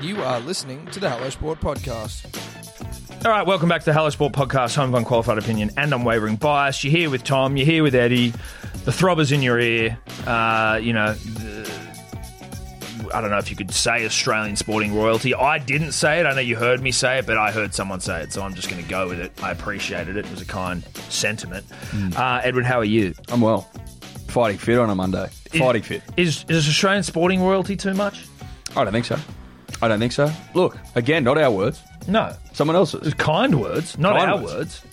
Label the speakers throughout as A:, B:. A: You are listening to the Hello Sport Podcast.
B: All right, welcome back to the Hello Sport Podcast, home of unqualified opinion and unwavering bias. You're here with Tom, you're here with Eddie. The throbber's in your ear. Uh, you know, the, I don't know if you could say Australian sporting royalty. I didn't say it. I know you heard me say it, but I heard someone say it, so I'm just going to go with it. I appreciated it. It was a kind sentiment. Uh, Edwin, how are you?
C: Hmm. I'm well. Fighting fit on a Monday. Fighting fit.
B: Is, is Australian sporting royalty too much?
C: I don't think so. I don't think so. Look, again, not our words.
B: No.
C: Someone else's.
B: It's kind words, not
C: Kind
B: our
C: words.
B: words.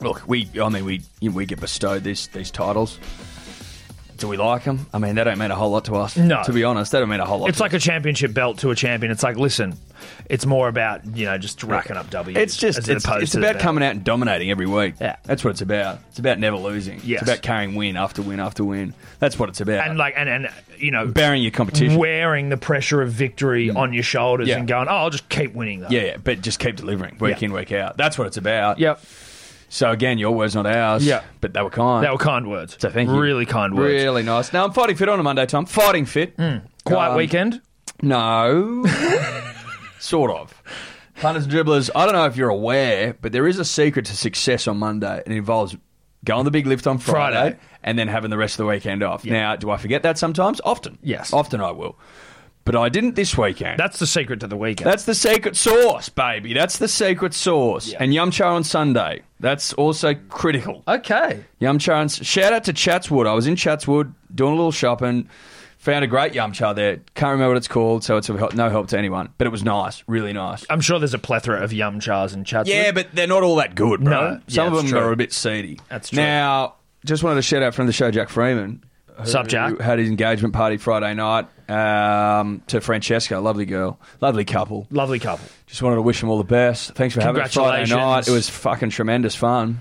C: Look, we. I mean, we we get bestowed these these titles. Do we like them? I mean, they don't mean a whole lot to us.
B: No.
C: To be honest, they don't mean a whole lot.
B: It's
C: to
B: like a championship belt to a champion. It's like, listen, it's more about you know just racking up W's.
C: us. It's
B: as
C: just. It's,
B: opposed
C: it's
B: to
C: about
B: the-
C: coming out and dominating every week.
B: Yeah.
C: That's what it's about. It's about never losing.
B: Yes.
C: It's about carrying win after win after win. That's what it's about.
B: and like and and you know
C: bearing your competition. Mm.
B: wearing the pressure of victory on your shoulders
C: Yeah.
B: and going, oh, I'll just keep winning. Though.
C: yeah, yeah, but just keep delivering week
B: Yeah.
C: in, week out. That's what it's about.
B: yep.
C: So again, your words, not ours.
B: Yeah.
C: But they were kind.
B: That were kind words.
C: So thank you.
B: Really kind words.
C: Really nice. Now I'm fighting fit on a Monday, Tom. Fighting fit.
B: Hmm. Quiet
C: Um,
B: weekend.
C: No. sort of. Punters and dribblers, I don't know if you're aware, but there is a secret to success on Monday. It involves going the big lift on Friday,
B: Friday.
C: and then having the rest of the weekend off. Now, do I forget that sometimes? Often.
B: Yes.
C: Often I will. But I didn't this weekend.
B: That's the secret to the weekend.
C: That's the secret sauce, baby. That's the secret sauce. And Yum Cha on Sunday. That's also critical.
B: okay.
C: Yum cha and shout out to Chatswood. I was in Chatswood doing a little shopping, found a great yum cha there. Can't remember what it's called, so it's of hel- no help to anyone. But it was nice, really nice.
B: I'm sure there's a plethora of yum chars and chats.
C: Yeah, but they're not all that good, bro.
B: No.
C: some
B: Yeah,
C: of
B: that's
C: them
B: true.
C: are a bit seedy.
B: That's true.
C: Now, just wanted to shout out from the show, Jack Freeman. who
B: Sup, Jack?
C: Had his engagement party Friday night um, to Francesca, lovely girl, lovely couple.
B: Lovely couple.
C: Just wanted to wish them all the best. Thanks for having us Friday
B: Congratulations.
C: night. It was fucking tremendous fun.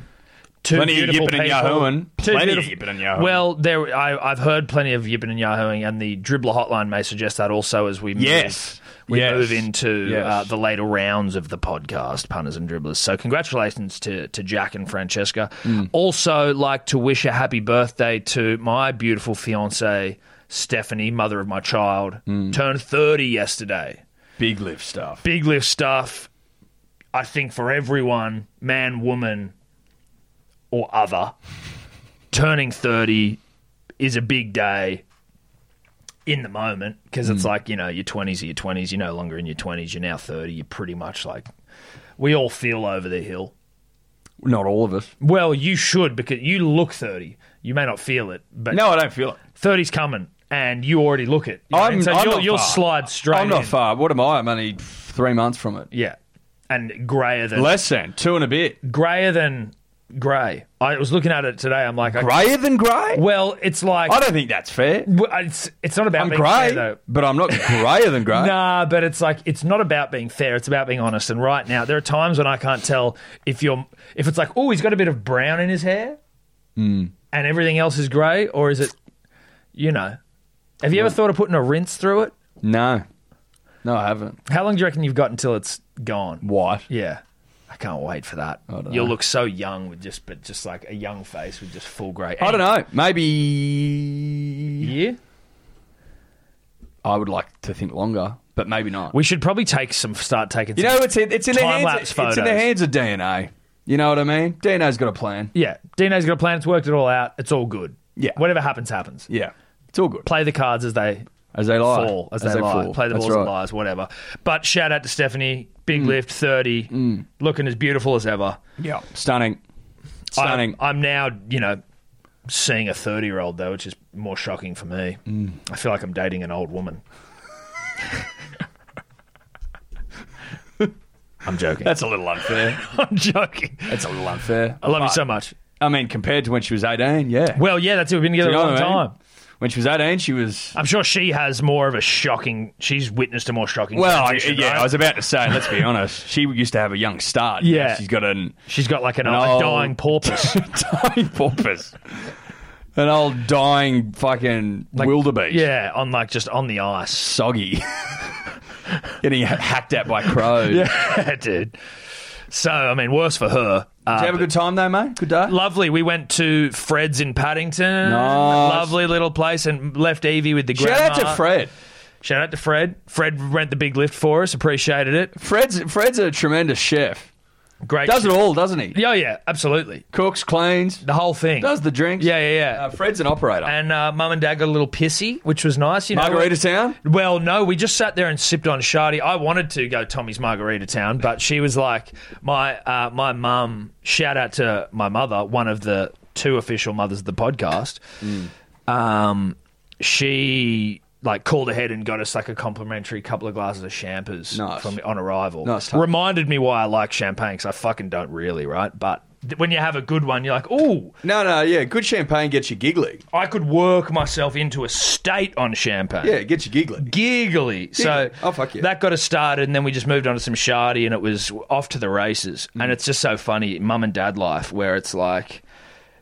B: Two
C: Plenty of
B: beautiful
C: yipping and
B: people.
C: yahooing.
B: Two
C: Plenty of
B: beautiful-
C: yipping and yahooing.
B: Well, there I, I've heard plenty of yipping and yahooing, and the dribbler hotline may suggest that also as we move,
C: Yes.
B: we
C: Yes.
B: move into
C: Yes.
B: uh, the later rounds of the podcast, punters and dribblers. So, congratulations to to Jack and Francesca.
C: Mm.
B: Also, like to wish a happy birthday to my beautiful fiance Stephanie, mother of my child, turned thirty yesterday
C: Mm. Big lift stuff.
B: big lift stuff. I think for everyone, man, woman, or other, turning 30 is a big day in the moment because
C: Mm.
B: it's like, you know, your 20s are your 20s. You're no longer in your 20s. You're now 30. You're pretty much like, we all feel over the hill.
C: Not all of us.
B: Well, you should because you look 30. You may not feel it, but
C: No, I don't feel it.
B: 30's coming and you already look it. You know what I mean?
C: I'm-
B: so
C: I'm
B: you'll,
C: not
B: you'll
C: far.
B: slide straight
C: I'm not
B: in.
C: far. What am I? I'm only three months from it.
B: Yeah. And grayer than
C: Less than two and a bit.
B: grayer than grey. I was looking at it today. I'm like, I-
C: Grayer than grey?
B: well, it's like
C: I don't think that's fair.
B: w- it's it's not about
C: I'm
B: being fair
C: grey,
B: though.
C: but I'm not grayer than grey.
B: Nah, but it's like it's not about being fair. It's about being honest. And right now, there are times when I can't tell if you're if it's like, oh, he's got a bit of brown in his hair, and everything else is grey, or is it, you know, have you ever thought of putting a rinse through it?
C: No, no, I haven't.
B: How long do you reckon you've got until it's gone?
C: White.
B: Yeah. I can't wait for that.
C: dunno.
B: You'll look so young with just, but just like a young face with just full grey.
C: I don't know. Maybe
B: year.
C: I would like to think longer, but maybe not.
B: We should probably take some start taking.
C: You
B: some,
C: know, it's in, it's in the hands.
B: Time-lapse
C: It's in the
B: photos.
C: hands of DNA. You know what I mean? DNA's got a plan.
B: yeah, DNA's got a plan. It's worked it all out. It's all good.
C: Yeah.
B: whatever happens, happens.
C: Yeah, it's all good.
B: Play the cards as they
C: As they lie,
B: fall, as, they, lie. Play the
C: That's
B: balls
C: right. Mm.
B: and lies, whatever. But shout out to Stephanie, big lift, thirty, looking as beautiful as ever.
C: Yeah, stunning, stunning.
B: I'm, I'm now, you know, seeing a thirty-year-old though, which is more shocking for me.
C: Mm.
B: I feel like I'm dating an old woman. I'm joking.
C: That's a little unfair.
B: I'm joking.
C: That's a little unfair.
B: I love you
C: But-
B: so much.
C: I mean, compared to when she was 18, yeah.
B: Well, yeah, that's it. We've been together
C: You
B: a
C: know
B: long
C: what I mean?
B: time.
C: When she was 18, she was.
B: I'm sure she has more of a shocking. She's witnessed a more shocking.
C: Well, I,
B: transition,
C: yeah,
B: right?
C: I was about to say, let's be honest, she used to have a young start. Now
B: Yeah.
C: She's got an
B: she's got like an,
C: an
B: a
C: old-
B: dying porpoise.
C: dying porpoise. An old dying fucking wildebeest.
B: yeah, on like just on the ice.
C: Soggy. Getting ha- hacked at by crows. Yeah.
B: dude. So I mean, worse for her. Uh,
C: Did you have a good time though, mate? Good day?
B: lovely. We went to Fred's in Paddington.
C: Nice.
B: Lovely little place, and left Evie with the
C: Shout
B: grandma.
C: out to Fred.
B: Shout out to Fred. Fred rent the big lift for us. Appreciated it.
C: Fred's Fred's a tremendous chef.
B: Great.
C: Does it all, doesn't he?
B: Yeah, yeah, absolutely.
C: Cooks, cleans,
B: The whole thing.
C: does the drinks.
B: Yeah, yeah, yeah.
C: Uh, Fred's an operator.
B: and uh, mum and dad got a little pissy, which was nice. You know,
C: Margarita
B: Well, no, we just sat there and sipped on shardy. I wanted to go Tommy's Margarita Town, but she was like, my uh, my mum. Shout out to my mother, one of the two official mothers of the podcast.
D: Mm.
B: Um, she like called ahead and got us like a complimentary couple of glasses of champers
C: Nice.
B: from on arrival.
C: Nice touch.
B: Reminded me why I like champagne because I fucking don't really, right? But th- when you have a good one, you're like, ooh.
C: No, no, yeah. Good champagne gets you giggly.
B: I could work myself into a state on champagne.
C: Yeah, it gets you giggly.
B: Giggly. So
C: Oh, fuck yeah.
B: that got us started, and then we just moved on to some shardy, and it was off to the races.
C: Mm.
B: And it's just so funny, mum and dad life, where it's like,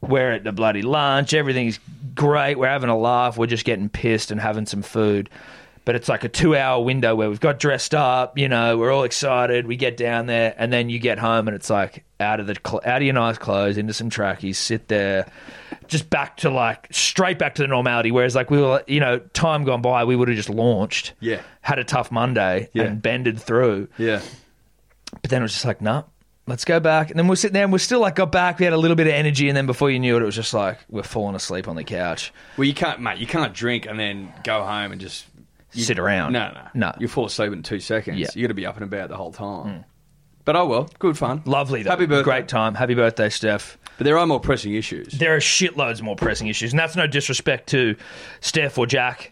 B: we're at the bloody lunch, everything's great, we're having a laugh, we're just getting pissed and having some food. But it's like a two hour window where we've got dressed up, you know, we're all excited, we get down there, and then you get home and it's like out of the cl- out of your nice clothes, into some trackies, sit there, just back to like straight back to the normality. Whereas like we were, you know, time gone by, we would have just launched,
C: Yeah.
B: had a tough Monday
C: Yeah.
B: and bended through.
C: Yeah.
B: But then it was just like, nah, let's go back. And then we're sitting there and we're still like, got back. We had a little bit of energy. And then before you knew it, it was just like, we're falling asleep on the couch.
C: Well, you can't, mate. You can't drink and then go home and just you-
B: Sit around.
C: No, no,
B: No.
C: You fall asleep in two seconds.
B: Yeah. Mm.
C: You got to be up and about the whole time. But oh well, good fun.
B: Lovely, though.
C: Happy birthday.
B: Great time. Happy birthday, Steph.
C: But there are more pressing issues.
B: There are shitloads more pressing issues. And that's no disrespect to Steph or Jack.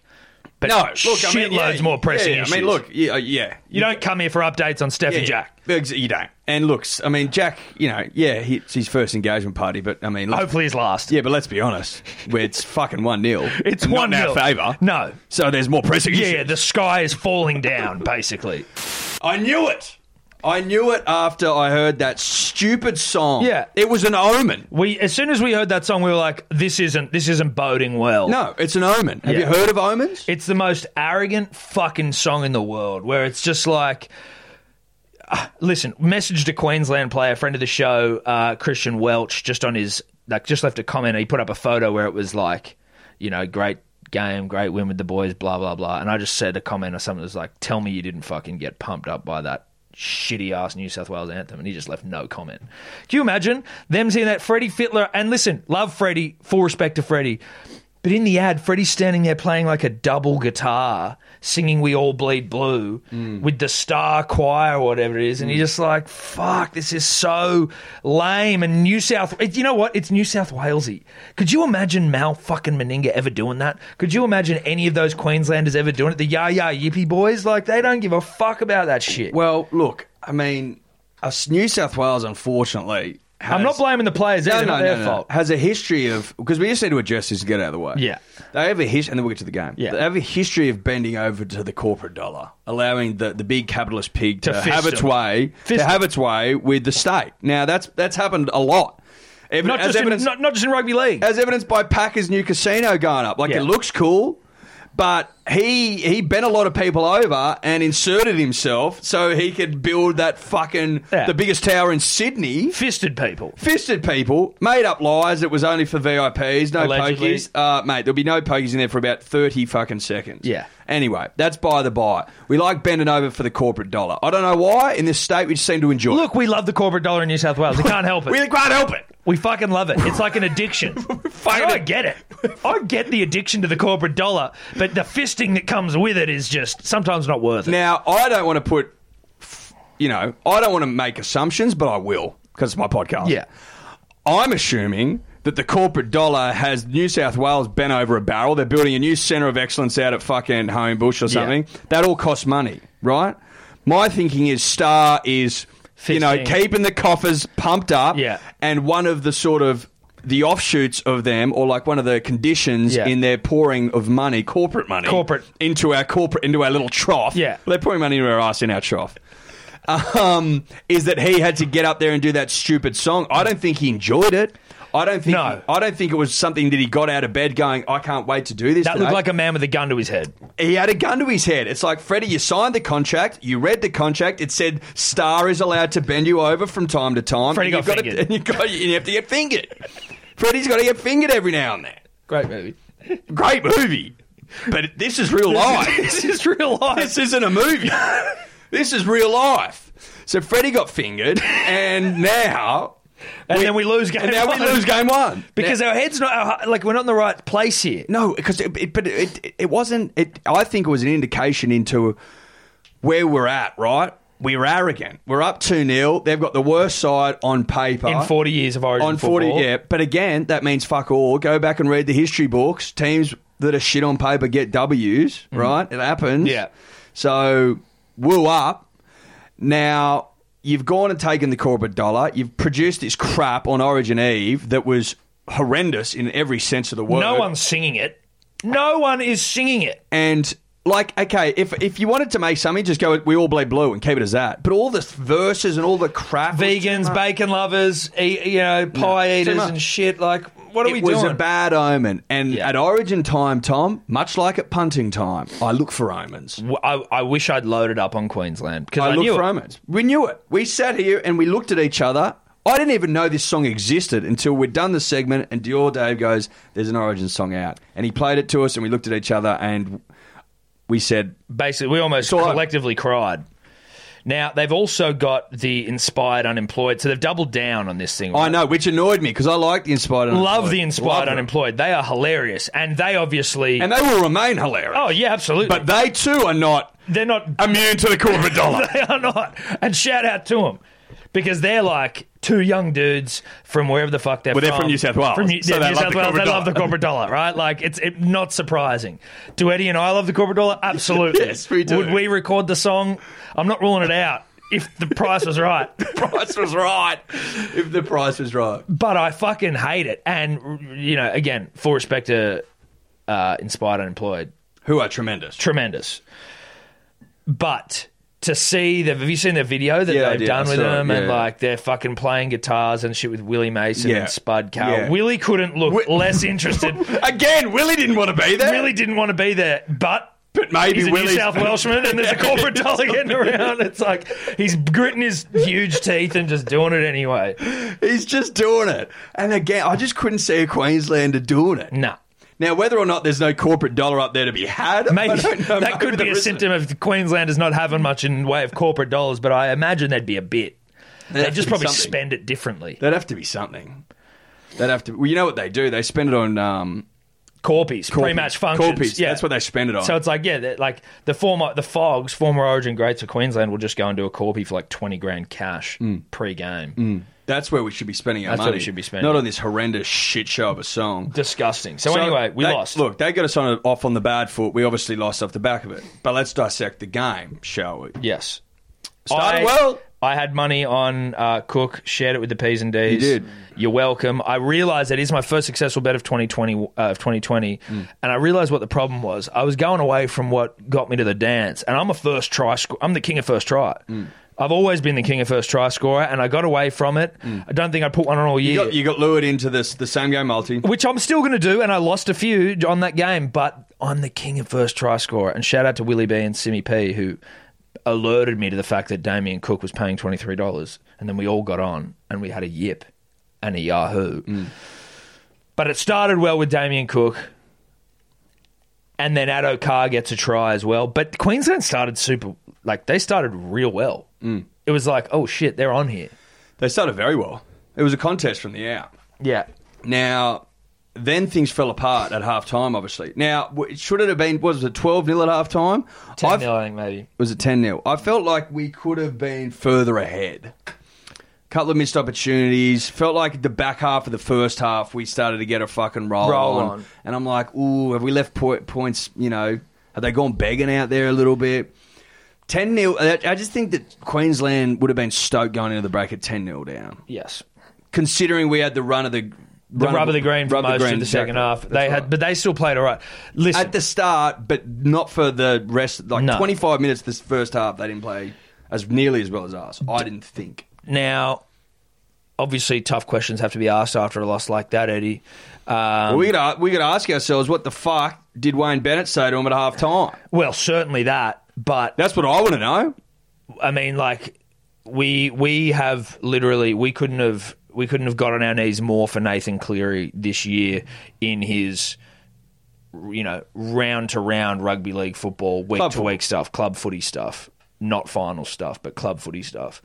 B: But
C: no, look, I
B: shitloads
C: mean, yeah,
B: more pressing
C: yeah, yeah.
B: issues.
C: I mean, look, yeah, uh, yeah.
B: You don't come here for updates on Steph
C: yeah,
B: and Jack.
C: yeah. Ex- You don't. And looks, I mean, Jack, you know, yeah, he- it's his first engagement party, but I mean, let's-
B: Hopefully he's last.
C: yeah, but let's be honest, where it's fucking one 0
B: It's one
C: in our
B: nil.
C: favour.
B: No.
C: So there's more pressing
B: Yeah,
C: issues.
B: yeah, the sky is falling down, basically.
C: I knew it. I knew it after I heard that stupid song.
B: Yeah.
C: It was an omen.
B: We as soon as we heard that song, we were like, "This isn't this isn't boding well."
C: No, it's an omen. Have
B: Yeah.
C: you heard of omens?
B: It's the most arrogant fucking song in the world where it's just like. Ah, Listen, message to Queensland player, friend of the show, uh, Christian Welch, just on his, like, just left a comment. He put up a photo where it was like, you know, great game, great win with the boys, blah, blah, blah. And I just said a comment or something that was like, tell me you didn't fucking get pumped up by that shitty ass New South Wales anthem. And he just left no comment. Can you imagine them seeing that Freddie Fittler? And listen, love Freddie, full respect to Freddie. But in the ad, Freddie's standing there playing like a double guitar, singing "We All Bleed Blue"
C: Mm.
B: with the Star Choir or whatever it is, and you're just like, "Fuck, this is so lame." And New South, it- you know what? It's New South Walesy. Could you imagine Mal fucking Meninga ever doing that? Could you imagine any of those Queenslanders ever doing it? The Ya Ya Yippee boys, like they don't give a fuck about that shit.
C: Well, look, I mean, us- New South Wales, unfortunately, has,
B: I'm not blaming the players.
C: No,
B: It's
C: no,
B: not
C: no,
B: their
C: no.
B: fault.
C: Has a history of because we just need to address this and get it out of the way.
B: Yeah.
C: they have a history, and then we'll get to the game.
B: Yeah.
C: they have a history of bending over to the corporate dollar, allowing the, the big capitalist pig to,
B: To fist
C: have its
B: them.
C: way
B: Fist
C: to have
B: them.
C: its way with the state. Now that's that's happened a lot. Evi-
B: Not
C: as
B: just in,
C: evidence-
B: not, not just in rugby league.
C: as evidenced by Packers' new casino going up. Like
B: Yeah.
C: it looks cool, but he he bent a lot of people over and inserted himself so he could build that fucking
B: Yeah.
C: the biggest tower in Sydney.
B: Fisted people.
C: Fisted people, made up lies. It was only for VIPs, no
B: Allegedly.
C: pokies. Uh, mate, there'll be no pokies in there for about thirty fucking seconds.
B: Yeah.
C: Anyway, that's by the by. We like bending over for the corporate dollar. I don't know why. In this state, we just seem to enjoy. it.
B: Look, we love the corporate dollar in New South Wales. We can't help it.
C: we can't help it.
B: We fucking love it. It's like an addiction.
C: Fucking-
B: And I get it. I get the addiction to the corporate dollar, but the fisting that comes with it is just sometimes not worth it.
C: Now, I don't want to put, you know, I don't want to make assumptions, but I will because it's my podcast.
B: Yeah.
C: I'm assuming that the corporate dollar has New South Wales bent over a barrel. They're building a new centre of excellence out at fucking Home Bush or something. That all costs money, right? My thinking is Star is, you know,
B: Fifteen.
C: keeping the coffers pumped up.
B: Yeah.
C: And one of the sort of the offshoots of them, or like one of the conditions
B: Yeah.
C: in their pouring of money, corporate money,
B: Corporate.
C: into our corporate, into our little trough.
B: Yeah.
C: They're pouring money into our ass in our trough. Um, is that he had to get up there and do that stupid song. I don't think he enjoyed it. I don't think
B: No.
C: I don't think it was something that he got out of bed going, I can't wait to do this.
B: That looked
C: today."
B: like a man with a gun to his head.
C: he had a gun to his head. It's like, Freddie, you signed the contract, you read the contract, it said Star is allowed to bend you over from time to time.
B: Freddie
C: and
B: got
C: you've
B: fingered.
C: To, and you got you have to get fingered. Freddie's gotta get fingered every now and then.
A: Great movie.
C: Great movie. But this is real life.
B: this is real life.
C: this isn't a movie. this is real life. So Freddie got fingered, and now,
B: And then we lose game
C: and now
B: one.
C: we lose game one
B: Because our head's not, our, like, we're not in the right place here.
C: No, because it, it, but it it wasn't. It I think it was an indication into where we're at. Right, we're arrogant. We're up two 0 They've got the worst side on paper
B: In 40 years of Origin
C: on forty.
B: football.
C: Yeah, but again, that means fuck all. Go back and read the history books. Teams that are shit on paper get W's. Right, it happens.
B: Mm. Yeah.
C: So woo up. Now you've gone and taken the corporate dollar. You've produced this crap on Origin Eve that was horrendous in every sense of the word
B: No one's singing it. No one is singing it.
C: and like okay if if you wanted to make something just go we all play blue and keep it as that but all the verses and all the crap was-
B: Vegans, bacon lovers, e- you know, pie eaters
C: much.
B: and shit. Like, what are
C: it
B: we
C: was
B: doing?
C: a bad omen and
B: Yeah.
C: at origin time tom much like at punting time i look for omens
B: W- I, I wish I'd loaded up on Queensland because I,
C: i, look
B: knew
C: for
B: it.
C: omens we knew it we sat here and we looked at each other i didn't even know this song existed until we'd done the segment and dior dave goes there's an origin song out and he played it to us and we looked at each other and we said
B: Basically, we almost
C: all right.
B: collectively cried. Now they've also got the inspired unemployed, so they've doubled down on this thing.
C: I know, which annoyed me because I like the inspired.
B: Love the
C: Love
B: inspired
C: them.
B: unemployed. They are hilarious, and they obviously.
C: and they will remain hilarious.
B: oh yeah, absolutely.
C: But they too are not
B: they're not.
C: immune to the corporate dollar.
B: They are not. And shout out to them because they're like two young dudes from wherever the fuck they're
C: Well,
B: from.
C: they're from New South Wales,
B: From New,
C: so
B: yeah,
C: they
B: New
C: love
B: South
C: the
B: Wales. They
C: corporate
B: love the
C: dollar.
B: corporate dollar, right? Like it's it, not surprising. Do Eddie and I love the corporate dollar? Absolutely.
C: Yes, we do.
B: Would we record the song? I'm not ruling it out if the price was right.
C: the price was right. If the price was right.
B: But I fucking hate it. And you know, again, full respect to uh, Inspired Unemployed.
C: Who are tremendous.
B: tremendous. But to see the have you seen the video that
C: Yeah, I
B: they've
C: did.
B: done
C: I
B: with
C: saw it.
B: them and
C: Yeah.
B: like they're fucking playing guitars and shit with Willie Mason
C: Yeah.
B: and Spud Carl.
C: Yeah.
B: Willie couldn't look
C: Wi-
B: less interested.
C: Again, Willie didn't want to be there.
B: Willie didn't want to be there, but
C: But maybe
B: he's a
C: Willie's-
B: New South Welshman and there's a corporate dollar getting around. It's like he's gritting his huge teeth and just doing it anyway.
C: He's just doing it. And again, I just couldn't see a Queenslander doing it.
B: Nah.
C: Now, whether or not there's no corporate dollar up there to be had, I
B: Maybe
C: don't know.
B: that could
C: Maybe
B: be
C: there
B: a
C: isn't.
B: symptom of the Queenslanders not having much in way of corporate dollars, but I imagine that'd be a bit. They'd,
C: have to be
B: just probably
C: something.
B: spend it differently.
C: That'd have to be something. That'd have to. Well, you know what they do? They spend it on um,
B: Corpies, pre-match functions.
C: Corpies.
B: Yeah.
C: That's what they spend it on.
B: So it's like, yeah, they're- like the former, the Fogs, former Origin greats of Queensland, will just go and do a Corpy for like twenty grand cash pre-game.
C: Mm. That's where we should be spending our
B: That's where
C: money.
B: we should be spending
C: Mm. Not
B: it.
C: on this horrendous shit show of a song.
B: Disgusting. So,
C: So
B: anyway, we
C: they-
B: lost.
C: Look, they got us on off on the bad foot. We obviously lost off the back of it. But let's dissect the game, shall we?
B: yes,
C: Started
B: I-
C: well.
B: I had money on uh, Cook. Shared it with the P's and D's.
C: You did.
B: You're welcome. I realised that is my first successful bet of 2020. Uh, of 2020,
C: Mm.
B: and I realised what the problem was. I was going away from what got me to the dance, and I'm a first try. Sc- I'm the king of first try.
C: Mm.
B: I've always been the king of first try scorer, and I got away from it. I don't think I put one on all year.
C: Mm. You got, you got lured into this the same game multi.
B: which I'm still going to do, and I lost a few on that game, but I'm the king of first try scorer. And shout out to Willie B and Simi P who alerted me to the fact that Damien Cook was paying twenty three dollars, and then we all got on and we had a yip and a yahoo.
C: Mm.
B: But it started well with Damien Cook. And then Addo Carr gets a try as well. But Queensland started super, like, they started real well.
C: Mm.
B: It was like, oh shit, they're on here.
C: They started very well. It was a contest from the out.
B: Yeah.
C: Now, then things fell apart at half time, obviously. Now, w- should it have been, was it 12 0 at half time?
B: 10
C: I've-
B: nil, I think, maybe.
C: was it 10 0? I felt like we could have been further ahead. Couple of missed opportunities. Felt like the back half of the first half we started to get a fucking roll,
B: Roll on.
C: And I'm like, ooh, have we left po- points? You know, have they gone begging out there a little bit? 10 0. I just think that Queensland would have been stoked going into the bracket 10 0 down,
B: Yes.
C: considering we had the run of the.
B: the rub of the green for most of the second half. They had, but they still played all right. Listen,
C: at the start, but not for the rest. Like
B: No.
C: 25 minutes this first half, they didn't play as nearly as well as us. I didn't think.
B: now, obviously, tough questions have to be asked after a loss like that, Eddie. Um,
C: we got to we got to ask ourselves what the fuck did Wayne Bennett say to him at half time?
B: well, certainly that, but
C: That's what I want to know.
B: I mean, like we we have literally we couldn't have we couldn't have got on our knees more for Nathan Cleary this year in his you know, round to round rugby league football, week
C: Club
B: to week stuff, club footy stuff, not final stuff, but club footy stuff.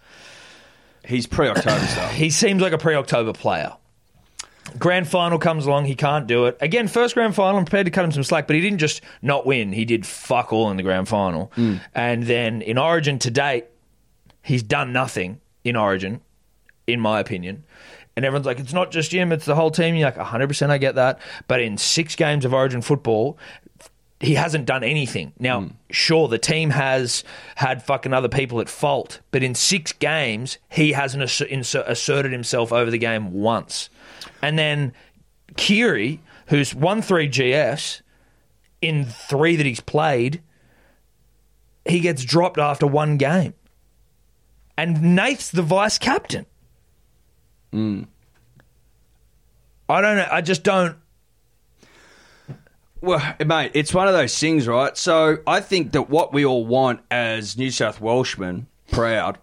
C: He's pre October stuff.
B: He seems like a pre October player. Grand final comes along, he can't do it. Again, first grand final, I'm prepared to cut him some slack, but he didn't just not win. He did fuck all in the grand final. And then in Origin to date, he's done nothing in Origin, in my opinion. And everyone's like, it's not just him, it's the whole team. You're like, 100% I get that. But in six games of Origin football, he hasn't done anything. Now, sure, the team has had fucking other people at fault, but in six games, he hasn't asser- inser- asserted himself over the game once. And then Kiri, who's won three GFs in three that he's played, he gets dropped after one game. And Nate's the vice captain. Mm. I don't know. I just don't.
C: Well, mate, it's one of those things, right? So I think that what we all want as New South Welshmen, proud,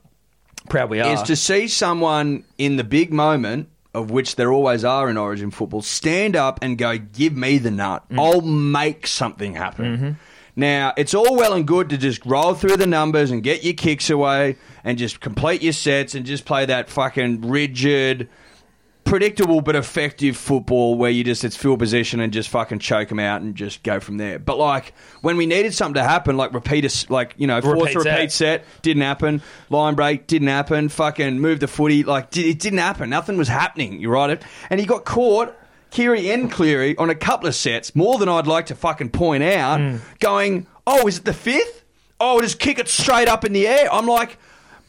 B: Proud we are.
C: is to see someone in the big moment of which there always are in origin football stand up and go give me the nut
B: Mm.
C: i'll make something happen
B: Mm-hmm.
C: now it's all well and good to just roll through the numbers and get your kicks away and just complete your sets and just play that fucking rigid predictable but effective football where you just it's field position and just fucking choke them out and just go from there but like when we needed something to happen like repeat us like you know force
B: Repeat
C: a
B: set.
C: repeat set didn't happen. Line break didn't happen. Fucking move the footy like di- it didn't happen. Nothing was happening. You right it, and he got caught. Kiri and Cleary on a couple of sets, more than I'd like to fucking point out,
B: Hmm.
C: going, oh, is it the fifth? Oh, just kick it straight up in the air. I'm like,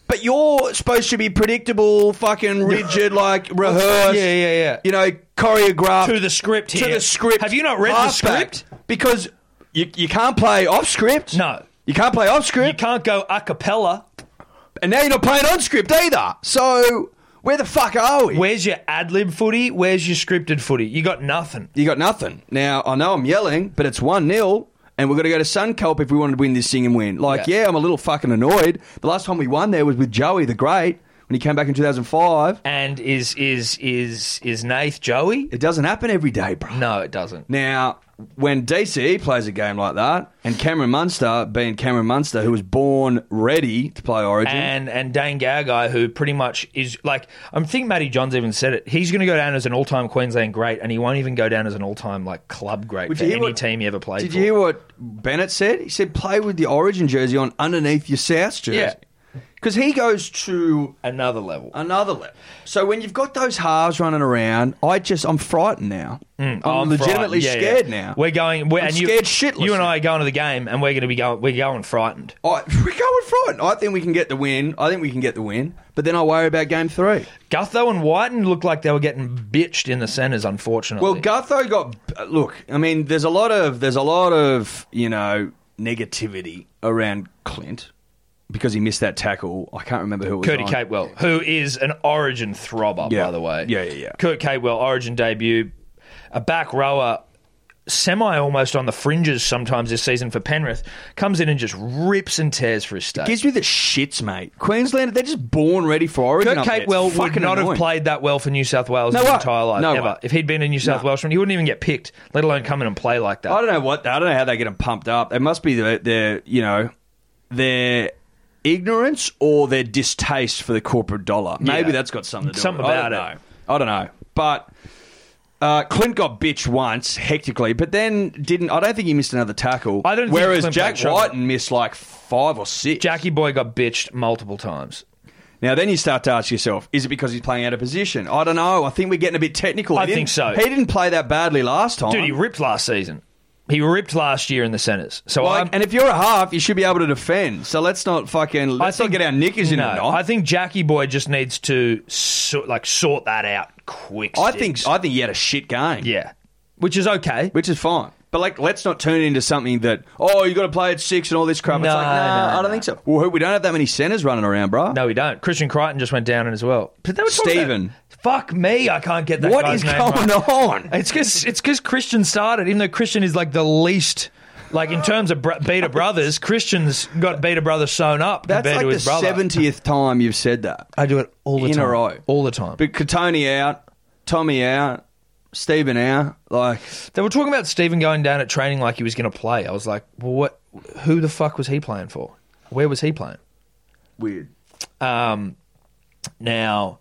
C: but you're supposed to be predictable, fucking rigid, like rehearsed.
B: Yeah, yeah, yeah.
C: You know, choreographed
B: To the script
C: To
B: here.
C: the script.
B: Have you not read the
C: halfback.
B: script?
C: Because you, you can't play off script.
B: No.
C: You can't play off script
B: you can't go a cappella.
C: and now you're not playing on script either. So where the fuck are we?
B: Where's your ad lib footy? Where's your scripted footy? You got nothing.
C: you got nothing. Now I know I'm yelling, but it's one 0 and we're going to go to Sunculp if we wanted to win this thing and win. Like,
B: Yeah.
C: yeah. I'm a little fucking annoyed. The last time we won there was with Joey the Great when he came back in 2005.
B: And is is is is Nath Joey?
C: It doesn't happen every day, bro.
B: No, it doesn't.
C: Now, when DCE plays a game like that, and Cameron Munster being Cameron Munster, who was born ready to play Origin,
B: And and Dane Gagai, who pretty much is like I'm thinking Matty Johns even said it. He's going to go down as an all time Queensland great, and he won't even go down as an all time like club great
C: Would
B: for
C: you hear
B: any
C: what-
B: team he ever played
C: Did
B: for.
C: you hear what Bennett said? He said, play with the Origin jersey on underneath your South jersey. Because he goes to
B: Another level.
C: another level. So when you've got those halves running around, I just, I'm frightened now. I'm, legitimately
B: Mm, frightened. Yeah, yeah.
C: scared now.
B: We're going. We're,
C: I'm
B: and you,
C: scared shitless
B: You and
C: now.
B: I are going to the game, and we're going to be going. We're going frightened.
C: I, we're going frightened. I think we can get the win. I think we can get the win. But then I worry about game three.
B: Gutho and Whiten looked like they were getting bitched in the centres. Unfortunately,
C: Well, Gutho got look. I mean, there's a lot of there's a lot of you know negativity around Clint because he missed that tackle. I can't remember who it was.
B: Curdy
C: on.
B: Capewell, who is an Origin throbber,
C: Yeah.
B: by the way.
C: Yeah, yeah, yeah.
B: Kurt Capewell, Origin debut, a back rower, semi almost on the fringes sometimes this season for Penrith, comes in and just rips and tears for his state.
C: Gives me the shits, mate. Queensland, they're just born ready for Origin.
B: Kurt
C: up there.
B: Capewell
C: It's
B: would
C: fucking
B: not have
C: annoying.
B: played that well for New South Wales
C: No
B: his
C: way.
B: entire life,
C: No
B: ever.
C: way.
B: If he'd been a New South Welshman, he wouldn't even get picked, let alone come in and play like that.
C: I don't know what. I don't know how they get them pumped up. It must be their, their you know, their ignorance or their distaste for the corporate dollar. Maybe
B: Yeah.
C: that's got something to do.
B: Something
C: with it.
B: about
C: I don't
B: it.
C: Know. I don't know, but. Uh, Clint got bitched once hectically, but then didn't. I don't think he missed another tackle.
B: I don't think
C: Whereas
B: Clint
C: Jack
B: played trouble.
C: Whiten missed like five or six.
B: Jackie Boy got bitched multiple times.
C: Now then, you start to ask yourself: Is it because he's playing out of position? I don't know. I think we're getting a bit technical.
B: I
C: He didn't-
B: think so.
C: He didn't play that badly last time.
B: Dude, he ripped last season. He ripped last year in the centres. So
C: Like,
B: I'm,
C: and if you're a half, you should be able to defend. So let's not fucking let's
B: think-
C: not get our knickers in a
B: no,
C: knot.
B: I think Jackie Boy just needs to so, like sort that out quick.
C: I
B: sticks.
C: think I think he had a shit game.
B: yeah, which is okay.
C: which is fine. But like, let's not turn it into something that oh, you got to play at six and all this crap. it's
B: No,
C: like, nah,
B: no,
C: I
B: no.
C: don't think so. Well, we don't have that many centers running around, bro.
B: No, we don't. Christian Crichton just went down as well. But they were talking
C: Stephen.
B: about- fuck me, I can't get that.
C: what
B: guy's
C: is
B: name
C: going
B: right.
C: on?
B: It's because it's because Christian started, even though Christian is like the least. Like in terms of br- Beta Brothers, Christian's got Beta Brothers sewn up
C: That's
B: compared
C: like
B: to
C: the
B: his brother.
C: seventieth time you've said that.
B: I do it all the
C: In a
B: time,
C: row.
B: all the time.
C: But Katoni out, Tommy out, Stephen Hour, like
B: They were talking about Stephen going down at training like he was going to play. I was like, well, what? Who the fuck was he playing for? Where was he playing?
C: weird.
B: Um, now,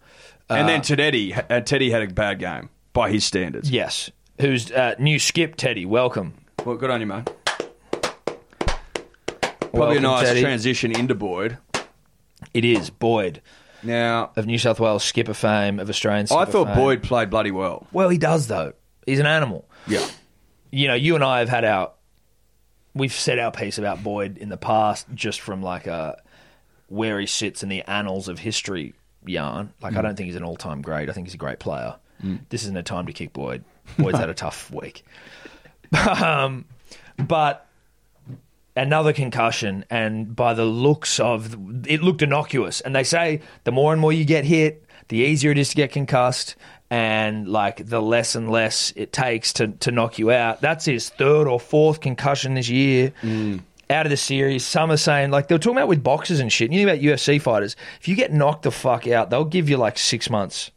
C: And then Teddy, uh, Teddy had a bad game by his standards.
B: yes, who's uh, new skip Teddy? Welcome.
C: Well, good on you, mate. Probably
B: Welcome,
C: a nice
B: Teddy.
C: transition into Boyd.
B: It is Boyd
C: Now,
B: of New South Wales skipper fame of Australian.
C: I
B: skipper
C: thought
B: fame.
C: Boyd played bloody well.
B: Well, he does though. He's an animal.
C: Yeah.
B: You know, you and I have had our, we've said our piece about Boyd in the past, just from like a where he sits in the annals of history yarn. Like, I don't think he's an all-time great. I think he's a great player. This isn't a time to kick Boyd. Boyd's had a tough week. um, but another concussion, and by the looks of it, looked innocuous. And they say the more and more you get hit, the easier it is to get concussed, and like the less and less it takes to to knock you out. That's his third or fourth concussion this year.
C: Mm.
B: Out of the series, some are saying like they were talking about with boxers and shit. You know about UFC fighters. If you get knocked the fuck out, they'll give you like six months.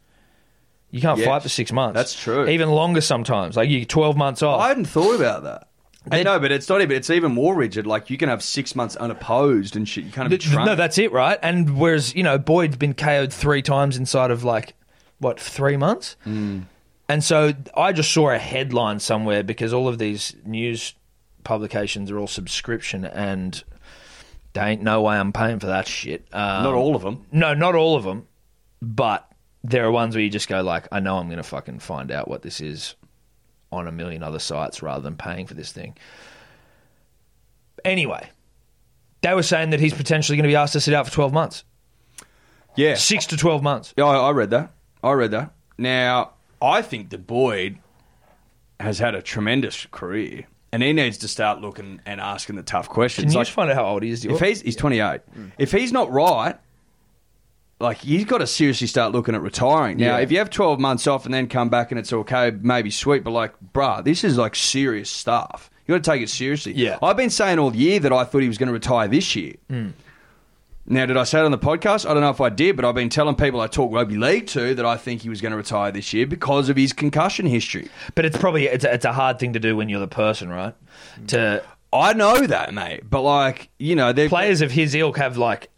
B: You can't
C: Yes,
B: fight for six months.
C: that's true.
B: Even longer sometimes. Like you twelve months off.
C: I hadn't thought about that. I
B: They-
C: know, but it's not even. It's even more rigid. Like you can have six months unopposed and shit. You can't even
B: Th-
C: train.
B: No, that's it, right? And whereas you know Boyd's been KO'd three times inside of like what three months, mm. and so I just saw a headline somewhere because all of these news publications are all subscription, and there ain't no way I'm paying for that shit. Um,
C: not all of them.
B: No, not all of them, but there are ones where you just go like, I know I'm going to fucking find out what this is on a million other sites rather than paying for this thing. Anyway, they were saying that he's potentially going to be asked to sit out for 12 months,
C: Yeah,
B: six to 12 months.
C: yeah. I, I read that. I read that. Now I think that Boyd has had a tremendous career, and he needs to start looking and asking the tough questions.
B: Can you
C: like,
B: just find out how old he is? Hmm.
C: If he's he's 28, if he's not right, like he's got to seriously start looking at retiring. Now,
B: Yeah.
C: if you have 12 months off and then come back and it's okay, maybe sweet, but like, bruh, this is like serious stuff. You got to take it seriously.
B: Yeah.
C: I've been saying all year that I thought he was going to retire this year.
B: Mm.
C: Now, did I say it on the podcast? I don't know if I did, but I've been telling people I talk rugby league to that I think he was going to retire this year because of his concussion history.
B: but it's probably it's a, it's a hard thing to do when you're the person, right? To
C: Mm. I know that, mate, but like, you know, they're
B: players of his ilk have like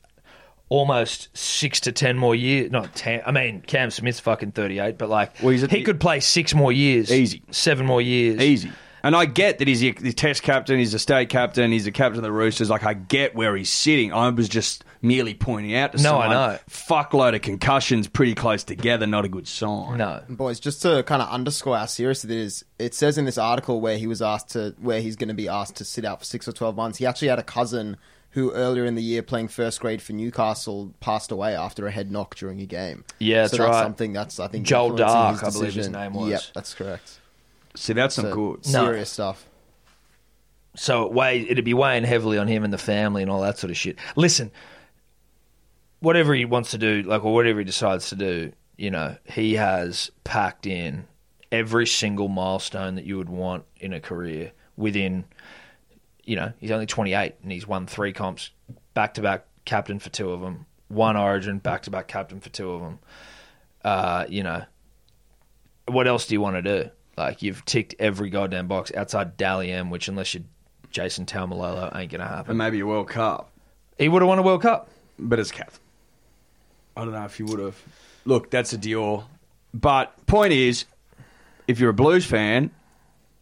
B: almost six to ten more years. Not ten. I mean, Cam Smith's fucking thirty-eight, but like
C: Well, he's at
B: he
C: the-
B: could play six more years,
C: Easy.
B: seven more years,
C: Easy. And I get that he's the the test captain, he's the state captain, he's the captain of the Roosters. Like, I get where he's sitting. I was just merely pointing out to
B: No, I
C: someone,
B: know.
C: fuckload of concussions pretty close together, not a good sign.
B: No,
E: Boys, just to kind of underscore how serious it is, it says in this article where he was asked to, where he's going to be asked to sit out for six or 12 months. He actually had a cousin who earlier in the year playing first grade for Newcastle passed away after a head knock during a game.
B: Yeah,
E: so
B: that's
E: that's
B: right.
E: something that's, I think,
B: Joel
E: influencing
B: Dark,
E: his
B: I believe his
E: decision.
B: name was.
E: Yep, that's correct.
C: See, that's not
E: So,
C: good.
B: No.
E: Serious stuff.
B: so it weigh, it'd be weighing heavily on him and the family and all that sort of shit. Listen, whatever he wants to do, like or whatever he decides to do, you know, he has packed in every single milestone that you would want in a career within. You know, he's only 28 and he's won three comps back to back, captain for two of them, one Origin back to back, captain for two of them. Uh, you know, what else do you want to do? Like you've ticked every goddamn box outside Dally M, which unless you're Jason Taumalolo, ain't gonna
C: And
B: happen.
C: maybe a World Cup,
B: He would have won a World Cup.
C: but it's Cap. I don't know if you would have. Look, that's a Dior. But point is, if you're a Blues fan,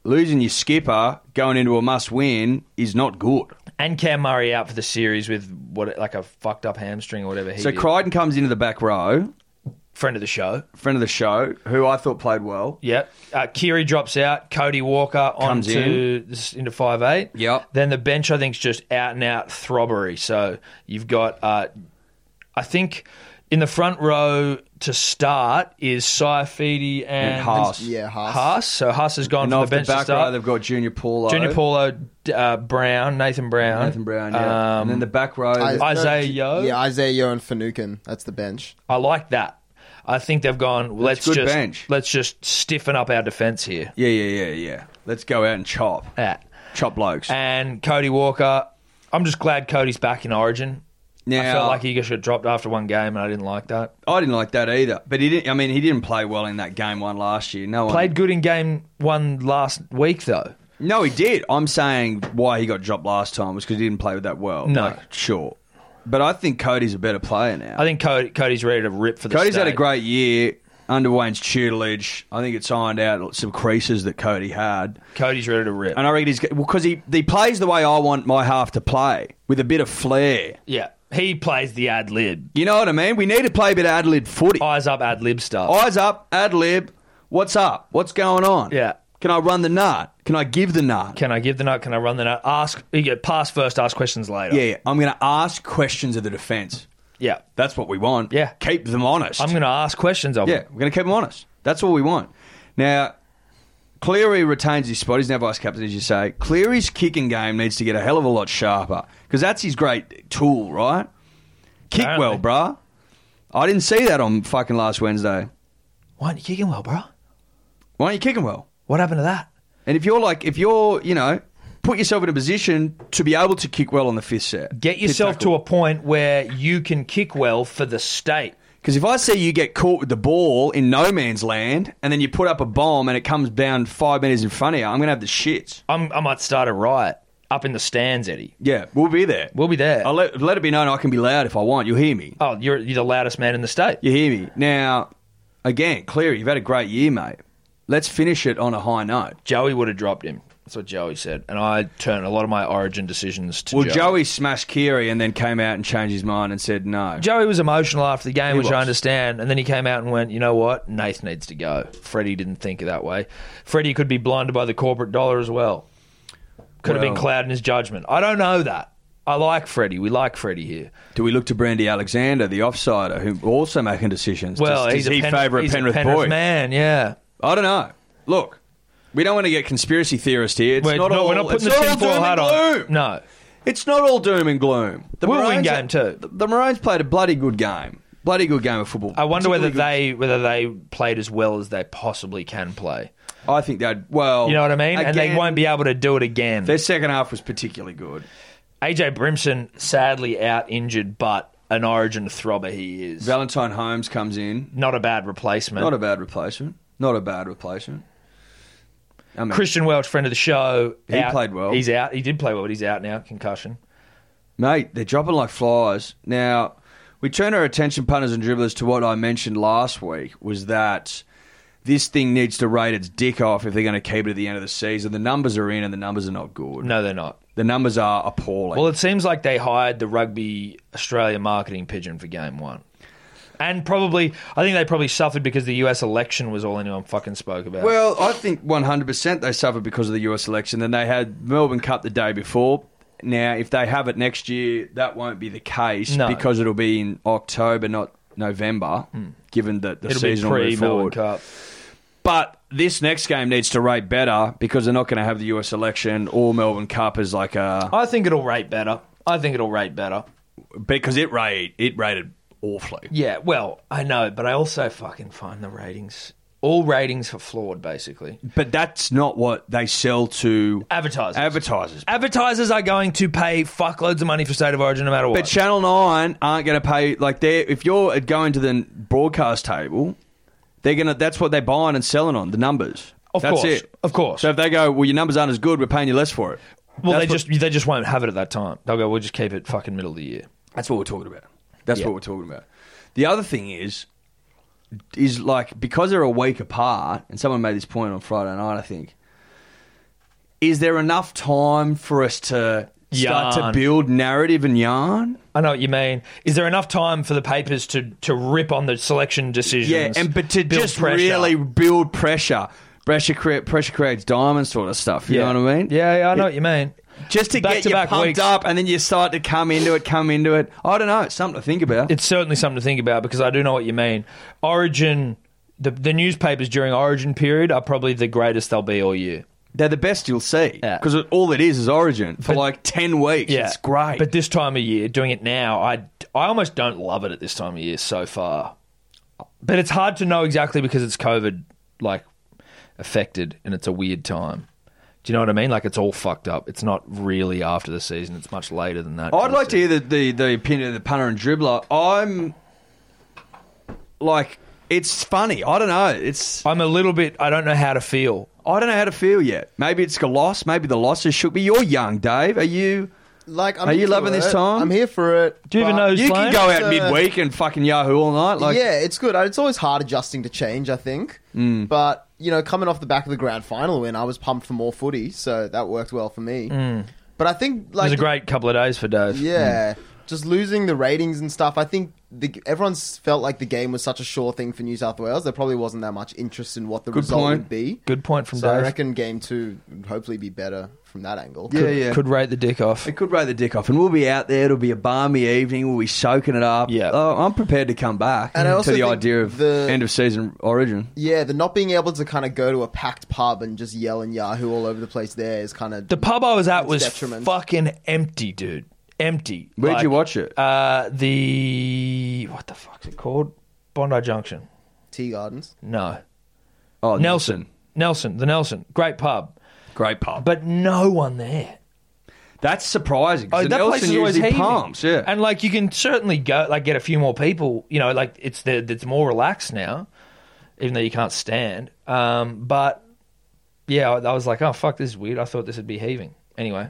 C: losing your skipper going into a must win is not good.
B: And Cam Murray out for the series with what like a fucked up hamstring or whatever. He
C: So
B: did.
C: Crichton comes into the back row.
B: friend of the show.
C: friend of the show, who I thought played well.
B: Yep. Uh, Kiri drops out. Cody Walker
C: Comes
B: onto this into five eight.
C: Yep.
B: Then the bench I think's just out and out throbbery. So you've got uh, I think in the front row to start is Saifidi and,
C: And Haas.
E: Yeah, Haas.
B: Haas. So Haas has gone
C: And
B: from
C: off the,
B: the bench to
C: back row,
B: start.
C: they've got Junior Paulo.
B: Junior Paulo, uh, Brown, Nathan Brown,
C: Nathan Brown, yeah.
B: Um,
C: and then the back row.
E: I-
B: Isaiah
E: no,
B: Yo.
E: Yeah, Isaiah Yo and Fanukin. That's the bench.
B: I like that. I think they've gone. Let's
C: good
B: just
C: bench.
B: let's just stiffen up our defense here.
C: yeah, yeah, yeah, yeah. Let's go out and chop.
B: Yeah.
C: Chop blokes.
B: And Cody Walker, I'm just glad Cody's back in Origin.
C: Now,
B: I felt like he just got dropped after one game, and I didn't like that.
C: I didn't like that either. But he didn't. I mean, he didn't play well in that game one last year. No one
B: Played good in game one last week, though.
C: No, he did. I'm saying why he got dropped last time was because he didn't play that well.
B: No.
C: like, sure. But I think Cody's a better player now.
B: I think Cody, Cody's ready to rip for the
C: Cody's had a
B: state.
C: great year under Wayne's tutelage. I think it signed out some creases that Cody had.
B: Cody's ready to rip.
C: And I reckon he's because well, 'cause he, he plays the way I want my half to play with a bit of flair.
B: Yeah, he plays the ad lib,
C: You know what I mean? We need to play a bit of ad lib footy.
B: eyes up ad lib stuff.
C: Eyes up, ad lib. What's up? What's going on?
B: Yeah.
C: Can I run the nut? Can I give the nut?
B: Can I give the nut? Can I run the nut? Ask. You get pass first, ask questions later.
C: yeah, yeah. I'm going to ask questions of the defence.
B: yeah.
C: That's what we want.
B: Yeah.
C: Keep them honest.
B: I'm going to ask questions of
C: yeah,
B: him.
C: we're going to keep them honest. That's all we want. Now, Cleary retains his spot. He's now vice captain, as you say. Cleary's kicking game needs to get a hell of a lot sharper because that's his great tool, right? Kick well,
B: Apparently.
C: bruh. I didn't see that on fucking last Wednesday.
B: Why aren't you kicking well, bro?
C: Why aren't you kicking well?
B: What happened to that?
C: And if you're like, if you're, you know, put yourself in a position to be able to kick well on the fifth set.
B: Get yourself to a point where you can kick well for the state.
C: Because if I see you get caught with the ball in no man's land and then you put up a bomb and it comes down five metres in front of you, I'm going to have the shits.
B: I'm, I might start a riot up in the stands, Eddie.
C: Yeah, we'll be there.
B: We'll be there.
C: I'll let, let it be known I can be loud if I want. You'll hear me.
B: oh, you're, you're the loudest man in the state.
C: You hear me. Now, again, Cleary, you've had a great year, mate. Let's finish it on a high note.
B: Joey would have dropped him. That's what Joey said. And I turn a lot of my origin decisions to
C: Well,
B: Joey.
C: Joey smashed Cleary and then came out and changed his mind and said no.
B: Joey was emotional after the game,
C: He
B: which I
C: was.
B: understand. And then he came out and went, you know what? Nath needs to go. Freddie didn't think it that way. Freddie could be blinded by the corporate dollar as well. Could have been
C: Well-
B: cloud in his judgment. I don't know that. I like Freddie. We like Freddie here.
C: Do we look to Brandy Alexander, the offsider, who also making decisions?
B: Well,
C: does,
B: he's
C: does
B: a
C: he
B: Pen-
C: favour a
B: he's
C: Penrith,
B: Penrith
C: boy?
B: man. Yeah.
C: I don't know. Look, we don't want to get conspiracy theorist here. It's
B: We're,
C: not
B: no,
C: all,
B: we're not
C: it's
B: putting the
C: not all
B: tinfoil
C: doom
B: hat
C: and
B: on.
C: gloom.
B: No.
C: It's not all doom and gloom. The
B: We'll win
C: Maroons-
B: game too.
C: The, the Maroons played a bloody good game. Bloody good game of football.
B: I wonder whether
C: Particularly
B: they whether they played as well as they possibly can play.
C: good- I think they'd. Well,
B: You know what I mean? and they
C: again,
B: won't be able to do it again.
C: Their second half was particularly good.
B: AJ Brimson sadly out injured, but an Origin throbber he is.
C: Valentine Holmes comes in.
B: Not a bad replacement.
C: Not a bad replacement. Not a bad replacement. I mean,
B: Christian Welch, friend of the show.
C: He
B: out.
C: played well.
B: He's out. He did play well, but he's out now. Concussion.
C: Mate, they're dropping like flies. Now, we turn our attention, punters and dribblers, to what I mentioned last week was that this thing needs to rate its dick off if they're going to keep it at the end of the season. The numbers are in and the numbers are not good.
B: No, they're not.
C: The numbers are appalling.
B: Well, it seems like they hired the Rugby Australia marketing pigeon for game one. And probably, I think they probably suffered because the US election was all anyone fucking spoke about.
C: Well, I think 100% they suffered because of the US election. Then they had Melbourne Cup the day before. Now, if they have it next year, that won't be the case
B: No.
C: because it'll be in October, not November, given that the
B: Hmm. it'll be
C: season will
B: pre
C: move
B: Melbourne
C: forward.
B: Cup.
C: But this next game needs to rate better because they're not going to have the US election or Melbourne Cup as like a
B: I think it'll rate better. I think it'll rate better.
C: because it rate it rated awfully.
B: Yeah, well, I know, but I also fucking find the ratings. All ratings are flawed, basically.
C: But that's not what they sell to
B: Advertisers.
C: advertisers.
B: Advertisers are going to pay fuckloads of money for State of Origin no matter what.
C: But Channel Nine aren't going to pay like they are if you're going to the broadcast table, they're gonna that's what they're buying and selling on the numbers.
B: Of
C: that's
B: course,
C: it.
B: of course.
C: So if they go, well, your numbers aren't as good, we're paying you less for it.
B: well, they
C: That's what-
B: just they just won't have it at that time. They'll go, we'll just keep it fucking middle of the year.
C: That's what we're talking about. That's
B: Yeah.
C: what we're talking about. The other thing is, is like because they're a week apart, and someone made this point on Friday night, I think. Is there enough time for us to start
B: Yarn.
C: to build narrative and yarn?
B: I know what you mean. Is there enough time for the papers to, to rip on the selection decisions?
C: Yeah, and but to
B: build
C: just
B: pressure?
C: really build pressure, pressure create pressure creates diamonds, sort of stuff. You
B: Yeah.
C: know what I mean?
B: Yeah, yeah, I know what you mean.
C: Just to get you
B: Back-to-back
C: pumped
B: weeks.
C: up, and then you start to come into it, come into it. I don't know. It's something to think about.
B: it's certainly something to think about because I do know what you mean. Origin, the, the newspapers during Origin period are probably the greatest they'll be all year.
C: They're the best you'll see
B: Yeah.
C: because all it is is Origin for like ten weeks. it's great.
B: But this time of year, doing it now, I, I almost don't love it at this time of year so far. But it's hard to know exactly because it's COVID like affected and it's a weird time. Do you know what I mean? Like it's all fucked up. It's not really after the season. It's much later than that.
C: I'd like to hear the, the, the opinion of the punter and dribbler. I'm like, it's funny. I don't know. It's
B: I'm a little bit. I don't know how to feel.
C: I don't know how to feel yet. Maybe it's a loss. Maybe the losses should be. You're young, Dave. Are you?
E: Like, I'm
C: Are you
E: here for
C: loving this
E: it.
C: time?
E: I'm here for it.
B: Do you even
E: but-
B: know who's
C: You
B: playing?
C: can go out
E: Uh,
C: midweek and fucking yahoo all night. Like,
E: yeah, it's good. It's always hard adjusting to change, I think.
B: Mm.
E: But, you know, coming off the back of the grand final win, I was pumped for more footy, so that worked well for me. But I think,
B: Mm. it
E: like,
B: was a great Mm. couple of days for Dave.
E: yeah, just losing the ratings and stuff, I think the, everyone's felt like the game was such a sure thing for New South Wales. There probably wasn't that much interest in what the
C: Good
E: result
C: point.
E: would be.
B: Good point from
E: So I
B: Dave.
E: reckon game two would hopefully be better from that angle.
C: Yeah, yeah.
B: Could rate the dick off.
C: It could row the dick off, and we'll be out there. It'll be a balmy evening. We'll be soaking it up.
B: Yeah.
C: Oh, I'm prepared to come back
E: And I also
C: to the
E: think
C: idea of
E: the-
C: end of season origin.
E: Yeah, the not being able to kind of go to a packed pub and just yell and yahoo all over the place there is kind of
B: The pub I was at
E: It's
B: was
E: detriment.
B: fucking empty, dude. Empty.
C: Where'd you watch it?
B: Uh, the what the fuck's it called? Bondi Junction.
E: tea gardens.
B: No,
C: Oh,
B: Nelson. Nelson. The Nelson. Great pub,
C: Great pub.
B: but no one there.
C: That's surprising. 'cause
B: Oh,
C: the
B: that
C: Nelson
B: place is always
C: usually
B: heaving.
C: pumps, yeah.
B: And like you can certainly go, like get a few more people. You know, like it's the it's more relaxed now, even though you can't stand. Um, but yeah, I, I was like, oh fuck, this is weird. I thought this would be heaving. Anyway,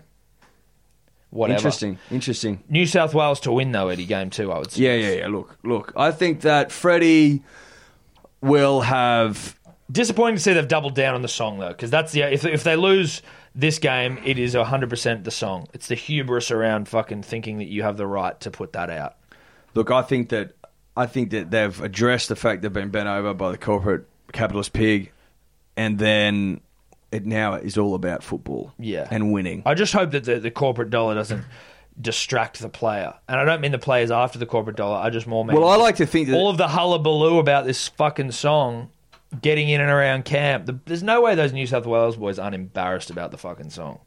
B: whatever.
C: Interesting. Interesting.
B: New South Wales to win though, Eddie. Game two, I would say.
C: Yeah, yeah, yeah. Look, look. I think that Freddie will have.
B: Disappointing to see they've doubled down on the song though, because that's the if if they lose this game, it is hundred percent the song. It's the hubris around fucking thinking that you have the right to put that out.
C: Look, I think that I think that they've addressed the fact they've been bent over by the corporate capitalist pig, and then it now is all about football.
B: Yeah.
C: and winning.
B: I just hope that the, the corporate dollar doesn't distract the player, and I don't mean the players after the corporate dollar. I just more mean
C: Well, I like to think that
B: all of the hullabaloo about this fucking song getting in and around camp. The, there's no way those New South Wales boys aren't embarrassed about the fucking song.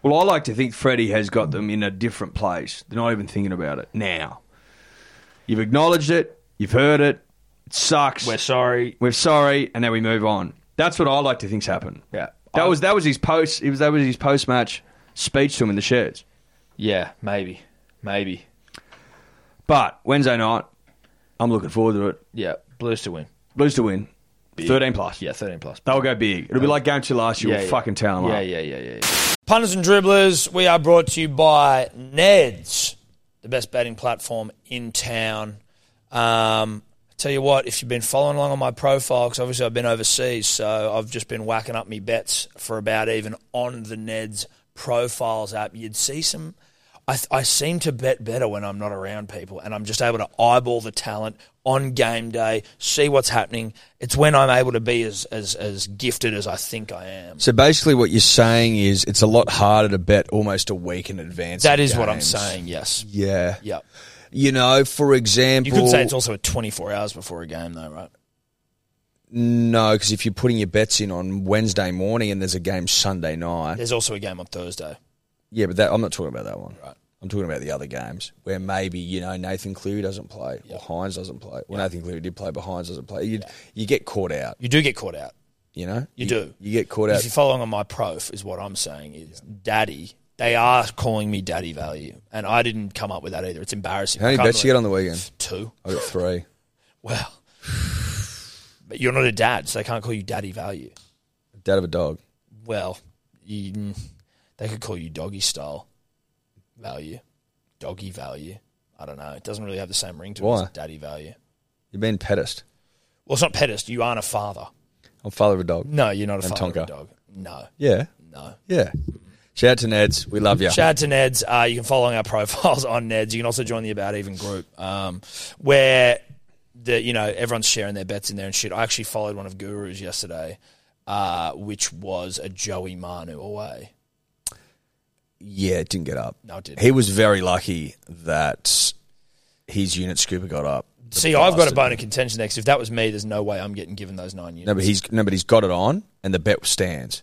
C: Well, I like to think Freddie has got them in a different place. They're not even thinking about it now. You've acknowledged it. You've heard it. It sucks.
B: We're sorry.
C: We're sorry, and then we move on. That's what I like to think's happened.
B: Yeah.
C: that
B: I-
C: was that was his post. It was that was his post match speech to him in the sheds.
B: Yeah, maybe, maybe.
C: But Wednesday night, I'm looking forward to it.
B: Yeah, Blues to win.
C: Blues to win, thirteen plus.
B: Yeah, thirteen plus.
C: they'll go big. It'll be like game two last year.
B: Yeah,
C: we'll
B: yeah.
C: fucking tell them.
B: Yeah,
C: up.
B: yeah, yeah, yeah, yeah.
F: Punters and dribblers, we are brought to you by Neds, the best betting platform in town. Um, tell you what, if you've been following along on my profile, because obviously I've been overseas, so I've just been whacking up me bets for about even on the Neds profiles app. You'd see some. I, th- I seem to bet better when I'm not around people, and I'm just able to eyeball the talent on game day, see what's happening. It's when I'm able to be as, as, as gifted as I think I am.
G: So basically, what you're saying is it's a lot harder to bet almost a week in advance.
F: That
G: of
F: is what I'm
G: games.
F: saying. Yes.
G: Yeah.
F: Yep.
G: You know, for
F: You
G: example,
F: could say it's also a 24 hours before a game, though, right?
G: no, because if you're putting your bets in on Wednesday morning and there's a game Sunday night,
F: There's also a game on Thursday.
G: yeah, but that, I'm not talking about that one. Right. I'm talking about the other games where maybe you know Nathan Cleary doesn't play or Hines doesn't play. Well, Nathan Cleary did play, but Hines doesn't play. You you get caught out.
F: You do get caught out.
G: You know,
F: You do.
G: You get caught out.
F: If you're following on my prof, is what I'm saying is daddy. They are calling me daddy value, and I didn't come up with that either. It's embarrassing.
G: How
F: I
G: many
F: can't
G: bets you get
F: believe-
G: on the weekend?
F: Two.
G: I got three.
F: Well, but you're not a dad, so they can't call you daddy value.
G: Dad of a dog.
F: Well, you, mm, they could call you doggy style value, doggy value. I don't know. It doesn't really have the same ring to it
G: Why?
F: as daddy value.
G: You've been pedest.
F: Well, it's not pedest. You aren't a father.
G: I'm father of a dog.
F: No, you're not a
G: And
F: father of a
G: Tonka.
F: dog. No,
G: Yeah.
F: no.
G: Yeah. Shout out to Neds. We love you.
F: Shout out to Neds. Uh, you can follow our profiles on Neds. You can also join the About Even group, um, where the you know everyone's sharing their bets in there and shit. I actually followed one of Guru's yesterday, uh, which was a Joey Manu away.
G: yeah, it didn't get up.
F: No, it didn't.
G: He was very lucky that his unit scooper got up. The
F: See, I've got a
G: bastard.
F: bone of contention next. If that was me, there's no way I'm getting given those nine units.
G: No, but he's no, but he's got it on, and the bet stands.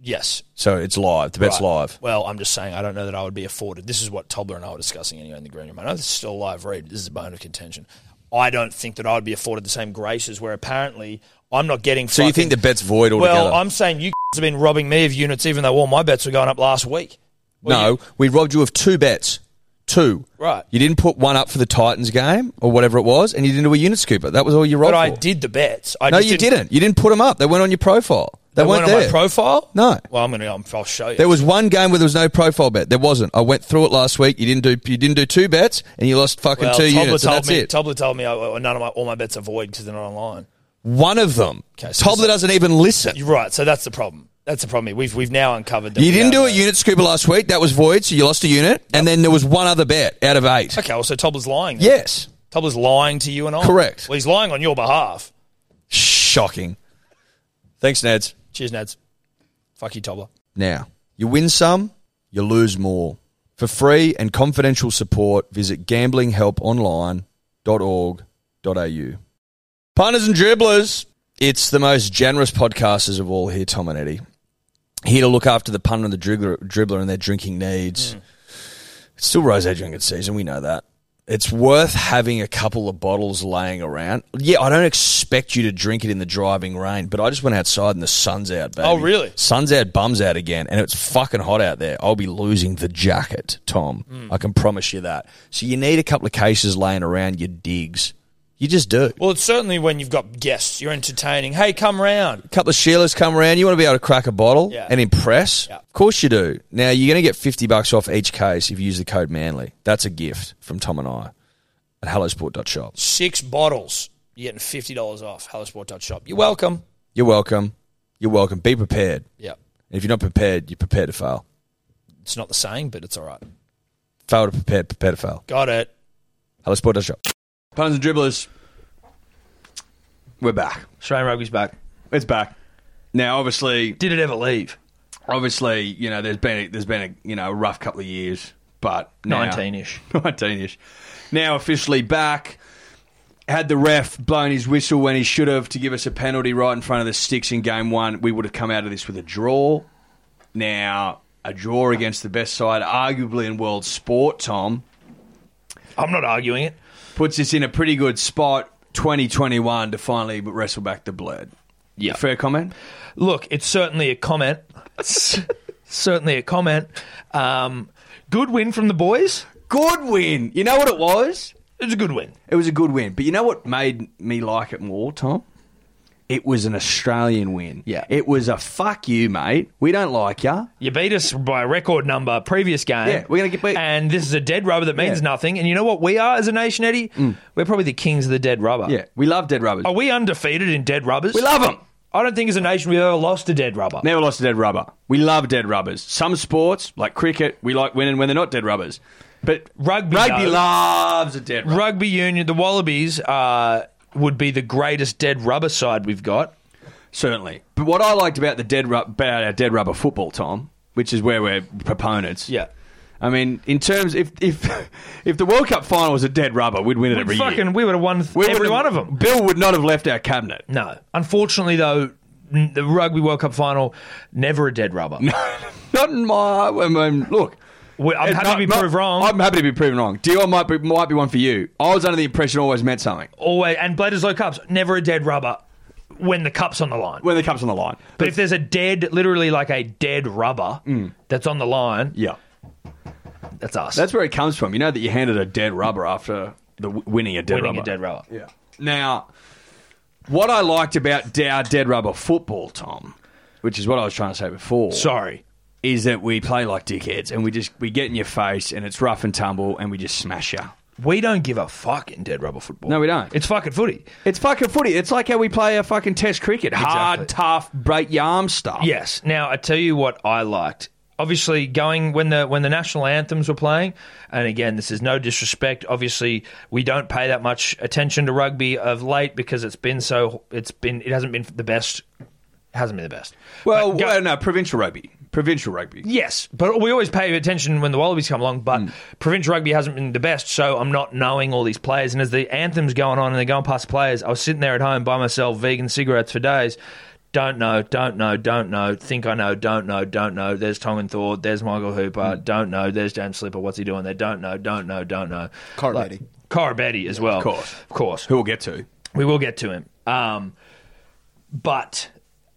F: yes,
G: So it's live. The bet's
F: Right.
G: live.
F: Well, I'm just saying I don't know that I would be afforded. This is what Tobler and I were discussing anyway in the green room. I know this is still a live read. This is a bone of contention. I don't think that I would be afforded the same graces where apparently I'm not getting.
G: So you think the bet's void
F: well?
G: altogether?
F: I'm saying you have been robbing me of units, even though all my bets were going up last week.
G: no, we robbed you of two bets. Two.
F: Right.
G: You didn't put one up for the Titans game or whatever it was, and you didn't do a unit scooper. That was all you robbed
F: But I
G: for.
F: did the bets. I
G: no,
F: just
G: you didn't. You didn't put them up. They weren't on your profile. They,
F: They weren't
G: weren't
F: on
G: there.
F: my profile.
G: No.
F: Well, I'm gonna. I'm, I'll show you.
G: There was one game where there was no profile bet. There wasn't. I went through it last week. You didn't do. You didn't do two bets, and you lost fucking
F: well,
G: two
F: Tobler
G: units. and
F: told
G: that's
F: me.
G: it.
F: Tobler told me I, I- none of my all my bets are void because they're not online.
G: one of them.
F: Okay, so
G: Tobler
F: this-
G: doesn't even listen.
F: You're right. So that's the problem. That's the problem. here. We've we've now uncovered. That
G: You
F: we
G: didn't do
F: have
G: a
F: that.
G: unit scuba last week. That was void, so you lost a unit. And then there was one other bet out of eight.
F: Okay. Well, so Tobler's lying. Then.
G: Yes.
F: Tobler's lying to you and I.
G: Correct.
F: Well, he's lying on your behalf.
G: Shocking. Thanks, Neds.
F: Cheers, Nads. Fuck you, Tobler.
G: Now, you win some, you lose more. For free and confidential support, visit gamblinghelponline.org.au. Punters and dribblers, it's the most generous podcasters of all here, Tom and Eddie. Here to look after the punter and the dribbler, dribbler and their drinking needs. It's still rosé drinking season, we know that. It's worth having a couple of bottles laying around. Yeah, I don't expect you to drink it in the driving rain, but I just went outside and the sun's out, baby.
F: Oh, really?
G: Sun's out, bums out again, and it's fucking hot out there. I'll be losing the jacket, Tom.
F: Hmm.
G: I can promise you that. So you need a couple of cases laying around your digs. You just do.
F: Well, it's certainly when you've got guests, you're entertaining. Hey, come round.
G: A couple of Sheilas come around. You want to be able to crack a bottle
F: Yeah.
G: and impress?
F: Yeah.
G: Of course you do. Now you're going to get fifty bucks off each case if you use the code Manly. That's a gift from Tom and I at hellosport.shop.
F: Six bottles. You're getting fifty dollars off. Hellosport.shop. You're welcome.
G: You're welcome. You're welcome. Be prepared.
F: Yeah.
G: And if you're not prepared, you're prepared to fail.
F: It's not the saying, but it's all right.
G: Fail to prepare. Prepare to fail.
F: Got it.
G: Hellosport.shop.
C: Puns and dribblers. We're back.
B: Australian rugby's back.
C: It's back. Now, obviously,
B: Did it ever leave?
C: obviously, you know, there's been a, there's been a you know a rough couple of years, but now-
B: Nineteen-ish.
C: 19-ish. Now officially back. Had the ref blown his whistle when he should have to give us a penalty right in front of the sticks in game one, we would have come out of this with a draw. Now, a draw against the best side, arguably in world sport, Tom,
B: I'm not arguing it.
C: puts us in a pretty good spot 2021 to finally wrestle back the blood.
B: Yeah.
C: Fair comment?
B: Look, it's certainly a comment. It's certainly a comment. Um, good win from the boys.
C: Good win. You know what it was?
B: It's a good win.
C: It was a good win. But you know what made me like it more, Tom? It was an Australian win.
B: Yeah.
C: It was a fuck you, mate. We don't like ya.
B: You beat us by a record number previous game.
C: Yeah, we're gonna get beat.
B: And this is a dead rubber that means
C: Yeah. Mm.
B: nothing. And you know what we are as a nation, Eddie? We're probably the kings of the dead rubber.
C: Yeah. We love dead rubbers.
B: Are we undefeated in dead rubbers?
C: we love them.
B: I don't think as a nation we've ever lost a dead rubber.
C: Never lost a dead rubber. We love dead rubbers. Some sports, like cricket, we like winning when they're not dead rubbers. But
B: Rugby,
C: rugby
B: though.
C: loves a dead rubber.
B: Rugby union, the Wallabies uh, would be the greatest dead rubber side we've got.
C: Certainly. But what I liked about the dead rub- about our dead rubber football, Tom, which is where we're proponents.
B: Yeah.
C: I mean, in terms if if if the World Cup final was a dead rubber, we'd win it every
B: We
C: year.
B: fucking, we would have won th-
C: We would
B: every
C: have-
B: one of them.
C: Bill would not have left our cabinet.
B: No. Unfortunately, though, n- the Rugby World Cup final, never a dead rubber.
C: Not in my. I mean, look.
B: We- I'm
C: It's
B: happy
C: not-
B: to be
C: not-
B: proved wrong.
C: I'm happy to be proven wrong. Dion might be might be one for you. I was under the impression always meant something
B: Always, and Bledisloe Cups, never a dead rubber when the cup's on the line.
C: when the cup's on the line.
B: but if there's a dead, literally like a dead rubber that's on the line,
C: yeah,
B: that's us.
C: that's where it comes from. You know that you handed a dead rubber after the w- winning a dead
B: winning
C: rubber.
B: a dead rubber.
C: Yeah. Now, what I liked about our dead rubber football, Tom, which is what I was trying to say before.
B: Sorry.
C: Is that we play like dickheads and we just we get in your face and it's rough and tumble and we just smash you.
B: We don't give a fuck in dead rubber football.
C: No, we don't.
B: It's fucking footy.
C: It's fucking footy. It's like how we play our fucking test cricket. Hard,
B: Exactly.
C: tough, break your arm stuff.
B: Yes. Now I tell you what I liked. Obviously, going when the when the national anthems were playing, and again, this is no disrespect. Obviously, we don't pay that much attention to rugby of late because it's been so it's been it hasn't been the best, it hasn't been the best.
C: Well,
B: But go-
C: well, no, provincial rugby. Provincial rugby. Hmm.
B: Yes, but we always pay attention when the Wallabies come along. But provincial rugby hasn't been the best, so I'm not knowing all these players. And as the anthem's going on and they're going past the players, I was sitting there at home by myself, vegan cigarettes for days. Don't know, don't know, don't know. Think I know, don't know, don't know. There's Tongan Thor, there's Michael Hooper,
C: Hmm.
B: don't know. There's Dan Slipper. What's he doing there? Don't know, don't know, don't know.
E: Corabetti.
B: Corabetti as well, of
C: course.
B: of course.
C: Who we'll get to.
B: We will get to him. Um, but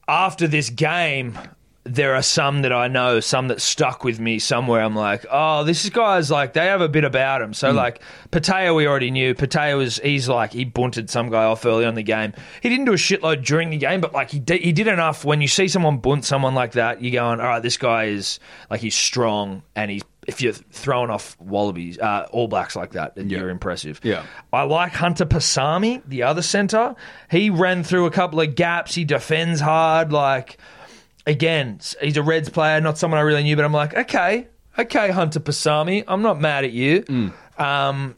B: after this game, there are some that I know, some that stuck with me somewhere. I'm like, oh, this is guy's like they have a bit about him. So like Pateo, we already knew. Pateo was he's like he bunted some guy off early on the game. He didn't do a shitload during the game, but like he did, he did enough. When you see someone bunt someone like that, you're going, all right, this guy is like he's strong and he's if you're throwing off Wallabies, uh, All Blacks like that, then you're impressive.
C: Yeah.
B: I like Hunter Pasami, the other centre. He ran through a couple of gaps. He defends hard. Like, again, s- he's a Reds player, not someone I really knew, but I'm like, okay, okay, Hunter Pasami, I'm not mad at you.
C: Mm.
B: Um,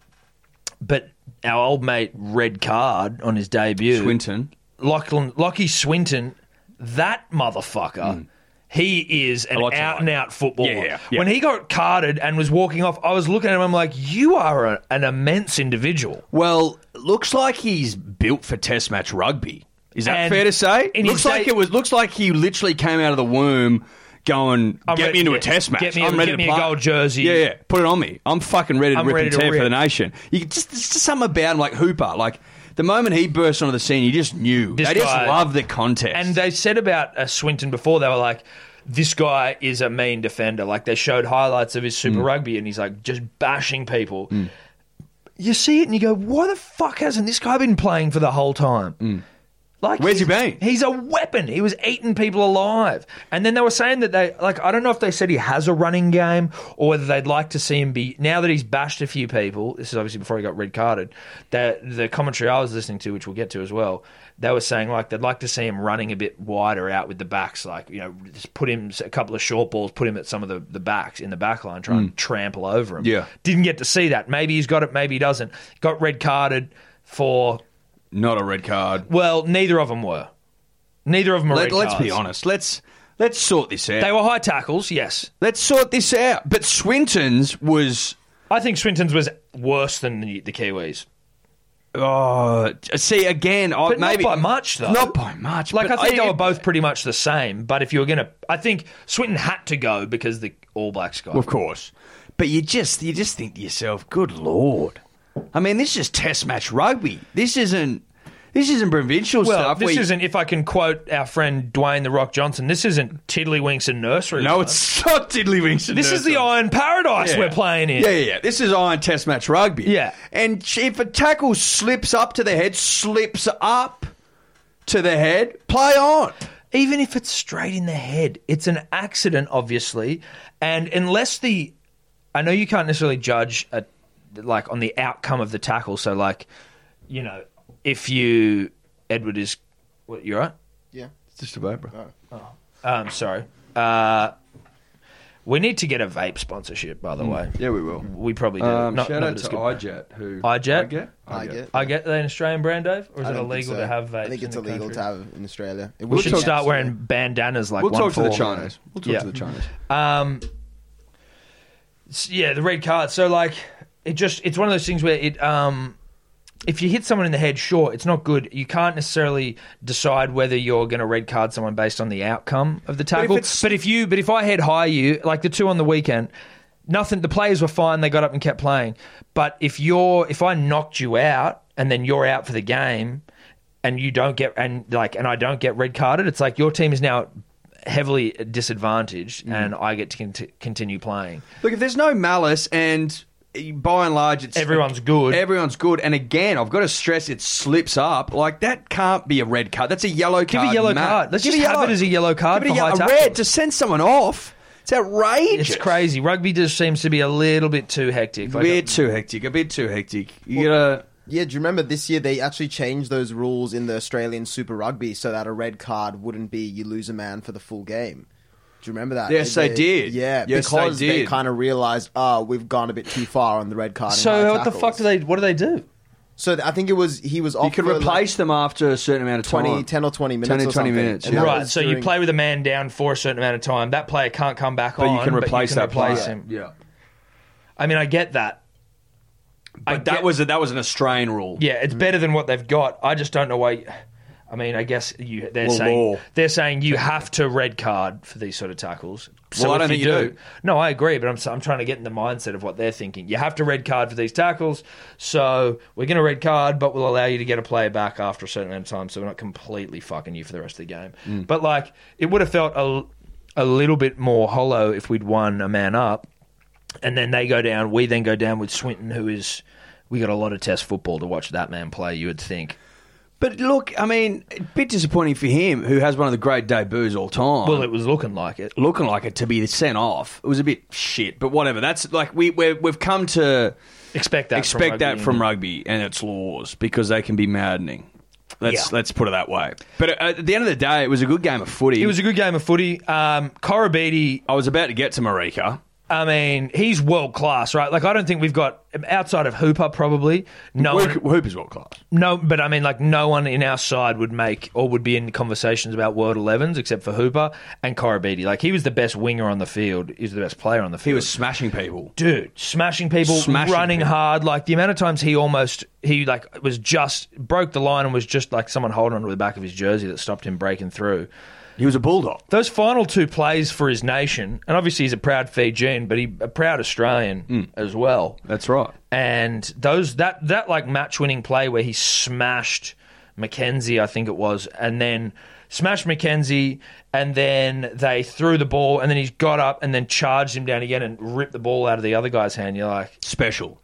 B: but our old mate, red card on his debut.
C: Swinton.
B: Lachlan, Lockie Swinton, that motherfucker, he is an
C: Mm. like to
B: out and out footballer.
C: Yeah, yeah, yeah.
B: When he got carded and was walking off, I was looking at him. I'm like, you are a, an immense individual.
C: Well, looks like he's built for Test match rugby. Is that
B: And
C: fair to say?
B: in his
C: Looks like
B: day-
C: it was. Looks like he literally came out of the womb going. get
B: ready-
C: me into
B: yeah,
C: a Test match.
B: get me-
C: I'm ready to
B: get me a
C: play."
B: gold jersey.
C: Yeah, yeah. Put it on me. I'm fucking ready to
B: I'm
C: rip
B: ready
C: and
B: to
C: tear for the
B: rip.
C: nation. You could just, there's just something about him like Hooper. Like the moment he burst onto the scene, you just knew.
B: This
C: they just
B: guy-
C: love the contest.
B: And they said about uh, Swinton before, they were like, this guy is a mean defender. Like, they showed highlights of his Super
C: Mm.
B: Rugby, and he's like just bashing people. You see it and you go, why the fuck hasn't this guy been playing for the whole time?
C: Mm.
B: Like,
C: Where's he
B: he's-
C: been?
B: He's a weapon. He was eating people alive. And then they were saying that they like I don't know if they said he has a running game or whether they'd like to see him be now that he's bashed a few people. This is obviously before he got red carded. That the commentary I was listening to, which we'll get to as well, they were saying like they'd like to see him running a bit wider out with the backs, like you know, just put him a couple of short balls, put him at some of the, the backs in the back line, try
C: Hmm.
B: and trample over him.
C: Yeah.
B: didn't get to see that. Maybe he's got it, maybe he doesn't. Got red carded for
C: Not a red card.
B: well, neither of them were. Neither of them are
C: Let,
B: red
C: let's
B: cards.
C: be honest. Let's let's sort this out.
B: They were high tackles, yes.
C: let's sort this out. But Swinton's was
B: I think Swinton's was worse than the, the Kiwis.
C: Oh, see again. I,
B: But not
C: oh, maybe
B: by much, though.
C: Not by much.
B: Like
C: but
B: I think they were both pretty much the same. But if you were going to, I think Swinton had to go because the All Blacks guy.
C: of course. But you just you just think to yourself, "Good lord!" I mean, this is Test match rugby. This isn't this isn't provincial
B: well,
C: stuff.
B: this
C: where you-
B: isn't. If I can quote our friend Dwayne the Rock Johnson, this isn't tiddlywinks and nursery.
C: no,
B: rhymes.
C: it's not tiddlywinks. and
B: this is the
C: nursery.
B: Iron Paradise
C: Yeah.
B: we're playing in.
C: Yeah, yeah, yeah. This is iron test match rugby.
B: Yeah.
C: And if a tackle slips up to the head, slips up to the head, play on.
B: even if it's straight in the head, it's an accident, obviously. And unless the, I know you can't necessarily judge a, like on the outcome of the tackle. So like, you know, if you Edward is, what you're right.
E: Yeah.
C: It's just a vapor.
B: Um, sorry. Uh, we need to get a vape sponsorship, by the way.
C: Yeah, we will.
B: We probably do.
C: Hmm. Um,
B: Not-
C: shout
B: not
C: out
B: that
C: to
B: it's good.
C: iJet, who
B: iJet?
C: iJet,
E: I get.
B: I get that an Australian brand, Dave, or is
E: I
B: it
E: don't think
B: illegal
E: so.
B: to have vapes?
E: I think it's
B: in the
E: illegal
B: country?
E: to have in Australia. It
B: We
E: would
B: should
E: be
B: start
E: absolutely-
B: wearing bandanas like
C: We'll
B: one
C: talk to the
B: for-
C: Chinese. We'll talk
B: Yeah.
C: to the Chinese.
B: Um, s- yeah, the red card. So like, it just it's one of those things where it um, if you hit someone in the head, sure, it's not good. You can't necessarily decide whether you're going to red card someone based on the outcome of the tackle. But
C: it's-
B: if, you, but if I head high you, like the two on the weekend. Nothing. The players were fine. They got up and kept playing. But if you're, if I knocked you out and then you're out for the game, and you don't get and like and I don't get red carded, it's like your team is now heavily disadvantaged, and I get to cont- continue playing.
C: Look, if there's no malice and by and large it's
B: Everyone's good.
C: Everyone's good. And again, I've got to stress it slips up. Like that can't be a red card. That's a yellow
B: a
C: card.
B: yellow
C: Matt.
B: card. Let's
C: Give
B: just
C: a
B: have
C: yellow.
B: it as a yellow card
C: Give it
B: for
C: a,
B: high
C: yellow, a
B: tackle.
C: red to send someone off. It's outrageous.
B: It's crazy. Rugby just seems to be a little bit too hectic.
C: A
B: Like, uh,
C: bit too hectic. A bit too hectic. You gotta
E: Yeah, do you remember this year they actually changed those rules in the Australian Super Rugby so that a red card wouldn't be you lose a man for the full game? Do you remember that?
C: Yes, they did.
E: Yeah,
C: Yes, they
E: because they
C: did.
E: kind of realised, oh, we've gone a bit too far on the red card.
B: so what the fuck do they? What do they do?
E: So th- I think it was he was off.
C: you could
E: for, like,
C: replace them after a certain amount of
E: 20,
C: time.
E: 10 or twenty minutes.
C: 10
E: or
C: or 20
E: something.
C: minutes,
E: And
C: yeah.
E: that
B: Right.
E: was
B: So you
E: during-
B: play with a man down for a certain amount of time. That player can't come back
C: But
B: on.
C: you can replace
B: you can
C: that player.
B: replace him.
C: Yeah.
B: I mean, I get that. I
C: But that
B: get-
C: was a, that was an Australian rule.
B: Yeah,
E: Mm-hmm.
B: it's better than what they've got. I just don't know why. I mean, I guess you they're
C: Well,
B: saying
C: law.
B: they're saying you have to red card for these sort of tackles.
C: Well, I
B: if
C: don't think you do.
B: No, I agree, but I'm s- I'm trying to get in the mindset of what they're thinking. You have to red card for these tackles, so we're going to red card, but we'll allow you to get a player back after a certain amount of time, so we're not completely fucking you for the rest of the game. But like, it would have felt a. l- a little bit more hollow if we'd won a man up, and then they go down. We then go down with Swinton, who is we got a lot of Test football to watch that man play. You would think.
C: But look, I mean, a bit disappointing for him, who has one of the great debuts all time.
B: Well, it was looking like it.
C: looking like it to be sent off. It was a bit shit, but whatever. That's like we we're, we've come to
B: Expect that.
C: expect
B: from
C: that
B: rugby.
C: from rugby and its laws because they can be maddening. Let's
B: Yeah.
C: let's put it that way. But at- at the end of the day, it was a good game of footy.
B: It was a good game of footy. Um, Korobidi
C: I was about to get to Marika.
B: I mean, he's world class, right? Like, I don't think we've got outside of Hooper probably no one,
C: Hoop is world class.
B: no, but I mean, like, no one in our side would make or would be in conversations about World Elevens except for Hooper and Corabidi. Like, he was the best winger on the field. He was the best player on the
C: He
B: field.
C: was smashing people.
B: dude, smashing people,
C: Smashing
B: running
C: people.
B: hard. Like the amount of times he almost he like was just broke the line and was just like someone holding onto the back of his jersey that stopped him breaking through
C: He was a bulldog.
B: those final two plays for his nation, and obviously he's a proud Fijian, but he a proud Australian as well.
C: Mm. That's right.
B: And those that that like match winning play where he smashed McKenzie, I think it was, and then smashed McKenzie, and then they threw the ball, and then he got up and then charged him down again and ripped the ball out of the other guy's hand. You're like,
C: Special.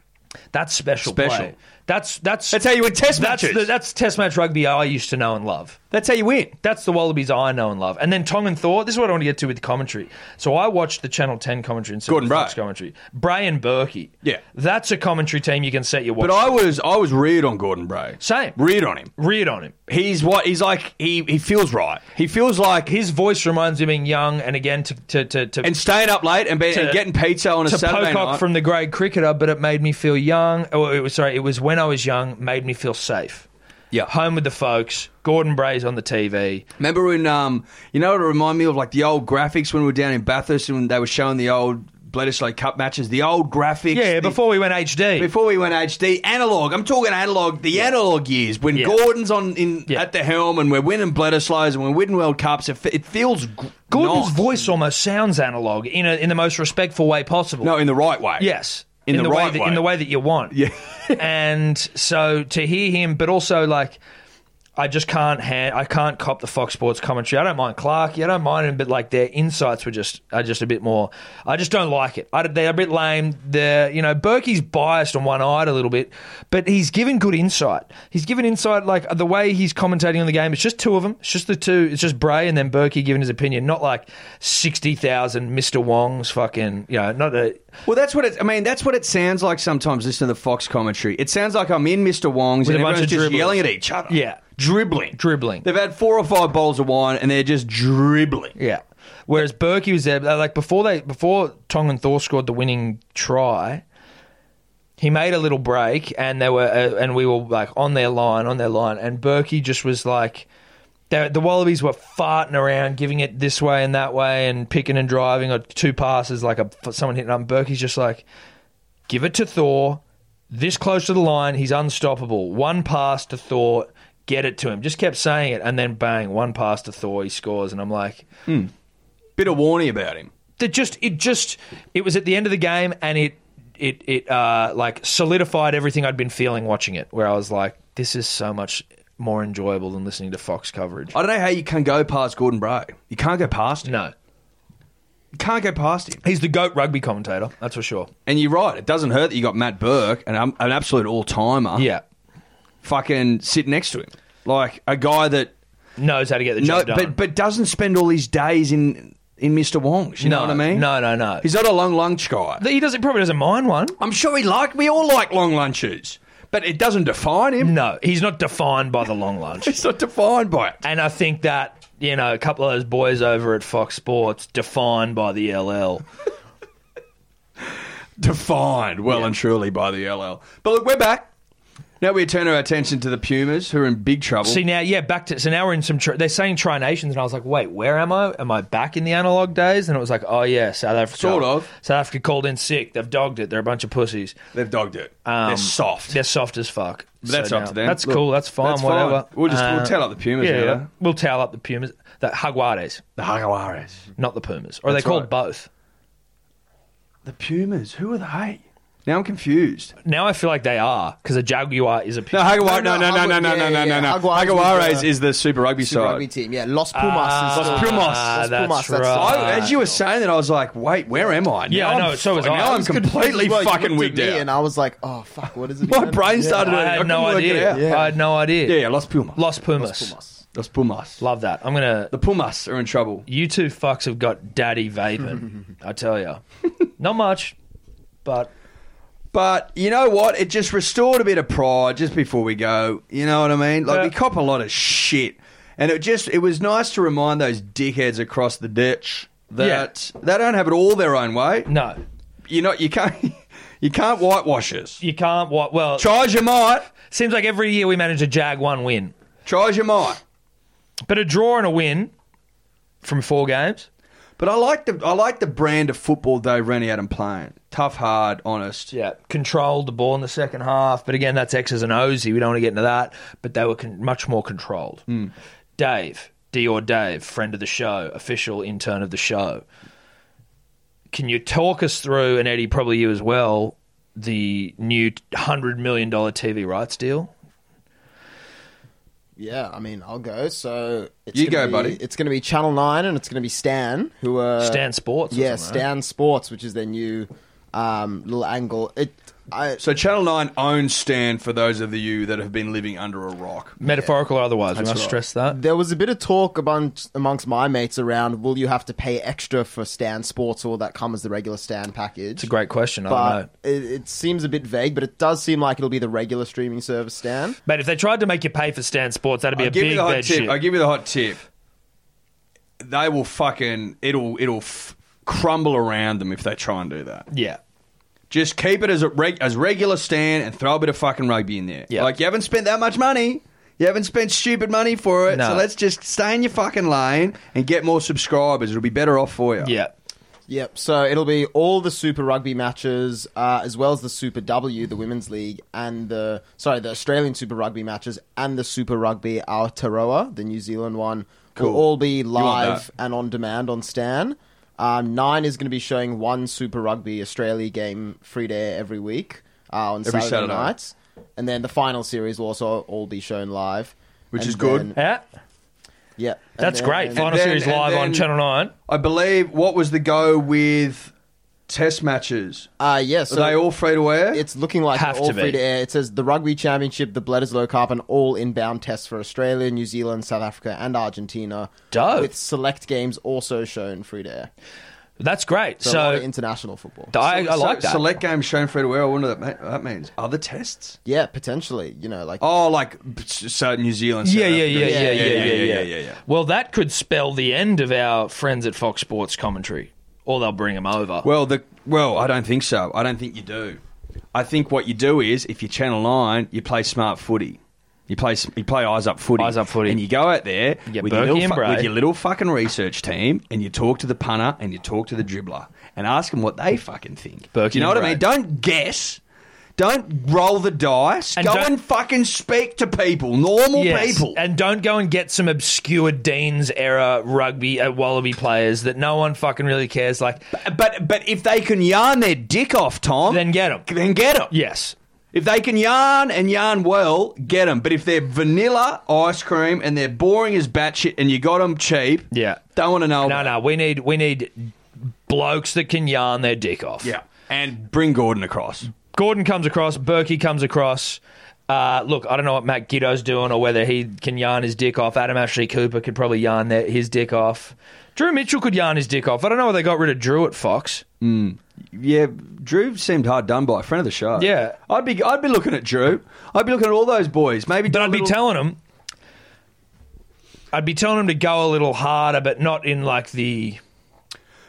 B: that's special,
C: Special.
B: play. That's that's
C: That's how you win test
B: that's
C: matches.
B: the- that's test match rugby I used to know and love.
C: That's how you win.
B: That's the Wallabies I know and love. And then Tongan Thor, this is what I want to get to with commentary. So I watched the Channel 10 commentary and
C: Gordon
B: Seven Fox
C: Bray.
B: commentary. Bray and Berkey.
C: Yeah.
B: That's a commentary team you can set your watch.
C: But I was I was reared on Gordon Bray.
B: Same.
C: Reared on him.
B: reared on him.
C: He's what he's like. He he feels right. He feels like
B: His voice reminds me of being young and again to to to, to
C: and staying up late and, be,
B: To-
C: and getting pizza on a
B: to
C: Saturday
B: Pocock
C: night.
B: from the grade cricketer, but it made me feel young. Oh, it was sorry, it was when I was young, made me feel safe.
C: Yeah.
B: Home with the folks. Gordon Bray's on the TV.
C: Remember when um, you know, it remind me of like the old graphics when we were down in Bathurst and they were showing the old Bledisloe Cup matches, the old graphics.
B: Yeah,
C: the-
B: before we went HD.
C: before we went HD, analog. I'm talking analog. The analog years when
B: Yeah.
C: Gordon's on in
B: Yeah.
C: at the helm and we're winning Bledisloes and we're winning World Cups. It, fe- it feels gr-
B: Gordon's
C: nice.
B: voice almost sounds analog in a, in the most respectful way possible.
C: No, in the right way.
B: Yes.
C: In the
B: way
C: right
B: that,
C: way.
B: In the way that you want. Yeah. and so to hear him, but also like, I just can't hand, I can't cop the Fox Sports commentary. I don't mind Clark. I don't mind him, but like their insights were just are just a bit more. I just don't like it. I, they're a bit lame. They're you know Berkey's biased on one eyed a little bit, but he's given good insight. He's given insight like the way he's commentating on the game. It's just two of them. It's just the two. It's just Bray and then Berkey giving his opinion. Not like sixty thousand Mister Wongs fucking you know not a
C: Well, that's what it. I mean, that's what it sounds like sometimes. Listening to the Fox commentary, it sounds like I'm in Mr. Wong's
B: With
C: and
B: a bunch
C: everyone's
B: of
C: just
B: dribblers.
C: yelling at each other.
B: Yeah.
C: dribbling,
B: Dribbling.
C: They've had four or five bowls of wine and they're just dribbling.
B: Yeah. Whereas Berkey was there, like before they before Tongan Thor scored the winning try, he made a little break, and they were uh, and we were like on their line, on their line, and Berkey just was like. they- The Wallabies were farting around, giving it this way and that way, and picking and driving, or two passes like a, someone hitting up. Berkey's just like, give it to Thor. This close to the line, he's unstoppable. One pass to Thor, get it to him. Just kept saying it, and then bang, one pass to Thor, he scores, and I'm like,
D: Mm.
C: Bit of warning about him.
B: that just it just it was at the end of the game and it it it uh like solidified everything I'd been feeling watching it where I was like this is so much more enjoyable than listening to Fox coverage.
C: I don't know how you can go past Gordon Bray. You can't go past him.
B: No.
C: You can't go past him.
B: He's the goat rugby commentator, that's for sure.
C: And you're right. It doesn't hurt that you got Matt Burke, an, um, an absolute all timer.
B: Yeah.
C: fucking sit next to him, like a guy that
B: Knows how to get the
C: no,
B: job done.
C: but but doesn't spend all his days in in Mr. Wong's. You
B: no,
C: know what I mean?
B: No, no, no.
C: He's not a long lunch guy.
B: he doesn't probably doesn't mind one.
C: I'm sure he like. We all like long lunches, but it doesn't define him.
B: No, he's not defined by the long lunch.
C: It's not defined by it.
B: And I think that, you know, a couple of those boys over at Fox Sports defined by the LL.
C: Defined well
B: Yeah.
C: and truly by the LL. But look, we're back. Now we turn our attention to the Pumas, who are in big trouble.
B: See now, yeah, back to so now we're in some. Tri- they're saying tri nations, and I was like, wait, where am I? Am I back in the analog days? And it was like, oh yeah, South Africa.
C: Sort of.
B: South Africa called in sick. They've dogged it. They're a bunch of pussies.
C: They've dogged it.
B: Um,
C: They're soft.
B: They're soft as fuck.
C: But that's up to them.
B: That's
C: Look,
B: cool. That's fine.
C: that's fine.
B: whatever. Uh,
C: We'll just- we'll towel up the Pumas
B: Yeah,
C: now,
B: yeah.
C: though.
B: we'll towel up the Pumas. The Jaguares,
C: the Hagawares.
B: not the Pumas. Or are they
C: That's
B: called
C: right.
B: both?
C: The Pumas. Who are they? Now I'm confused.
B: Now I feel like they are because a Jaguar is a
C: No,
B: pure.
C: Hagawara. No,
E: No, no,
C: no, no, no,
E: Hagu-
C: no,
E: yeah,
C: no,
E: yeah,
C: no, no.
E: yeah. Haguare's
C: Hagawara
E: the-
C: is, is the Super Rugby
E: Super
C: side.
E: Rugby team. Yeah, Los Pumas. is
B: Ah,
E: still-
B: Pumas,
E: Los
B: that's
E: Pumas. That's still-
B: right.
C: I, as you were saying that, I was like, "Wait, where am I?"
B: Yeah,
C: Now
B: I know,
C: I'm-
B: so was I.
C: Now
B: I
C: I'm
B: was
C: completely
E: Well, you
C: fucking
E: looked at
C: wigged
E: me
C: out.
E: And I was like, oh fuck, what is it?
C: My
E: again?
C: brain started.
B: I had no idea.
E: Yeah.
B: I had no idea.
C: Yeah, yeah, Los Pumas.
B: Los Pumas.
E: Los Pumas.
C: Los Pumas.
B: Love that. I'm gonna.
C: The Pumas are in trouble.
B: You two fucks have got daddy vaping. I tell you, not much, but
C: But you know what? It just restored a bit of pride just before we go. You know what I mean? Like we
B: Yeah.
C: cop a lot of shit, and it just it was nice to remind those dickheads across the ditch that they don't have it all their own way.
B: no,
C: You know, you can't you can't whitewash us.
B: you can't. What? Well,
C: Try as you might,
B: seems like every year we manage a jag one win,
C: try as you might.
B: but a draw and a win from four games.
C: But I like the I like the brand of football though Rennie Adam playing tough, hard, honest.
B: Yeah, controlled the ball in the second half, but again, that's X's and O's. We don't want to get into that, but they were con- much more controlled.
C: Hmm.
B: Dave, D or Dave, friend of the show, official intern of the show. Can you talk us through, and Eddie, probably you as well, the new $100 million TV rights deal?
E: Yeah, I mean, I'll go. So it's
C: You
E: gonna
C: go,
E: be-
C: buddy.
E: It's going to be Channel Nine, and it's going to be Stan, who are
B: Stan Sports or
E: Yeah,
B: something, right?
E: Stan Sports, which is their new um, little angle. It. I,
C: So Channel Nine owns Stan for those of you that have been living under a rock.
B: Metaphorical or otherwise, we must
C: right.
B: stress that.
E: there was a bit of talk amongst, amongst my mates around will you have to pay extra for Stan Sports or will that come as the regular Stan package?
B: It's a great question. I don't know.
E: But it, it seems a bit vague, but it does seem like it'll be the regular streaming service, Stan.
B: But if they tried to make you pay for Stan Sports, that'd be
C: I'll
B: a
C: give
B: big
C: you the hot
B: bed
C: tip.
B: shit.
C: I'll give you the hot tip. They will fucking it'll it'll f- crumble around them if they try and do that.
B: yeah.
C: Just keep it as a reg- as regular stand and throw a bit of fucking rugby in there.
B: Yeah.
C: Like you haven't spent that much money. You haven't spent stupid money for it.
B: No.
C: So let's just stay in your fucking lane and get more subscribers. It'll be better off for you.
B: Yeah.
E: Yep. So it'll be all the Super Rugby matches, uh, as well as the Super W, the Women's League, and the sorry, the Australian Super Rugby matches, and the Super Rugby Aotearoa, the New Zealand one,
C: Cool.
E: will all be
C: want
E: live and on demand on Stan. Um, Nine is going to be showing one Super Rugby Australia game free to air every week uh, on
C: Every
E: Saturday,
C: Saturday.
E: nights, and then the final series will also all be shown live,
C: Which
E: And
C: is
E: then-
C: good.
B: Yeah.
E: Yep. And
B: That's
E: then-
B: great. Final
C: then-
B: series
C: and
B: live on
C: then-
B: Channel 9.
C: I believe what was the go with test matches?
E: Uh, yeah.
C: Are
E: So
C: they all free to air?
E: It's looking like
B: Have
E: all
B: to be.
E: free to air. It says the Rugby Championship, the Bledisloe Cup, and all inbound tests for Australia, New Zealand, South Africa, and Argentina.
B: Dope.
E: With select games also shown free to air.
B: That's great.
E: So,
B: So,
E: a lot of international football.
B: I, I
C: So-
B: like that.
C: Select games shown free to air. I wonder what that, ma- that means. Other tests?
E: yeah, potentially. You know, like
C: Oh, like so New Zealand. South
B: yeah, yeah, yeah,
C: Africa.
B: yeah, yeah, yeah, yeah,
C: yeah,
B: yeah, Well, that could spell the end of our friends at Fox Sports commentary, or they'll bring them over.
C: Well, the well, I don't think so. I don't think you do. I think what you do is if you Channel Nine, you play smart footy. You play you play eyes up footy.
B: Eyes up footy.
C: And you go out there
B: get
C: with your,
B: Berkey
C: little
B: and
C: fu-
B: Bray.
C: with your little fucking research team, and you talk to the punter and you talk to the dribbler and ask them what they fucking think.
B: Berkey
C: you know what
B: and
C: I mean?
B: Bray.
C: Don't guess. Don't roll the dice.
B: And
C: go
B: don't-
C: and fucking speak to people, normal
B: Yes.
C: people.
B: And don't go and get some obscure Dean's era rugby at Wallaby players that no one fucking really cares. Like,
C: But but if they can yarn their dick off, Tom,
B: Then get 'em.
C: Then get them.
B: yes,
C: If they can yarn and yarn well, get them. But if they're vanilla ice cream and they're boring as batshit, and you got them cheap,
B: Yeah.
C: don't want to know.
B: no,
C: about
B: no, Uh, we need we need blokes that can yarn their dick off.
C: it. yeah. And bring Gordon across.
B: Gordon comes across, Berkey comes across. Uh, look, I don't know what Matt Giddo's doing or whether he can yarn his dick off. Adam Ashley Cooper could probably yarn their, his dick off. Drew Mitchell could yarn his dick off. I don't know why they got rid of Drew at Fox.
C: Mm. Yeah, Drew seemed hard done by. Friend of the show.
B: Yeah.
C: I'd be I'd be looking at Drew. I'd be looking at all those boys. Maybe
B: But
C: do a
B: I'd be
C: little-
B: telling him, I'd be telling him to go a little harder, but not in like the.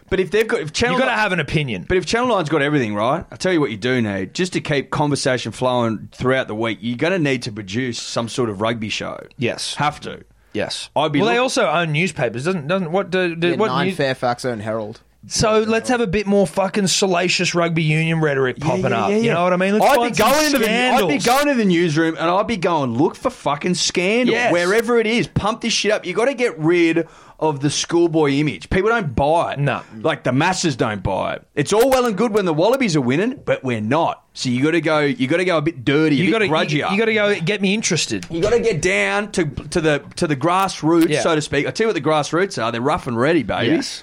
C: But if they've got if
B: You
C: Channel
B: got to have an opinion.
C: But if Channel Nine's got everything right, I tell you what you do need. Just to keep conversation flowing throughout the week, you're going to need to produce some sort of rugby show.
B: Yes.
C: have to.
B: yes,
C: I'd be
B: well, they
C: look-
B: also own newspapers, doesn't doesn't what do, do
E: yeah,
B: what
E: Nine
B: news-
E: Fairfax own Herald.
B: So let's have a bit more fucking salacious rugby union rhetoric popping
C: yeah,
B: up.
C: yeah,
B: uh, You
C: yeah.
B: know what I mean? Let's
C: I'd
B: find
C: be
B: some
C: going into the I'd be
B: scandals.
C: going to the newsroom and I'd be going look for fucking scandal
B: Yes.
C: wherever it is. Pump this shit up. You got to get rid of the schoolboy image. People don't buy it.
B: No.
C: like the masses don't buy it. It's all well and good when the Wallabies are winning, but we're not. So you got to go. You got to go a bit dirty.
B: You
C: You got
B: gotta-
C: to
B: you-
C: grudgier.
B: You got to go get me interested.
C: You got to get down to to the to the grassroots,
B: Yeah.
C: so to speak. I tell you what the grassroots are; they're rough and ready, baby.
B: Yes.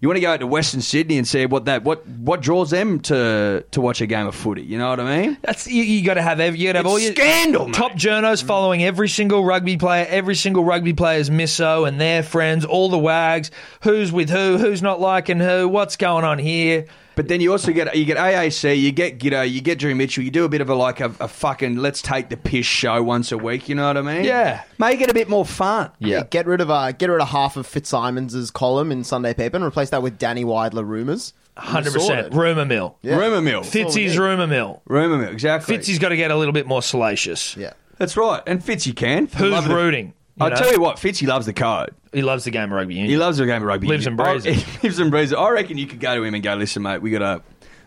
C: You want to go out to Western Sydney and see what that what what draws them to to watch a game of footy. You know what I mean?
B: That's you, you got to have every, you got to have
C: It's
B: all your
C: scandal, mate. Mm.
B: top journos following every single rugby player, every single rugby player's misso and their friends, all the wags, who's with who, who's not liking who, what's going on here.
C: But then you also get you get AAC, you get Giddo, you get Drew Mitchell. You do a bit of a like a, a fucking let's take the piss show once a week. You know what I mean?
B: Yeah.
C: make it a bit more fun.
B: Yeah.
E: Get rid of uh, get rid of half of Fitzsimons' column in Sunday paper and replace that with Danny Widler rumors.
B: Hundred percent rumor mill.
E: Yeah.
C: Rumor mill,
B: Fitzy's rumor mill.
C: rumor mill, exactly.
B: Fitzy's got to get a little bit more salacious.
E: Yeah.
C: That's right, and Fitzy can.
B: Who's
C: Love it.
B: rooting?
C: I
B: know?
C: tell you what, Fitzy loves the code.
B: he loves the game of rugby union.
C: He loves the game of rugby.
B: Lives
C: union.
B: and breathes
C: I-
B: it.
C: he lives and breathes it. I reckon you could go to him and go, listen, mate, we gotta,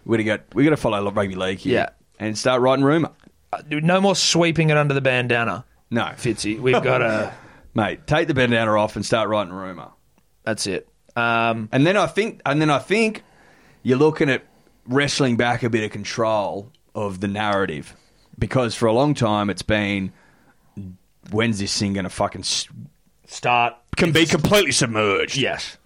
C: we gotta get, we gotta follow rugby league here,
B: Yeah.
C: and start writing rumor.
B: Uh, dude, no more sweeping it under the bandana,
C: No,
B: Fitzy. We've got to.
C: mate, take the bandana off and start writing rumor.
B: That's it. Um,
C: And then I think, and then I think, you're looking at wrestling back a bit of control of the narrative, because for a long time it's been, when's this thing gonna fucking s-
B: start.
C: can be completely submerged?
B: Yes.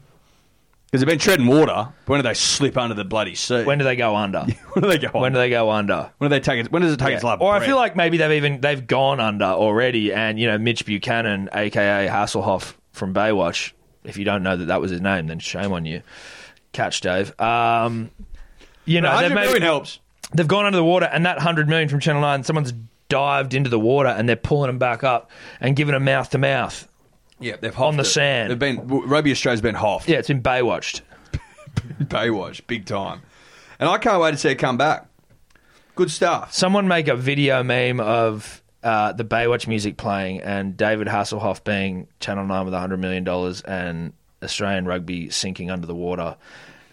C: because they've been treading water. But when do they slip under the bloody sea?
B: When do they go under?
C: when do they go?
B: When
C: When,
B: do they go under?
C: when do they take it? When does it take its love?
B: Or I feel like maybe they've even they've gone under already, and you know Mitch Buchanan, aka Hasselhoff from Baywatch. If you don't know that that was his name, then shame on you. Catch Dave. Um, you know they've,
C: hundred
B: maybe-
C: million helps.
B: they've gone under the water, and that hundred million from Channel Nine, someone's dived into the water, and they're pulling them back up and giving them mouth to mouth.
C: Yeah, they've
B: on
C: hoffed
B: the
C: it.
B: sand.
C: They've been w- rugby Australia's been half.
B: Yeah, it's been Baywatched.
C: Baywatch, big time. And I can't wait to see it come back. Good stuff.
B: Someone make a video meme of uh, the Baywatch music playing and David Hasselhoff being Channel 9 with $100 million and Australian rugby sinking under the water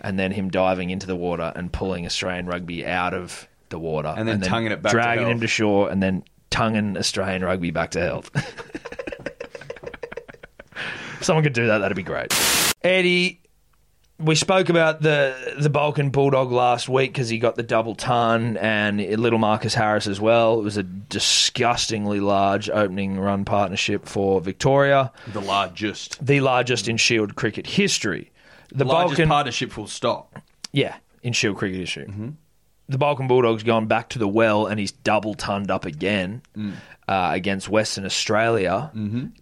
B: and then him diving into the water and pulling Australian rugby out of the water.
C: And then tonguing it back to
B: Dragging him
C: health.
B: to shore and then tonguing Australian rugby back to health. If Someone could do that, that'd be great. Eddie, we spoke about the the Balkan Bulldog last week because he got the double ton and little Marcus Harris as well. It was a disgustingly large opening run partnership for Victoria,
C: The largest,
B: the largest in Shield cricket history. The
C: largest
B: Balkan,
C: partnership. Full stop.
B: yeah, in Shield cricket history. The Balkan Bulldogs gone back to the well, and he's double tunned up again uh, against Western Australia.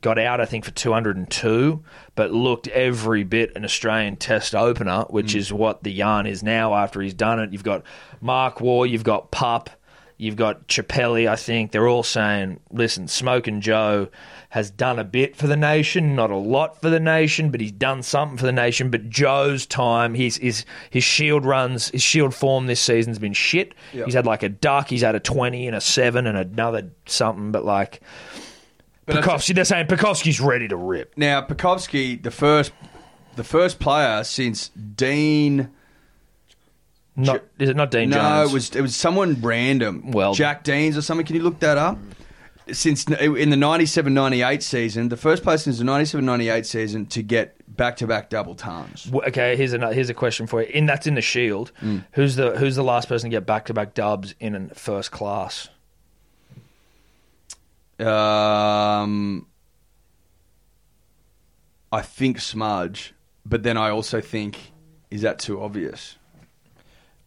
B: Got out, I think, for two hundred and two, but looked every bit an Australian Test opener, which is what the yarn is now. After he's done it, you've got Mark War, you've got Pup, you've got Chappelli. I think they're all saying, "Listen, Smoke and Joe." Has done a bit for the nation, not a lot for the nation, but he's done something for the nation. But Joe's time, his his his shield runs, his shield form this season's been shit. He's had like a duck, he's had a twenty and a seven and another something, but like Pekovsky, they're saying Pekovsky's ready to rip.
C: Now Pekovsky, the first, the first player since Dean.
B: Not is it not Dean
C: no,
B: Jones?
C: it was it was someone random.
B: Well-
C: Jack Dean's or something. Can you look that up? Since in the 97-98 season, the first player since the 97-98 season to get back-to-back double times.
B: W- Okay, here's a here's a question for you. In that's in the shield. Who's the who's the last person to get back to back dubs in an first class?
C: Um, I think Smudge, but then I also think, is that too obvious?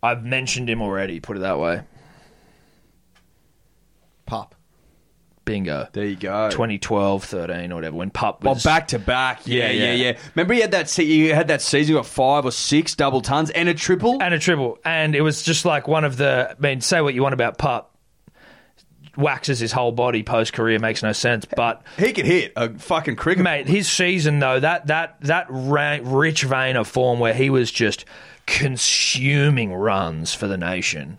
B: I've mentioned him already. Put it that way.
E: Pop.
B: Bingo.
C: There you go.
B: 2012, 13, or whatever. When Pup
C: Well,
B: was
C: back to back, yeah,
B: Yeah,
C: yeah,
B: yeah.
C: yeah. Remember, you had that se- you had that season, you got five or six double tons and a triple.
B: and a triple, and it was just like one of the. I mean, say what you want about Pup. Waxes his whole body post career makes no sense, but
C: he could hit a fucking cricket.
B: mate, his season though that that that ra- rich vein
D: Mm.
B: of form where he was just consuming runs for the nation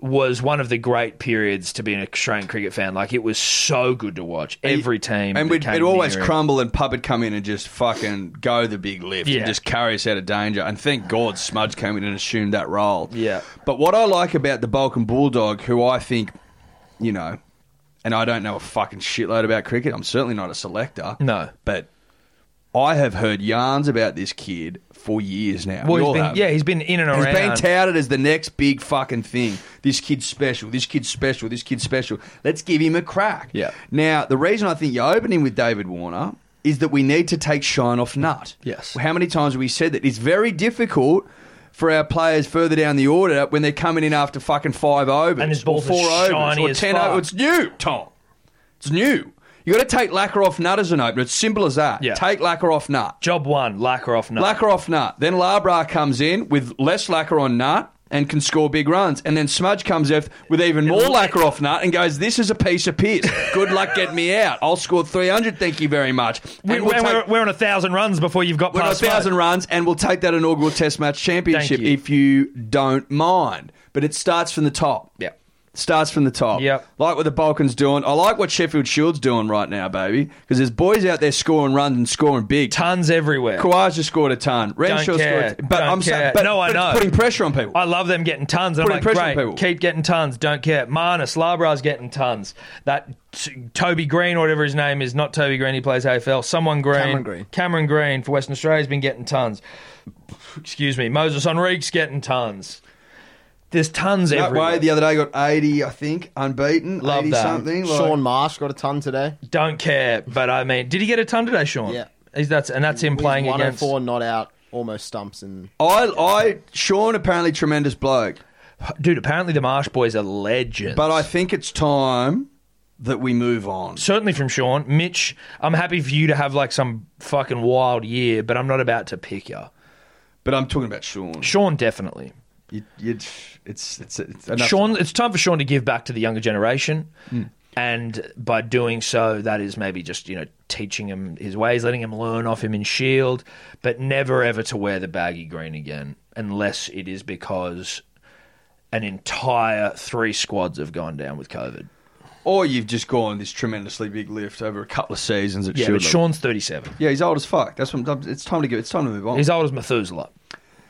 B: was one of the great periods to be an Australian cricket fan. Like it was so good to watch every team,
C: And
B: that
C: we'd,
B: came
C: it'd always
B: near it.
C: crumble, and Pub would come in and just fucking go the big lift
B: Yeah.
C: and just carry us out of danger. And thank God Smudge came in and assumed that role.
B: Yeah.
C: But what I like about the Balkan Bulldog, who I think, you know, and I don't know a fucking shitload about cricket. I'm certainly not a selector.
B: No.
C: But I have heard yarns about this kid for years now. We
B: Well,
C: all
B: he's been,
C: have.
B: yeah, he's been in and
C: He's
B: around.
C: been touted as the next big fucking thing. This kid's special. This kid's special. This kid's special. Let's give him a crack.
B: Yeah.
C: Now, the reason I think you're opening with David Warner is that we need to take shine off nut.
B: Yes.
C: How many times have we said that? It's very difficult for our players further down the order when they're coming in after fucking five overs
B: And his
C: or
B: balls
C: four
B: are
C: overs
B: shiny
C: or
B: as
C: ten
B: fuck.
C: overs. It's new, Tom. It's new. You got to take Lacker off nut as an opener. It's simple as that.
B: Yeah.
C: Take Lacker off nut.
B: Job one, lacquer off nut.
C: Lacquer off nut. Then Labra comes in with less lacquer on nut and can score big runs. And then Smudge comes in with even more lacquer off nut and goes, This is a piece of piss. Good luck getting me out. I'll score 300, thank you very much.
B: We,
C: And we'll take-
B: are we're on a thousand runs before you've got
C: we're on a
B: past Smudge.
C: thousand runs, and we'll take that inaugural Test match championship
B: you.
C: if you don't mind. But it starts from the top.
B: Yep.
C: Starts from the top.
B: Yep.
C: Like what the Balkans doing. I like what Sheffield Shield's doing right now, baby, because there's boys out there scoring runs and scoring big.
B: Tons everywhere.
C: Kawaja scored a ton. Renshaw
B: care.
C: scored, a but
B: Don't
C: I'm saying,
B: care.
C: but,
B: No, I
C: but it's
B: know.
C: putting pressure on people.
B: I love them getting tons. I'm
C: Putting
B: like,
C: pressure on
B: great,
C: people.
B: keep getting tons. Don't care. Marnus, Labra's getting tons. That t- Toby Green, or whatever his name is, not Toby Green, he plays AFL. Someone Green.
E: Cameron Green.
B: Cameron Green for Western Australia's been getting tons. Excuse me. Moses Enrique's getting tons. There's tons
C: that
B: everywhere.
C: way, the other day got 80, I think, unbeaten,
B: Love
C: 80
B: that.
C: something. Like,
E: Sean Marsh got a ton today.
B: Don't care. But I mean, did he get a ton today, Sean?
E: Yeah.
B: He's, that's, and that's him playing
E: He's
B: against.
E: 104 not out, almost stumps and
C: I, I, Sean apparently tremendous bloke,
B: Dude, apparently the Marsh boys are legends.
C: but I think it's time that we move on.
B: certainly from Sean. Mitch, I'm happy for you to have like some fucking wild year, but I'm not about to pick you.
C: But I'm talking about Sean.
B: Sean definitely.
C: You, you, it's, it's, it's enough.
B: Sean, it's time for Sean to give back to the younger generation.
D: Mm.
B: And by doing so, that is maybe just, you know, teaching him his ways, letting him learn off him in Shield, E but never ever to wear the baggy green again, unless it is because an entire three squads have gone down with COVID.
C: Or you've just gone this tremendously big lift over a couple of seasons at
B: Yeah,
C: Shield
B: but
C: level.
B: Sean's 37.
C: Yeah, he's old as fuck. That's what I'm, it's time to give. It's time to move on.
B: He's old as Methuselah.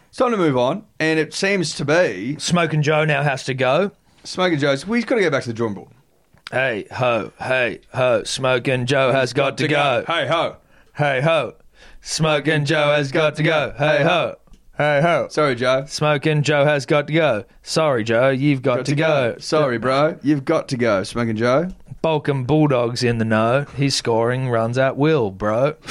C: it's time to move on, and it seems to be
B: Smoke and Joe now has to go.
C: Smoking Joe's. We've got to go back to the drawing board.
B: Hey ho, hey ho, smoking Joe has got to go.
C: Hey ho.
B: Hey ho, smoking Joe has got to go. Hey ho, hey ho,
C: Sorry, Joe.
B: smoking Joe has got to go. Sorry, Joe, you've got, to, go.
C: Sorry, bro. You've got to go, Smoking Joe.
B: Balkan Bulldogs in the know. He's scoring runs at will, bro.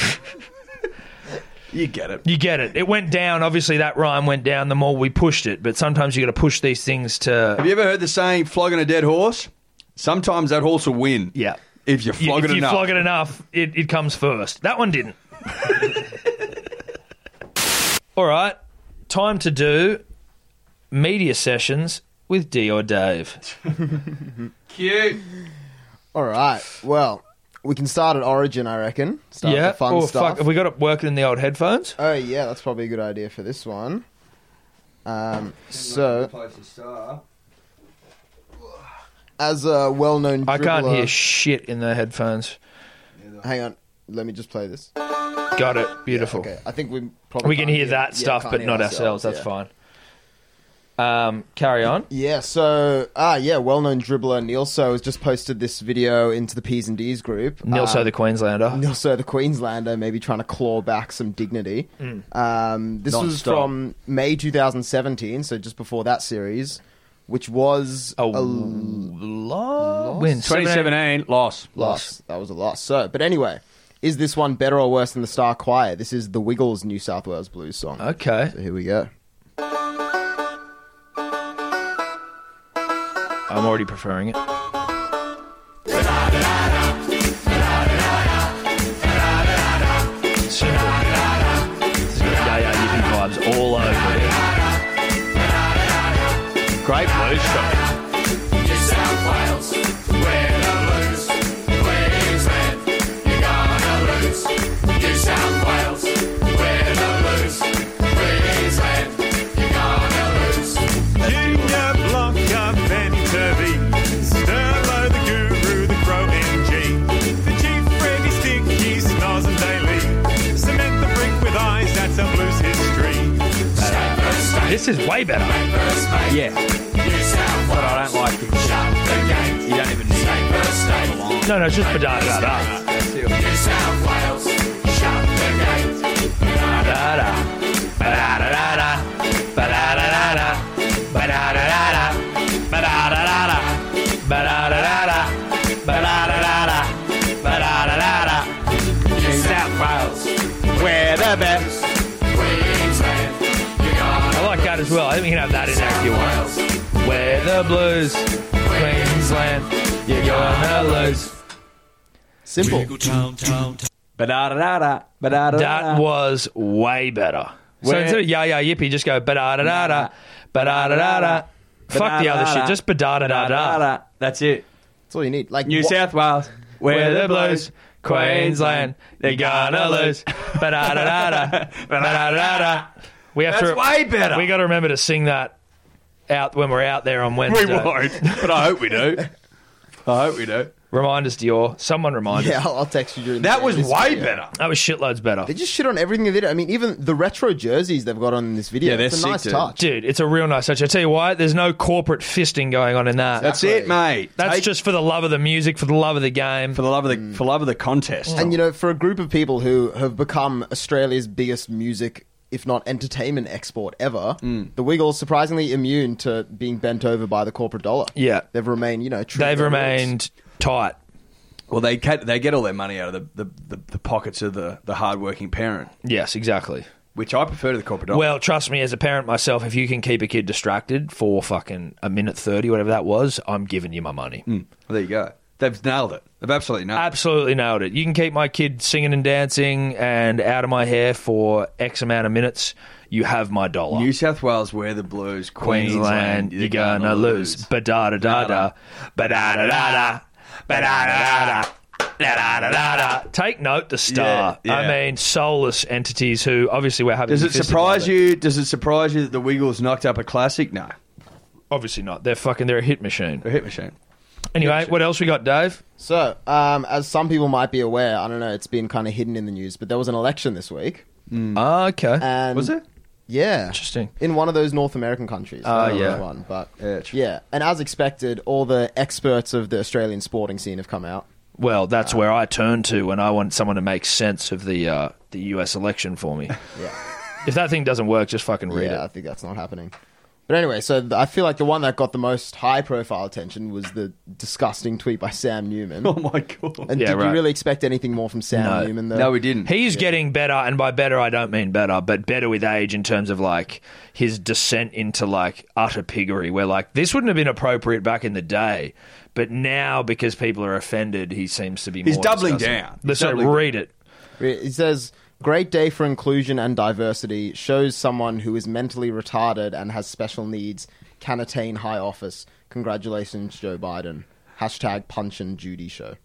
C: You get it.
B: You get it. It went down. Obviously, that rhyme went down the more we pushed it. But sometimes you got to push these things to.
C: Have you ever heard the saying flogging a dead horse? Sometimes that horse will win.
B: Yeah.
C: If you flog
B: if
C: it
B: you
C: enough.
B: flog it enough, it, it comes first. That one didn't. All right, time to do media sessions with D or Dave.
E: All right. Well, we can start at Origin, I reckon. Start with the fun
B: oh
E: stuff.
B: fuck, have we got it working in the old headphones?
E: Oh yeah, that's probably a good idea for this one. Um,
C: Uh,
E: so, as a well-known,
B: I can't
E: dribbler-
B: hear shit in the headphones.
E: Hang on, let me just play this.
B: Got it. Beautiful.
E: Okay, I think we probably
B: We can
E: can't
B: hear that
E: yeah,
B: stuff,
E: can't
B: but
E: hear
B: not ourselves. That's
E: yeah.
B: fine. Um, carry on.
E: Yeah, so ah, yeah, well-known dribbler Neil So has just posted this video into the P's and D's group.
B: Nilso
E: Um,
B: the Queenslander.
E: And also the Queenslander maybe trying to claw back some dignity.
B: Mm.
E: Um, this was
C: Non-stop.
E: from May 2017, so just before that series, which was
B: a
E: a l-
B: lo- win.
C: 2017, loss.
E: loss. That was a loss. So, but anyway, is this one better or worse than the Star Choir? This is the Wiggles' New South Wales Blues song.
B: Okay.
E: So here we go.
B: I'm already preferring it. Simple. Yeah, yeah, yippee vibes all over it.
C: Great blues shot.
H: Junior Blanca Van
B: This is way better.
C: Yeah. But I don't like it. You don't even need it.
B: No, no, it's just da da da.
C: We're the best.
B: I like that as well. I think we can have that in Act You Want. We're the Blues, Queensland. You're gonna lose.
E: Simple.
C: Ba-da-da-da-da. Ba-da-da-da-da.
B: That was way better. So
C: Where-
B: instead of yeah yeah yippee, just go ba da da da da ba da da da da. Fuck the other shit. Just ba da da da da.
C: Ba-da-da-da. That's it.
E: That's all you need. Like
C: New
E: wha-
C: South Wales.
B: We're the Blues, Queensland. You're gonna lose. Ba da da da da ba da da da. We have
C: That's
B: to.
C: way better.
B: We got to remember to sing that out when we're out there on
C: We
B: Wednesday.
C: won't, but I hope we do. I hope we do.
B: Remind us, Dior. Someone remind
E: Yeah, Oh,
B: us.
E: I'll, I'll text you during. the
C: That
E: day.
C: was
E: This-
C: way
E: yeah.
C: better.
B: That was shitloads better,
E: They just shit on everything they did. I mean, even the retro jerseys they've got on in this video.
C: Yeah, they're
E: it's a
C: sick,
E: nice
C: dude.
E: touch.
B: dude. It's a real nice touch. I tell you why. There's no corporate fisting going on in that.
C: That's it, mate.
B: That's
C: Take-
B: just for the love of the music, for the love of the game.
C: for the love of the for love of the contest.
E: Mm. And you know, for a group of people who have become Australia's biggest music, if not entertainment export ever,
C: Mm.
E: the Wiggles surprisingly immune to being bent over by the corporate dollar.
B: Yeah.
E: they've remained, you know, true. to
B: They've
E: their roots.
B: remained tight.
C: well, they get, they get all their money out of the, the, the, the pockets of the the hardworking parent,
B: Yes, exactly.
C: which I prefer to the corporate.
B: Well, trust me, as a parent myself, if you can keep a kid distracted for fucking a minute 30, whatever that was, I'm giving you my money.
C: Mm. Well, there you go. They've nailed it. They've absolutely nailed. it.
B: Absolutely nailed it. You can keep my kid singing and dancing and out of my hair for X amount of minutes. You have my dollar.
C: New South Wales, we're the Blues.
B: Queensland,
C: Queensland,
B: you're gonna lose. Ba da da da da. Ba da da da da. Ba da da da da. Da da da da da. Take note, the star.
C: Yeah,
B: I
C: yeah.
B: mean, soulless entities who obviously we're having.
C: Does it surprise you? Does it surprise you that the Wiggles knocked up a classic? No,
B: Obviously not. They're fucking. They're a hit machine.
C: a hit machine.
B: Anyway, what else we got, Dave?
E: So, um, as some people might be aware, I don't know, it's been kind of hidden in the news, but there was an election this week,
B: Ah, okay.
E: and
C: Mm. Was it?
E: Yeah,
B: Interesting.
E: In one of those North American countries,
B: Ah,
E: I don't know
B: yeah.
E: which one, but
C: Yeah, true.
E: yeah, and as expected, all the experts of the Australian sporting scene have come out.
B: Well, that's where I turn to when I want someone to make sense of the uh, the U.S. election for me.
E: Yeah.
B: if that thing doesn't work, just fucking read
E: yeah, I
B: it.
E: think that's not happening. But anyway, so th- I feel like the one that got the most high profile attention was the disgusting tweet by Sam Newman.
C: Oh my god!
E: and
B: Yeah,
E: did
B: right.
E: you really expect anything more from Sam
B: No.
E: Newman though?
C: No, we didn't.
B: He's getting better, and by better I don't mean better, but better with age in terms of like his descent into like utter piggery. Where like this wouldn't have been appropriate back in the day, but now because people are offended, he seems to be.
C: He's
B: more
C: doubling
B: disgusting.
C: down. He's
B: Let's say
C: doubling
B: read it.
E: It says great day for inclusion and diversity shows someone who is mentally retarded and has special needs can attain high office. Congratulations, Joe Biden. Hashtag punch and Judy show.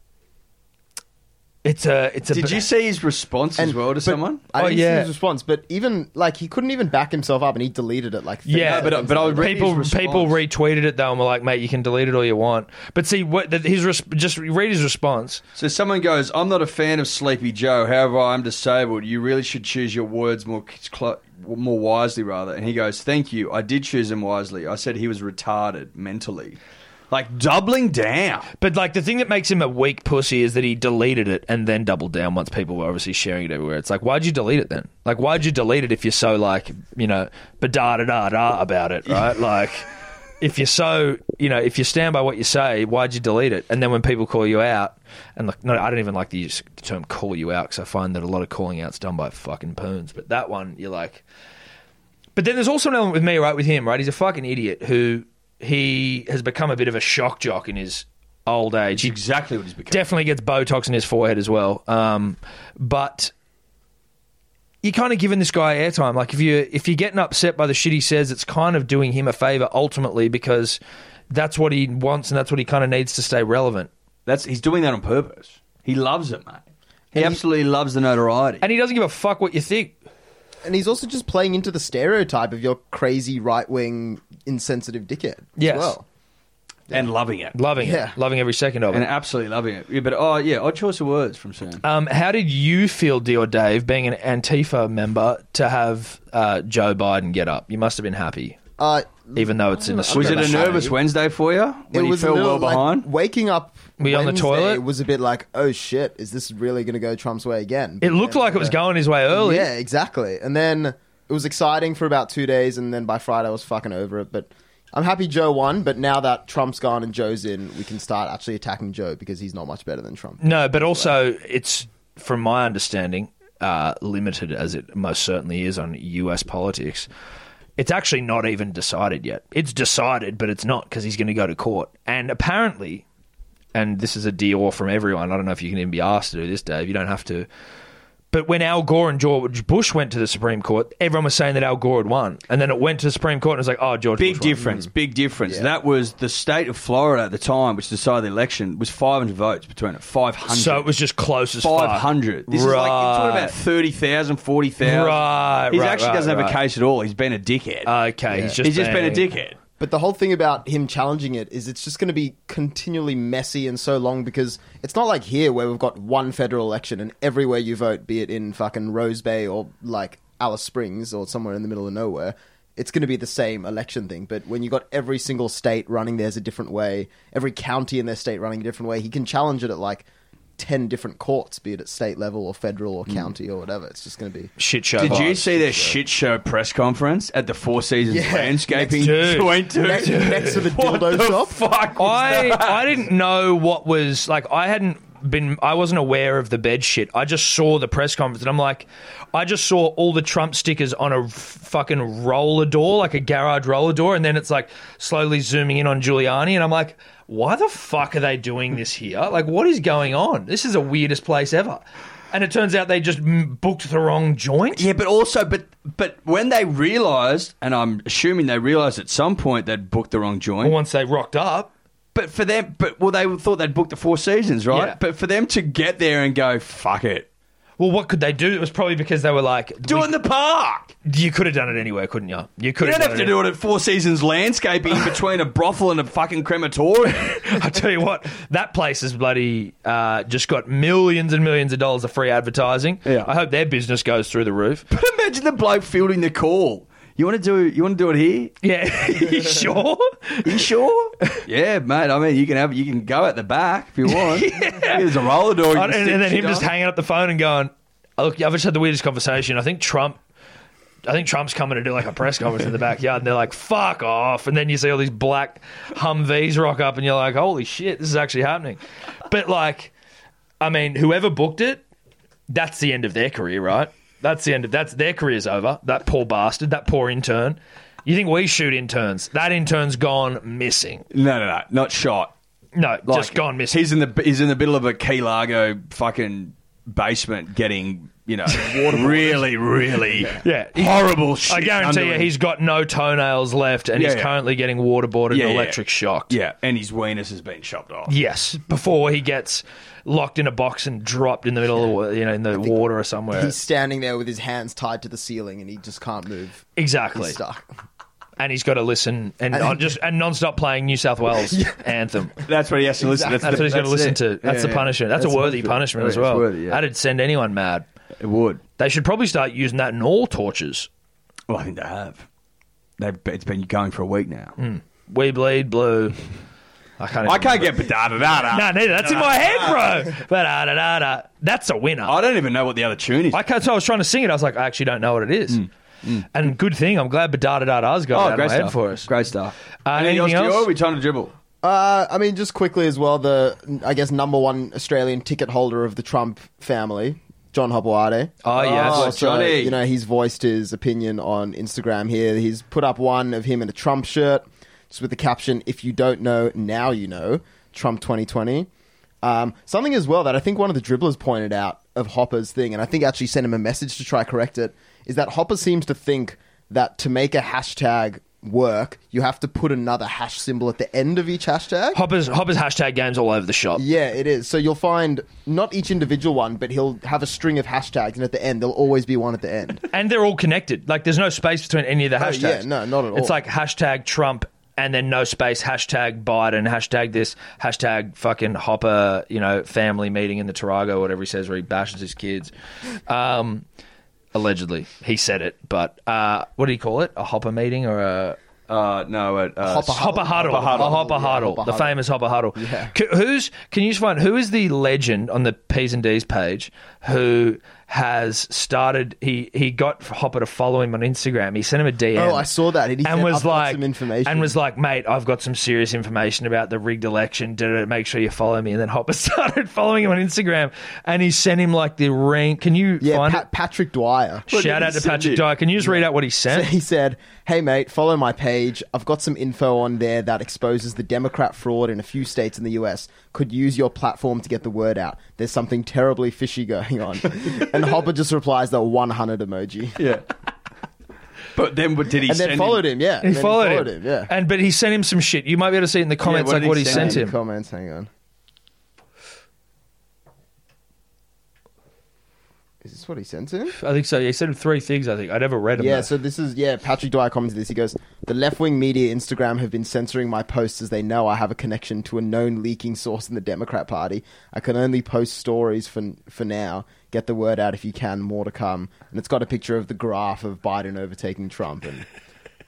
B: It's a. It's a.
C: Did you see his response as well to
E: but
C: someone?
E: I
B: Oh,
E: didn't see
B: yeah.
E: his response, but even like he couldn't even back himself up, and he deleted it like three
B: Yeah,
E: seconds
C: but- but I
E: later.
C: read
B: people
C: his
B: people
C: response.
B: retweeted it though and were like, "Mate, you can delete it all you want." But see, what the, his res- just read his response.
C: So someone goes, "I'm not a fan of Sleepy Joe. However, I'm disabled. You really should choose your words more cl- more wisely, rather." And he goes, "Thank you. I did choose him wisely. I said he was retarded mentally, like doubling down."
B: But like the thing that makes him a weak pussy is that he deleted it and then doubled down once people were obviously sharing it everywhere. It's like, why'd you delete it then? Like, why'd you delete it if you're so like, you know, ba da da da da about it, right? like, if you're so, you know, if you stand by what you say, why'd you delete it? And then when people call you out, and like, no, I don't even like the, use, the term "call you out" because I find that a lot of calling out's done by fucking poons. But that one, you're like, but then there's also an element with me, right, with him, right? He's a fucking idiot who he has become a bit of a shock jock in his old age. He
C: Exactly what he's become.
B: definitely gets Botox in his forehead as well. Um, but you're kind of giving this guy airtime. Like if you if you're getting upset by the shit he says, it's kind of doing him a favor ultimately because that's what he wants and that's what he kind of needs to stay relevant.
C: That's he's doing that on purpose. He loves it, mate. He
E: And he-
C: absolutely loves the notoriety.
B: And he doesn't give a fuck what you think.
E: and he's also just playing into the stereotype of your crazy right wing insensitive dickhead. As
B: Yes.
E: well.
C: and loving it.
B: Loving
E: Yeah.
B: it, loving every second of it.
C: And absolutely loving it. Yeah, but oh yeah, odd choice of words from Sam.
B: Um, how did you feel, Dior Dave, being an Antifa member, to have uh, Joe Biden get up? You must have been happy,
E: Uh,
B: even though it's in
C: Was
B: Australia.
C: it a nervous Wednesday for you when you
E: a
C: fell well
E: little, like,
C: behind?
E: waking up
B: Were you on the
E: Wednesday
B: toilet?
E: was a bit like, oh shit, is this really going to go Trump's way again?
B: It looked
E: But-
B: like it was going his way early.
E: Yeah, exactly. And then it was exciting for about two days, and then by Friday I was fucking over it. But I'm happy Joe won. But now that Trump's gone and Joe's in, we can start actually attacking Joe because he's not much better than Trump.
B: No, but also it's from my understanding, uh, limited as it most certainly is on U.S. politics. It's actually not even decided yet. It's decided, but it's not because he's going to go to court. And apparently, and this is a Dior from everyone. I don't know if you can even be asked to do this, Dave. You don't have to. But when Al Gore and George Bush went to the Supreme Court, everyone was saying that Al Gore had won, and then it went to the Supreme Court and it was like, oh, George.
C: Big
B: Bush won.
C: difference. Big difference. That was the state of Florida at the time, which decided the election was 500 votes between it. 500.
B: So it was just close as fuck.
C: 500. This is like you're talking about 30,000, 40,000.
B: Right,
C: He
B: right,
C: actually
B: right,
C: doesn't have
B: right.
C: a case at all. He's been a dickhead.
B: Okay, he's just
C: He's just been a
B: being-
C: dickhead.
E: But the whole thing about him challenging it is it's just going to be continually messy and so long because it's not like here where we've got one federal election and everywhere you vote, be it in fucking Rose Bay or like Alice Springs or somewhere in the middle of nowhere, it's going to be the same election thing. But when you got every single state running theirs a different way, every county in their state running a different way, he can challenge it at like 10 different courts, be it at state level or federal
C: Hmm.
E: or county or whatever. It's just going to be.
B: shit show.
C: Did you
B: vibes.
C: see their shit show press conference at the Four Seasons
E: Yeah.
C: landscaping
B: Dude.
C: joint?
E: Next, next to the
C: What
E: dildo
C: the
E: shop.
C: fuck?
B: I I didn't know what was like. I hadn't been. I wasn't aware of the bed shit. I just saw the press conference, and I'm like, I just saw all the Trump stickers on a f- fucking roller door, like a garage roller door, and then it's like slowly zooming in on Giuliani, and I'm like. Why the fuck are they doing this here? Like, what is going on? This is the weirdest place ever. And it turns out they just mm, booked the wrong joint.
C: Yeah, but also, but but when they realised, and I'm assuming they realised at some point they'd booked the wrong joint.
B: Once they rocked up,
C: But for them, but well, they thought they'd booked the Four Seasons, right?
B: Yeah.
C: But for them to get there and go, fuck it,
B: well, what could they do? It was probably because they were like,
C: do it in the park.
B: You could have done it anywhere, couldn't you? You could
C: You
B: have
C: don't
B: done
C: have to do it at Four Seasons Landscaping in between a brothel and a fucking crematorium.
B: I tell you what, that place is bloody uh, just got millions and millions of dollars of free advertising.
C: Yeah.
B: I hope their business goes through the roof.
C: but imagine the bloke fielding the call. You want to do? You want to do it here?
B: Yeah, you sure?
C: You sure? yeah, mate. I mean, you can have. You can go at the back if you want. There's a roller door. you
B: and,
C: can
B: and then
C: stick
B: him just
C: shit on.
B: hanging up the phone and going, "Oh, "Look, I've just had the weirdest conversation. I think Trump." I think Trump's coming to do like a press conference in the backyard, and they're like, "Fuck off!" And then you see all these black Humvees rock up, and you're like, "Holy shit, this is actually happening." But like, I mean, whoever booked it, that's the end of their career, right? That's the end of that's their career's over. That poor bastard, that poor intern. You think we shoot interns? That intern's gone missing.
C: No, no, no. Not shot.
B: No,
C: Like,
B: just gone missing.
C: He's in the he's in the middle of a Key Largo fucking basement getting you know really really
B: Yeah.
C: horrible shit.
B: I guarantee
C: under
B: you,
C: him.
B: he's got no toenails left, and
C: Yeah,
B: he's
C: yeah.
B: currently getting waterboarded
C: Yeah,
B: and
C: yeah.
B: electric shocked.
C: yeah, and his weenus has been chopped off.
B: Yes, before he gets locked in a box and dropped in the middle of the wa- you know in the water or somewhere.
E: He's standing there with his hands tied to the ceiling and he just can't move.
B: Exactly,
E: He's stuck.
B: and he's got to listen and non- just and non-stop playing New South Wales anthem.
C: That's what he has to listen.
B: That's what he's got to listen
C: it.
B: to. That's
C: Yeah,
B: the
C: yeah.
B: punishment. That's, a worthy punishment
C: Yeah,
B: as
C: it's
B: well.
C: worthy, yeah.
B: That'd send anyone mad.
C: It would.
B: They should probably start using that in all torches.
C: Well, I think they have. They've it's been going for a week now.
B: Hmm. We bleed blue. I can't.
C: I
B: even-
C: can't get da da
B: No, neither. That's in my head, bro. But da da da da. That's a winner.
C: I don't even know what the other tune is. Mm,
B: I can't, so I was trying to sing it. I was like, I actually don't know what it is. And good thing. I'm glad Badada Dada's got it out of my head for us.
C: Oh, Great stuff.
B: Uh, anything
C: Dior?
B: else?
C: Are we trying to dribble?
E: Uh, I mean, just quickly as well, the, I guess, number one Australian ticket holder of the Trump family, John Hopewade.
B: Oh, yes.
C: Oh,
E: Also,
C: Johnny.
E: You know, he's voiced his opinion on Instagram here. He's put up one of him in a Trump shirt, just with the caption, If you don't know, now you know, Trump 2020. Um, something as well that I think one of the dribblers pointed out of Hopper's thing, and I think actually sent him a message to try correct it, is that Hopper seems to think that to make a hashtag work, you have to put another hash symbol at the end of each hashtag.
B: Hopper's, Hopper's hashtag game's all over the shop.
E: Yeah, it is. So you'll find not each individual one, but he'll have a string of hashtags, and at the end, there'll always be one at the end.
B: And they're all connected. Like, there's no space between any of the
E: Oh,
B: hashtags.
E: yeah, no, not at all.
B: It's like hashtag Trump and then no space, hashtag Biden, hashtag this, hashtag fucking Hopper, you know, family meeting in the Tarago, whatever he says, where he bashes his kids. Um, allegedly, he said it, but uh, what do you call it? A Hopper meeting or a.
C: Uh, no, at uh,
E: Hopper
B: Hopper Huddle,
E: Hopper Huddle.
B: A Hopper
E: Yeah,
B: Huddle,
E: Hopper
B: the
E: Huddle.
B: famous Hopper Huddle.
E: Yeah.
B: C- who's can you just find who is the legend on the P's and D's page who has started? He he got Hopper to follow him on Instagram. He sent him a DM.
E: Oh, I saw that. He
B: and
E: said,
B: was
E: "I've got
B: like
E: some information."
B: and was like, mate, I've got some serious information about the rigged election. Da, da, da, make sure you follow me. And then Hopper started following him on Instagram, and he sent him like the ring. Can you
E: Yeah,
B: find
E: Pat- Patrick Dwyer.
B: it? Shout out to Patrick Dyer. Can you just read out what he
E: So
B: sent?
E: he said, "Hey mate, follow my page. I've got some info on there that exposes the Democrat fraud in a few states in the US. Could use your platform to get the word out. There's something terribly fishy going on." and Hopper just replies the 100 emoji,
C: Yeah. But then what did he
E: and
C: send
E: then followed him. Yeah,
B: He
E: And then
B: followed, him.
E: Yeah,
B: And but he sent him some shit. You might be able to see it in the comments
C: what
B: like
C: did
B: what he
C: he send
B: sent
E: Any
B: him.
E: Comments. Hang on. Is this what he sent him?
B: I think so. He sent him three things. I think I'd ever read him.
E: Yeah,
B: though.
E: so this is yeah. Patrick Dwyer commented this. He goes, "The left-wing media, Instagram, have been censoring my posts as they know I have a connection to a known leaking source in the Democrat Party. I can only post stories for for now. Get the word out if you can. More to come." And it's got a picture of the graph of Biden overtaking Trump, and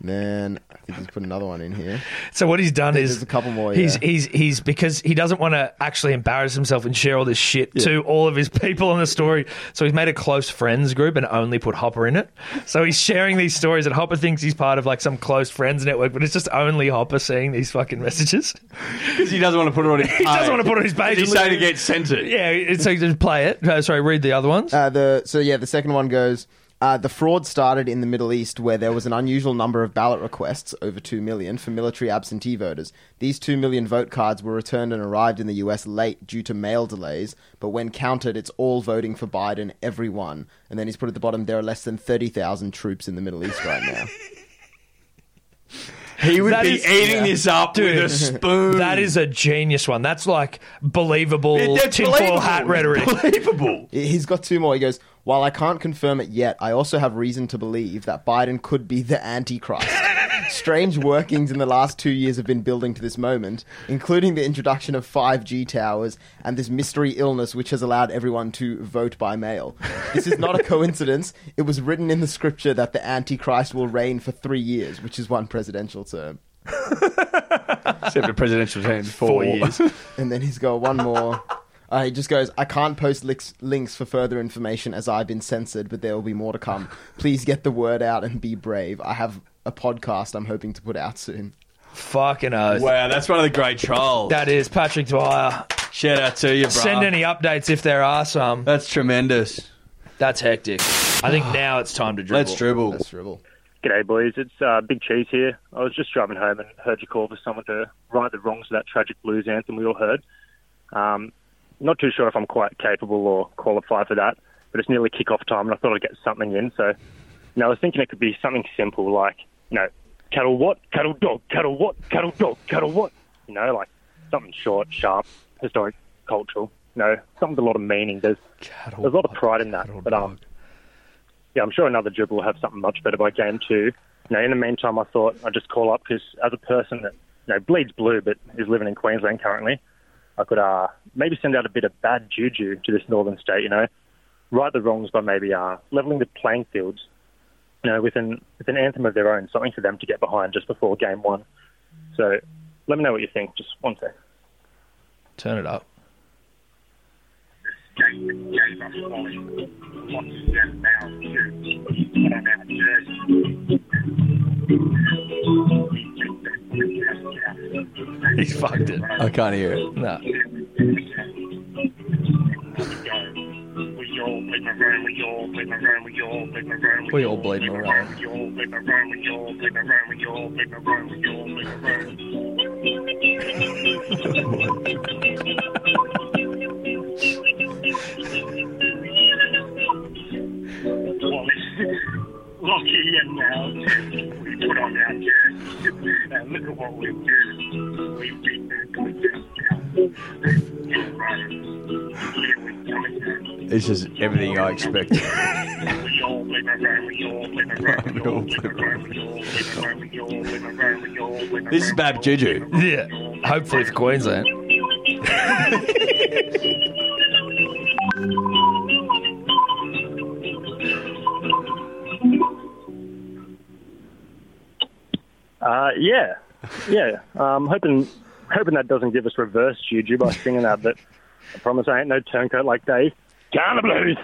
E: then I think he's put another one in here.
B: So what he's done is
E: There's a couple more,
B: He's
E: yeah.
B: he's he's because he doesn't want to actually embarrass himself and share all this shit to all of his people on the story. So he's made a close friends group and only put Hopper in it. So he's sharing these stories, and Hopper thinks he's part of like some close friends network, but it's just only Hopper seeing these fucking messages.
C: Because he doesn't want to put it on his He
B: doesn't want to put it on his page.
C: Did he say to get censored?
B: Yeah, it's like just play it. Uh, sorry, read the other ones.
E: Uh, the so yeah, the second one goes. Uh, the fraud started in the Middle East, where there was an unusual number of ballot requests, over 2 million, for military absentee voters. These 2 million vote cards were returned and arrived in the US late due to mail delays, but when counted, it's all voting for Biden, everyone. And then he's put at the bottom, there are less than 30,000 troops in the Middle East right now.
C: He would
B: That
C: be
B: is-
C: eating
B: yeah.
C: this up
B: Dude.
C: with a spoon.
B: That is a genius one. That's like believable
C: Yeah, that's
B: tinfoil
C: believable.
B: hat rhetoric.
C: Believable.
E: He's got two more. He goes, While I can't confirm it yet, I also have reason to believe that Biden could be the Antichrist. Strange workings in the last two years have been building to this moment, including the introduction of 5G towers and this mystery illness which has allowed everyone to vote by mail. This is not a coincidence. It was written in the scripture that the Antichrist will reign for three years, which is one presidential term.
C: Except a presidential term. Four,
B: Four years.
E: And then he's got one more. Uh, he just goes, I can't post licks, links for further information as I've been censored, but there will be more to come. Please get the word out and be brave. I have a podcast I'm hoping to put out soon.
B: Fucking oath.
C: Wow, that's one of the great trolls.
B: That is Patrick Dwyer.
C: Shout out to you, bro.
B: Send any updates if there are some.
C: That's tremendous.
B: That's hectic. I think now it's time to dribble.
C: Let's dribble.
E: That's dribble.
H: G'day, boys. It's uh, Big Cheese here. I was just driving home and heard you call for someone to right the wrongs of that tragic blues anthem we all heard. Um, not too sure if I'm quite capable or qualified for that, but it's nearly kick-off time, and I thought I'd get something in. So, you know, I was thinking it could be something simple like, you know, cattle what, cattle dog, cattle what, cattle dog, cattle what. You know, like something short, sharp, historic, cultural. You know, something with a lot of meaning. There's
B: Cattle
H: there's a lot of
B: dog,
H: pride in that.
B: cattle
H: But um, yeah, I'm sure another dribble will have something much better by game two. You know, in the meantime, I thought I'd just call up because as a person that you know bleeds blue but is living in Queensland currently, I could uh, maybe send out a bit of bad juju to this northern state. You know, right the wrongs by maybe uh, leveling the playing fields. You know, with an with an anthem of their own, something for them to get behind just before game one. So, let me know what you think. Just one sec.
B: Turn it up. He's fucked it.
C: I can't hear it.
B: No.
I: We all blame Morale. Lucky and now we put on our jerseys and look at what we do. We beat that contest now. Right. Here we come again.
C: It's just everything I expected.
I: We all make
C: This is Bab Juju.
B: Yeah. Hopefully for Queensland.
H: Uh, yeah, yeah. Um, hoping, hoping that doesn't give us reverse juju by singing that. But I promise I ain't no turncoat like Dave. Down the blues.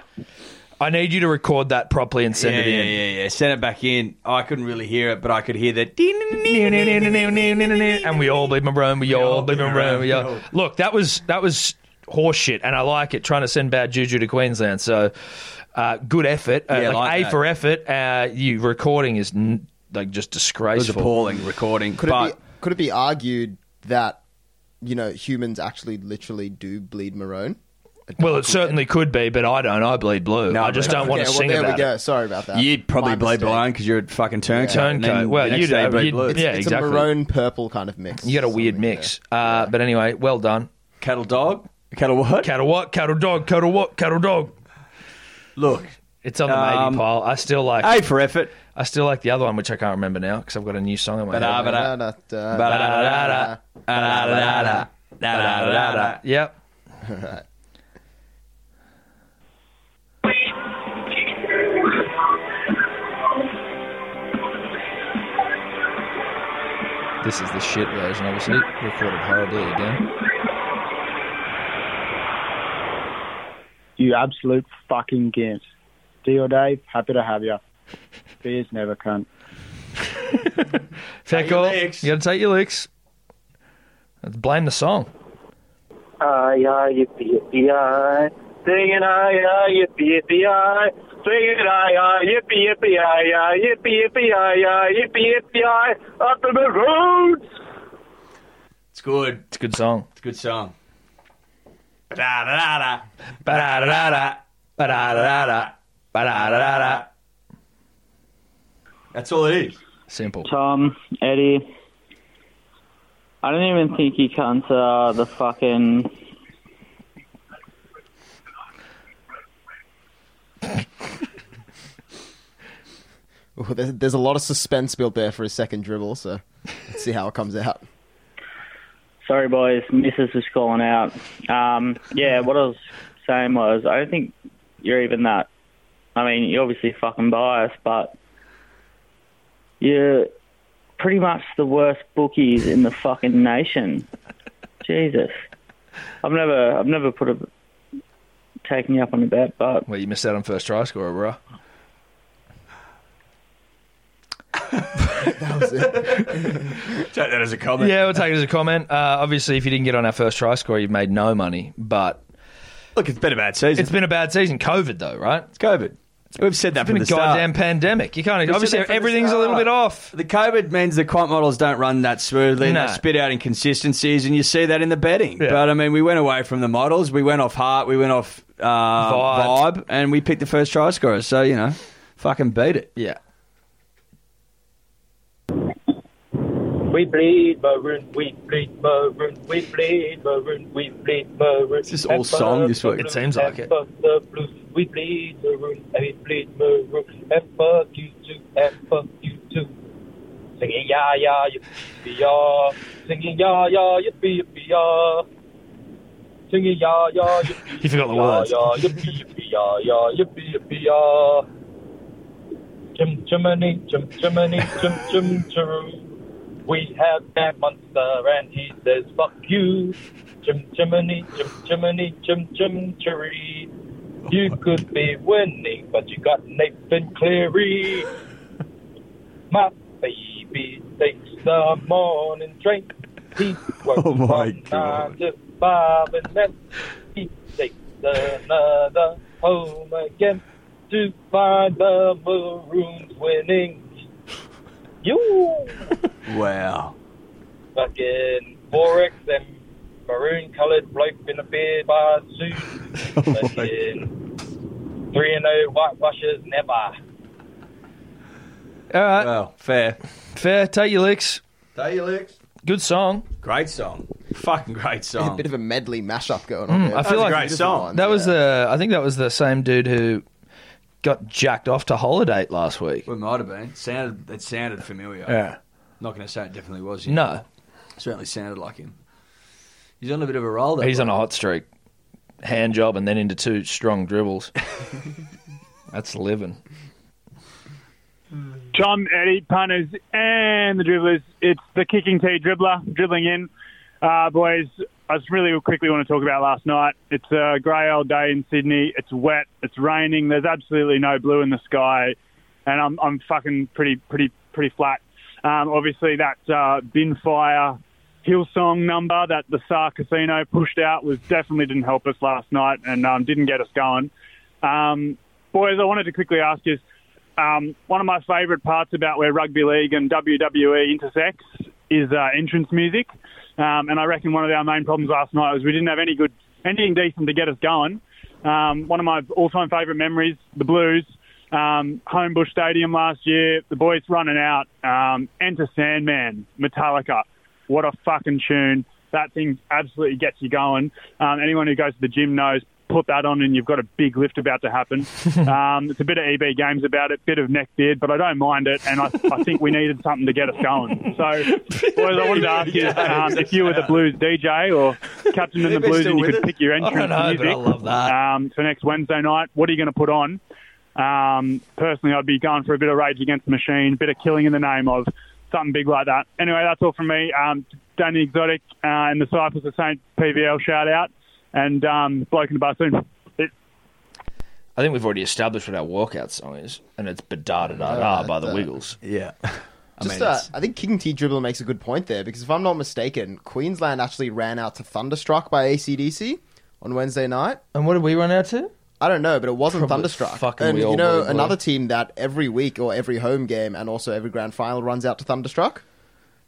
B: I need you to record that properly and send
C: Yeah,
B: it
C: yeah,
B: in.
C: yeah, yeah. Send it back in. I couldn't really hear it, but I could hear that.
B: and we all leave my room. We all leave my room. We all... Look, that was that was horseshit, and I like it. Trying to send bad juju to Queensland, so uh, good effort. Uh,
C: Yeah,
B: like,
C: like
B: a
C: that.
B: for effort. Uh, you recording is n- like just
C: It was
B: disgraceful.
C: appalling recording,
E: Could
C: but
E: it be, could it be argued that you know humans actually literally do bleed maroon?
B: well, it certainly could be, but I don't. I bleed blue. I just don't want
E: okay,
B: to
E: well,
B: sing
E: there
B: about
E: we go.
B: it.
E: Sorry about that.
C: you'd probably
E: My
C: bleed
E: mistake.
C: blind because you're a fucking turncoat. and
B: Turncoat.
C: then
B: Well,
C: the next
B: you'd-
C: day bleed
B: you'd-
C: blue.
E: It's,
B: Yeah,
E: it's
B: exactly.
E: a maroon purple kind of mix.
B: You got a weird
E: Something
B: mix. Uh, but anyway, well done.
C: Cattle dog. Cattle what?
B: Cattle what? Cattle dog. Cattle what? Cattle dog.
C: Look,
B: It's on the
C: Um,
B: maybe pile. I still like.
C: A for effort.
B: I still like the other one, which I can't remember now because I've got a new song in my
C: Ba-da,
B: head.
C: ba-da.
E: there. Da, da, da.
B: Ba-da-da-da.
C: Da-da-da-da. Da-da-da-da.
B: Yep. This is the shit version, obviously. Recorded horribly again.
J: You absolute fucking gimps. Deal, Dave. Happy to have you. Beers never cunt.
B: Feckle,
C: licks.
B: you gotta take your licks. Let's blame the song.
I: Ay, ay, yippee, yippee, ay. Singing ay, ay, yippee, yippee, ay. Singing ay, ay, yippee, yippee, ay, ay, yippee, yippee, ay, ay, yippee, yippee, ay. Up in the roads!
C: It's good.
B: It's a good song.
C: It's a good song. Da-da-da-da.
B: Ba-da-da-da-da. Ba-da-da-da-da. uh, Ba-da-da-da-da.
C: That's all it is.
B: Simple.
K: Tom, Eddie. I don't even think you cunts are the fucking.
E: Ooh, there's, there's a lot of suspense built there for his second dribble, so let's see how it comes out.
K: Sorry, boys. Mrs. was calling out. Um, yeah, what I was saying was, I don't think you're even that. I mean, you're obviously fucking biased, but you're pretty much the worst bookies in the fucking nation. Jesus, I've never, I've never put a taken you up on a bet, but
B: Well, you missed out on first try scorer, bro.
C: Take that as a comment.
B: Yeah, we'll take it as a comment. Uh, obviously, if you didn't get on our first try score, you've made no money. But
C: Look, it's been a bad season.
B: it's been a bad season. COVID, though, right?
C: It's COVID. We've said that
B: It's
C: from
B: been a
C: the start.
B: goddamn pandemic. You can't. Obviously,
C: that from the
B: everything's a little
C: start.
B: bit off.
C: The COVID means the quant models don't run that smoothly. and
B: No.
C: They spit out inconsistencies, and you see that in the betting.
B: Yeah.
C: But I mean, we went away from the models. We went off heart. We went off uh,
B: Vibe.
C: vibe. and we picked the first try scorer. So you know, fucking beat it.
B: Yeah.
I: We bleed maroon, we bleed maroon, we bleed maroon, we bleed maroon. It's
C: just all song this week.
B: It seems like it.
I: The blues, we bleed maroon, and we bleed maroon, and fuck you too, and fuck you too. Singing ya ya yippee ya, singing ya ya yippee yippee ya, singing ya ya yippee.
B: You forgot the
I: ya,
B: words.
I: Ya yippee yippee ya ya yippee yippee ya. Chim chimney, chim chimney, chim chim chiroo. We have that monster and he says, fuck you. Chim chimney, chim chimney, chim chim chiree. You could be winning, but you got Nathan Cleary. My baby takes the morning train. He works
C: Oh, my
I: from nine to five and then he takes another home again to find the Maroons winning. You
C: Wow.
I: fucking Forex and maroon coloured bloke in a beer bar suit. Fucking 3 and 0 whitewashers never.
B: All right.
C: Well, fair.
B: Fair. Take your licks.
C: Day Licks.
B: Good song.
C: Great song. Fucking great
E: A
C: song.
E: bit of a
C: Oh,
E: medley mashup going on. there.
B: Mm, Hmm, I feel
E: That's
B: like
E: a
C: great
E: different
C: song.
E: one,
B: That was
E: yeah.
B: the. I think that was the same dude who got jacked off to holiday last week.
C: Well, it might have been. Sounded it sounded familiar.
B: Yeah.
C: Not going to say it definitely was. you.
B: No,
C: Certainly sounded like him. He's on a bit of a roll. That
B: he's on a hot streak. Hand job and then into two strong dribbles. That's living.
L: Tom, Eddie, punters, and the dribblers. It's the kicking tee dribbler dribbling in. Uh, boys, I just really quickly want to talk about last night. It's a grey old day in Sydney. It's wet. It's raining. There's absolutely no blue in the sky, and I'm I'm fucking pretty pretty pretty flat. Um, obviously, that uh, bin fire Hillsong number that the SAR Casino pushed out was definitely didn't help us last night and um, didn't get us going. Um, boys, I wanted to quickly ask you um, one of my favourite parts about where rugby league and WWE intersects is uh, entrance music. Um, and I reckon one of our main problems last night was we didn't have any good, anything decent to get us going. Um, one of my all-time favourite memories, the Blues, um, Homebush Stadium last year, the boys running out, um, Enter Sandman, Metallica. What a fucking tune. That thing absolutely gets you going. Um, anyone who goes to the gym knows, put that on and you've got a big lift about to happen. um, it's a bit of EB games about it, bit of neck beard, but I don't mind it. And I, I think we needed something to get us going. So, boys, I wanted to ask you um, if you were the Blues DJ or captain in the
B: EB
L: Blues
B: still
L: and you
B: with
L: could
B: us?
L: pick your
B: I
L: entrance
B: don't know, but
L: music
B: I love that.
L: Um, for next Wednesday night, what are you going to put on? Um, personally, I'd be going for a bit of Rage Against the Machine, bit of Killing in the Name of, something big like that. Anyway, that's all from me. Um, Danny Exotic uh, and the Cypress of Saint PVL shout out, and um, Bloke in the Bar soon. It-
B: I think we've already established what our walkout song is, and it's Bedada Da Da by the Wiggles.
C: Yeah.
B: I
E: Just,
B: mean,
E: uh,
B: it's-
E: I think King T Dribbler makes a good point there because if I'm not mistaken, Queensland actually ran out to Thunderstruck by ACDC on Wednesday night.
B: And what did we run out to?
E: I don't know, but it wasn't
B: Probably
E: Thunderstruck.
B: fucking
E: and
B: We
E: you
B: All
E: know,
B: Bleed Blue.
E: another team that every week or every home game and also every grand final runs out to Thunderstruck?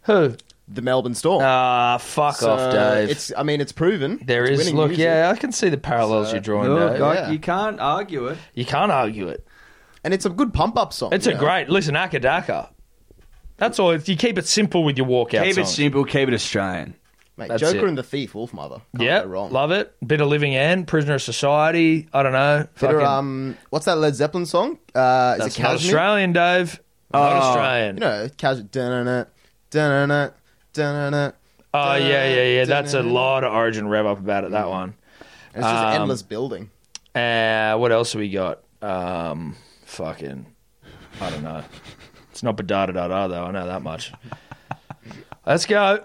B: Who?
E: The Melbourne Storm.
B: Ah, fuck
E: So,
B: off, Dave.
E: It's, I mean, it's proven.
B: There
E: It's
B: is.
E: winning
B: Look,
E: music.
B: yeah, I can see the parallels you're drawing.
C: Uh, Look,
B: Dave.
C: I- You can't argue it.
B: You can't argue it.
E: And it's a good pump up song.
B: It's
E: you
B: a
E: know?
B: great listen, Akadaka. That's all. You keep it simple with your walkout.
E: Keep it
C: simple. Keep it Australian.
E: Mate,
B: That's
E: Joker
B: it.
E: and the Thief, Wolfmother.
B: Yeah, love it. Bit of Living End, Prisoner of Society. I don't know.
E: Bit of,
B: Fucking-
E: um, what's that Led Zeppelin song? Uh, is
B: That's
E: it
B: not
E: Kashmir?
B: Australian, Dave.
E: Oh.
B: Not Australian.
E: You know, Kashmir. Dun-dun-dun, dun-dun-dun, dun-dun-dun.
B: Oh yeah, yeah, yeah. That's a
E: dun-dun-dun.
B: lot of origin rev up about it. That one.
E: Mm. It's just
B: Um,
E: endless building.
B: Uh, what else have we got? Um, fucking, I don't know. It's not bedada da da though. I know that much. Let's go.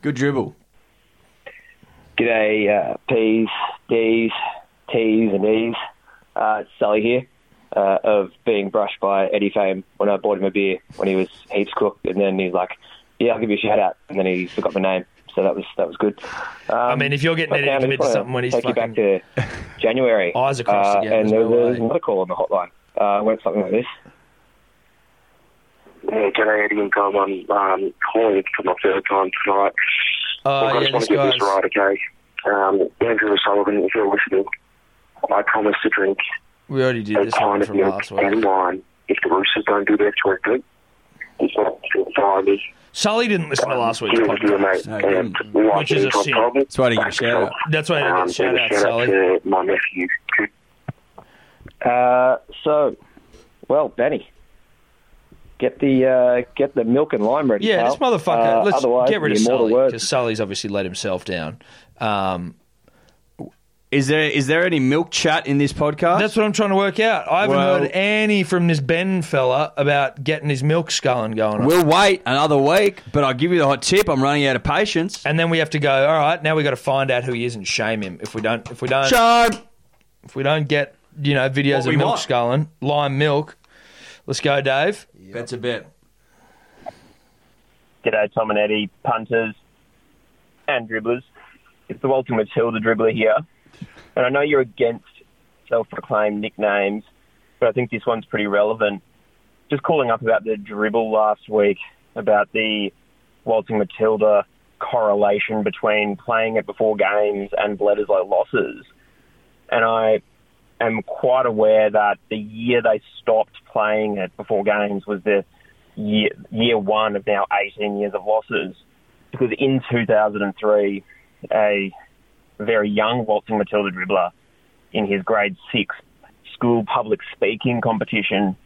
C: Good dribble.
M: G'day, uh, P's, D's, T's, and E's. Uh, it's Sully here, uh, of being brushed by Eddie Fame when I bought him a beer when he was heaps cook, and then he's like, "Yeah, I'll give you a shout out," and then he forgot my name, so that was that was good. Um,
B: I mean, if you're getting
M: but
B: Eddie to
M: Cam, I
B: commit
M: just wanna
B: to something when he's
M: take you back to January,
B: Eyes are crossed
M: uh,
B: again,
M: and
B: there's
M: there
B: no
M: was, there was another call on the hotline. Uh, it went something like this.
N: Hey, g'day Eddie and Gum. I'm um, calling for my third time tonight.
B: Uh,
N: Look, I
B: yeah,
N: just want
B: this
N: to get this
B: guy's-
N: right, okay? Um, Andrew O'Sullivan, if you're listening, I promise to drink
B: We already did
N: a
B: this one
N: pint of
B: from
N: milk
B: last
N: and
B: week.
N: wine if the Roosters don't do their jointly. It's not to fire me.
B: Sully didn't listen to last week's
N: Deal with you,
B: podcast.
N: mate. and like
B: Which is
N: me,
B: a
N: drop
B: sin.
N: problem.
B: That's why I didn't get a shout out.
N: yourself.
B: That's why I didn't get a
N: Um,
B: shout
N: and
B: out, Sully.
N: to my nephew,
M: Uh, so, well, Danny, get the uh, get the milk and lime ready.
B: Yeah,
M: pal.
B: this motherfucker.
M: Uh,
B: let's
M: otherwise,
B: get rid of
M: the immortal
B: Sully
M: words.
B: because Sully's obviously let himself down. Um,
C: Is there is there any milk chat in this podcast?
B: That's what I'm trying to work out. I haven't
C: Well-
B: heard any from this Ben fella about getting his milk sculling going on.
C: We'll wait another week, but I'll give you the hot tip. I'm running out of patience.
B: and then we have to go. All right, now we got to find out who he is and shame him. If we don't, if we don't,
C: Shame.
B: If we don't get you know videos
C: What
B: of
C: we
B: milk
C: want.
B: sculling, lime milk. Let's go, Dave.
C: That's a bet.
M: G'day, Tom and Eddie, punters and dribblers. It's the Walton Matilda dribbler here. And I know you're against self proclaimed nicknames, but I think this one's pretty relevant. Just calling up about the dribble last week, about the Walton Matilda correlation between playing it before games and Bledisloe losses. And I am quite aware that the year they stopped playing it before games was the year, year one of now 18 years of losses. Because in 2003, a very young Waltzing Matilda dribbler in his grade six school public speaking competition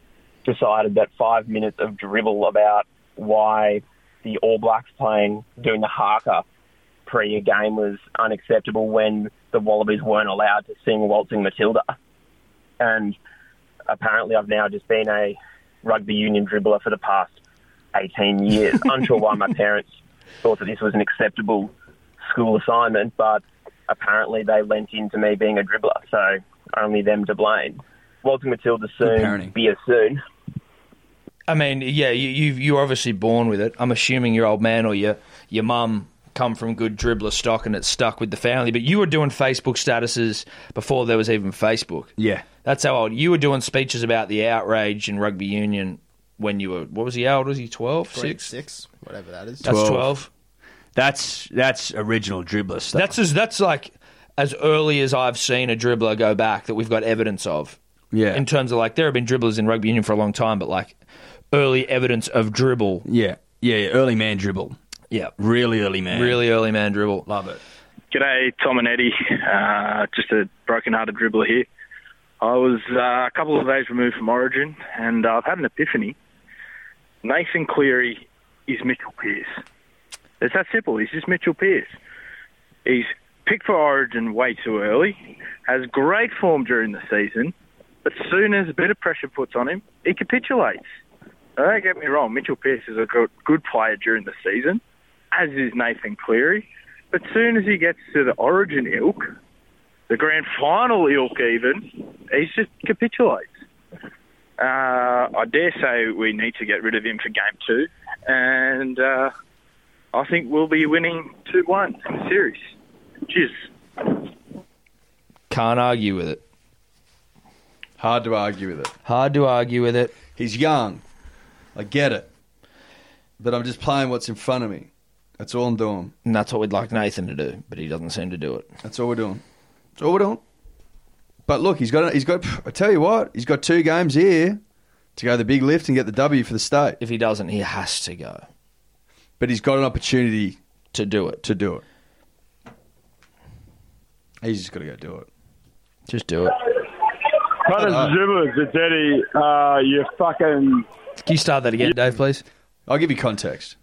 M: decided that five minutes of dribble about why the All Blacks playing doing the haka pre a game was unacceptable when the Wallabies weren't allowed to sing Waltzing Matilda. And apparently, I've now just been a rugby union dribbler for the past 18 years. Unsure why my parents thought that this was an acceptable school assignment, but apparently they lent into me being a dribbler, so only them to blame. Waltzing Matilda soon, be as soon.
B: I mean, yeah, you, you you're obviously born with it. I'm assuming your old man or your your mum come from good dribbler stock and it's stuck with the family. But you were doing Facebook statuses before there was even Facebook.
O: Yeah.
B: That's how old you were doing speeches about the outrage in rugby union when you were what was he? How old was he? 12,
E: Grade
B: 6?
E: six, whatever that is.
B: That's 12.
O: That's that's original dribbler stuff.
B: That's as that's like as early as I've seen a dribbler go back that we've got evidence of.
O: Yeah.
B: In terms of like there have been dribblers in rugby union for a long time, but like early evidence of dribble.
O: Yeah. Yeah, yeah, early man dribble.
B: Yeah.
O: Really early man.
B: Really early man dribble.
O: Love it.
P: G'day, Tom and Eddie. Uh, just a broken-hearted dribbler here. I was uh, a couple of days removed from Origin, and uh, I've had an epiphany. Nathan Cleary is Mitchell Pearce. It's that simple. He's just Mitchell Pearce. He's picked for Origin way too early, has great form during the season, but soon as a bit of pressure puts on him, he capitulates. Now, don't get me wrong, Mitchell Pearce is a good, good player during the season, as is Nathan Cleary. But soon as he gets to the origin ilk, the grand final ilk even, he just capitulates. Uh, I dare say we need to get rid of him for game two, and uh, I think we'll be winning 2 1 in the series. Cheers.
B: Can't argue with it.
C: Hard to argue with it.
B: Hard to argue with it.
C: He's young. I get it. But I'm just playing what's in front of me. That's all I'm doing.
B: And that's what we'd like Nathan to do, but he doesn't seem to do it.
C: That's all we're doing. That's all we're doing. But look, he's got. He's got. I tell you what, he's got two games here to go the big lift and get the W for the state.
B: If he doesn't, he has to go.
C: But he's got an opportunity
B: to do it.
C: To do it. He's just got to go do it.
B: Just do it.
Q: Punters and dribblers, it's Eddie. Uh, you fucking.
B: Can you start that again, Dave, please?
C: I'll give you context.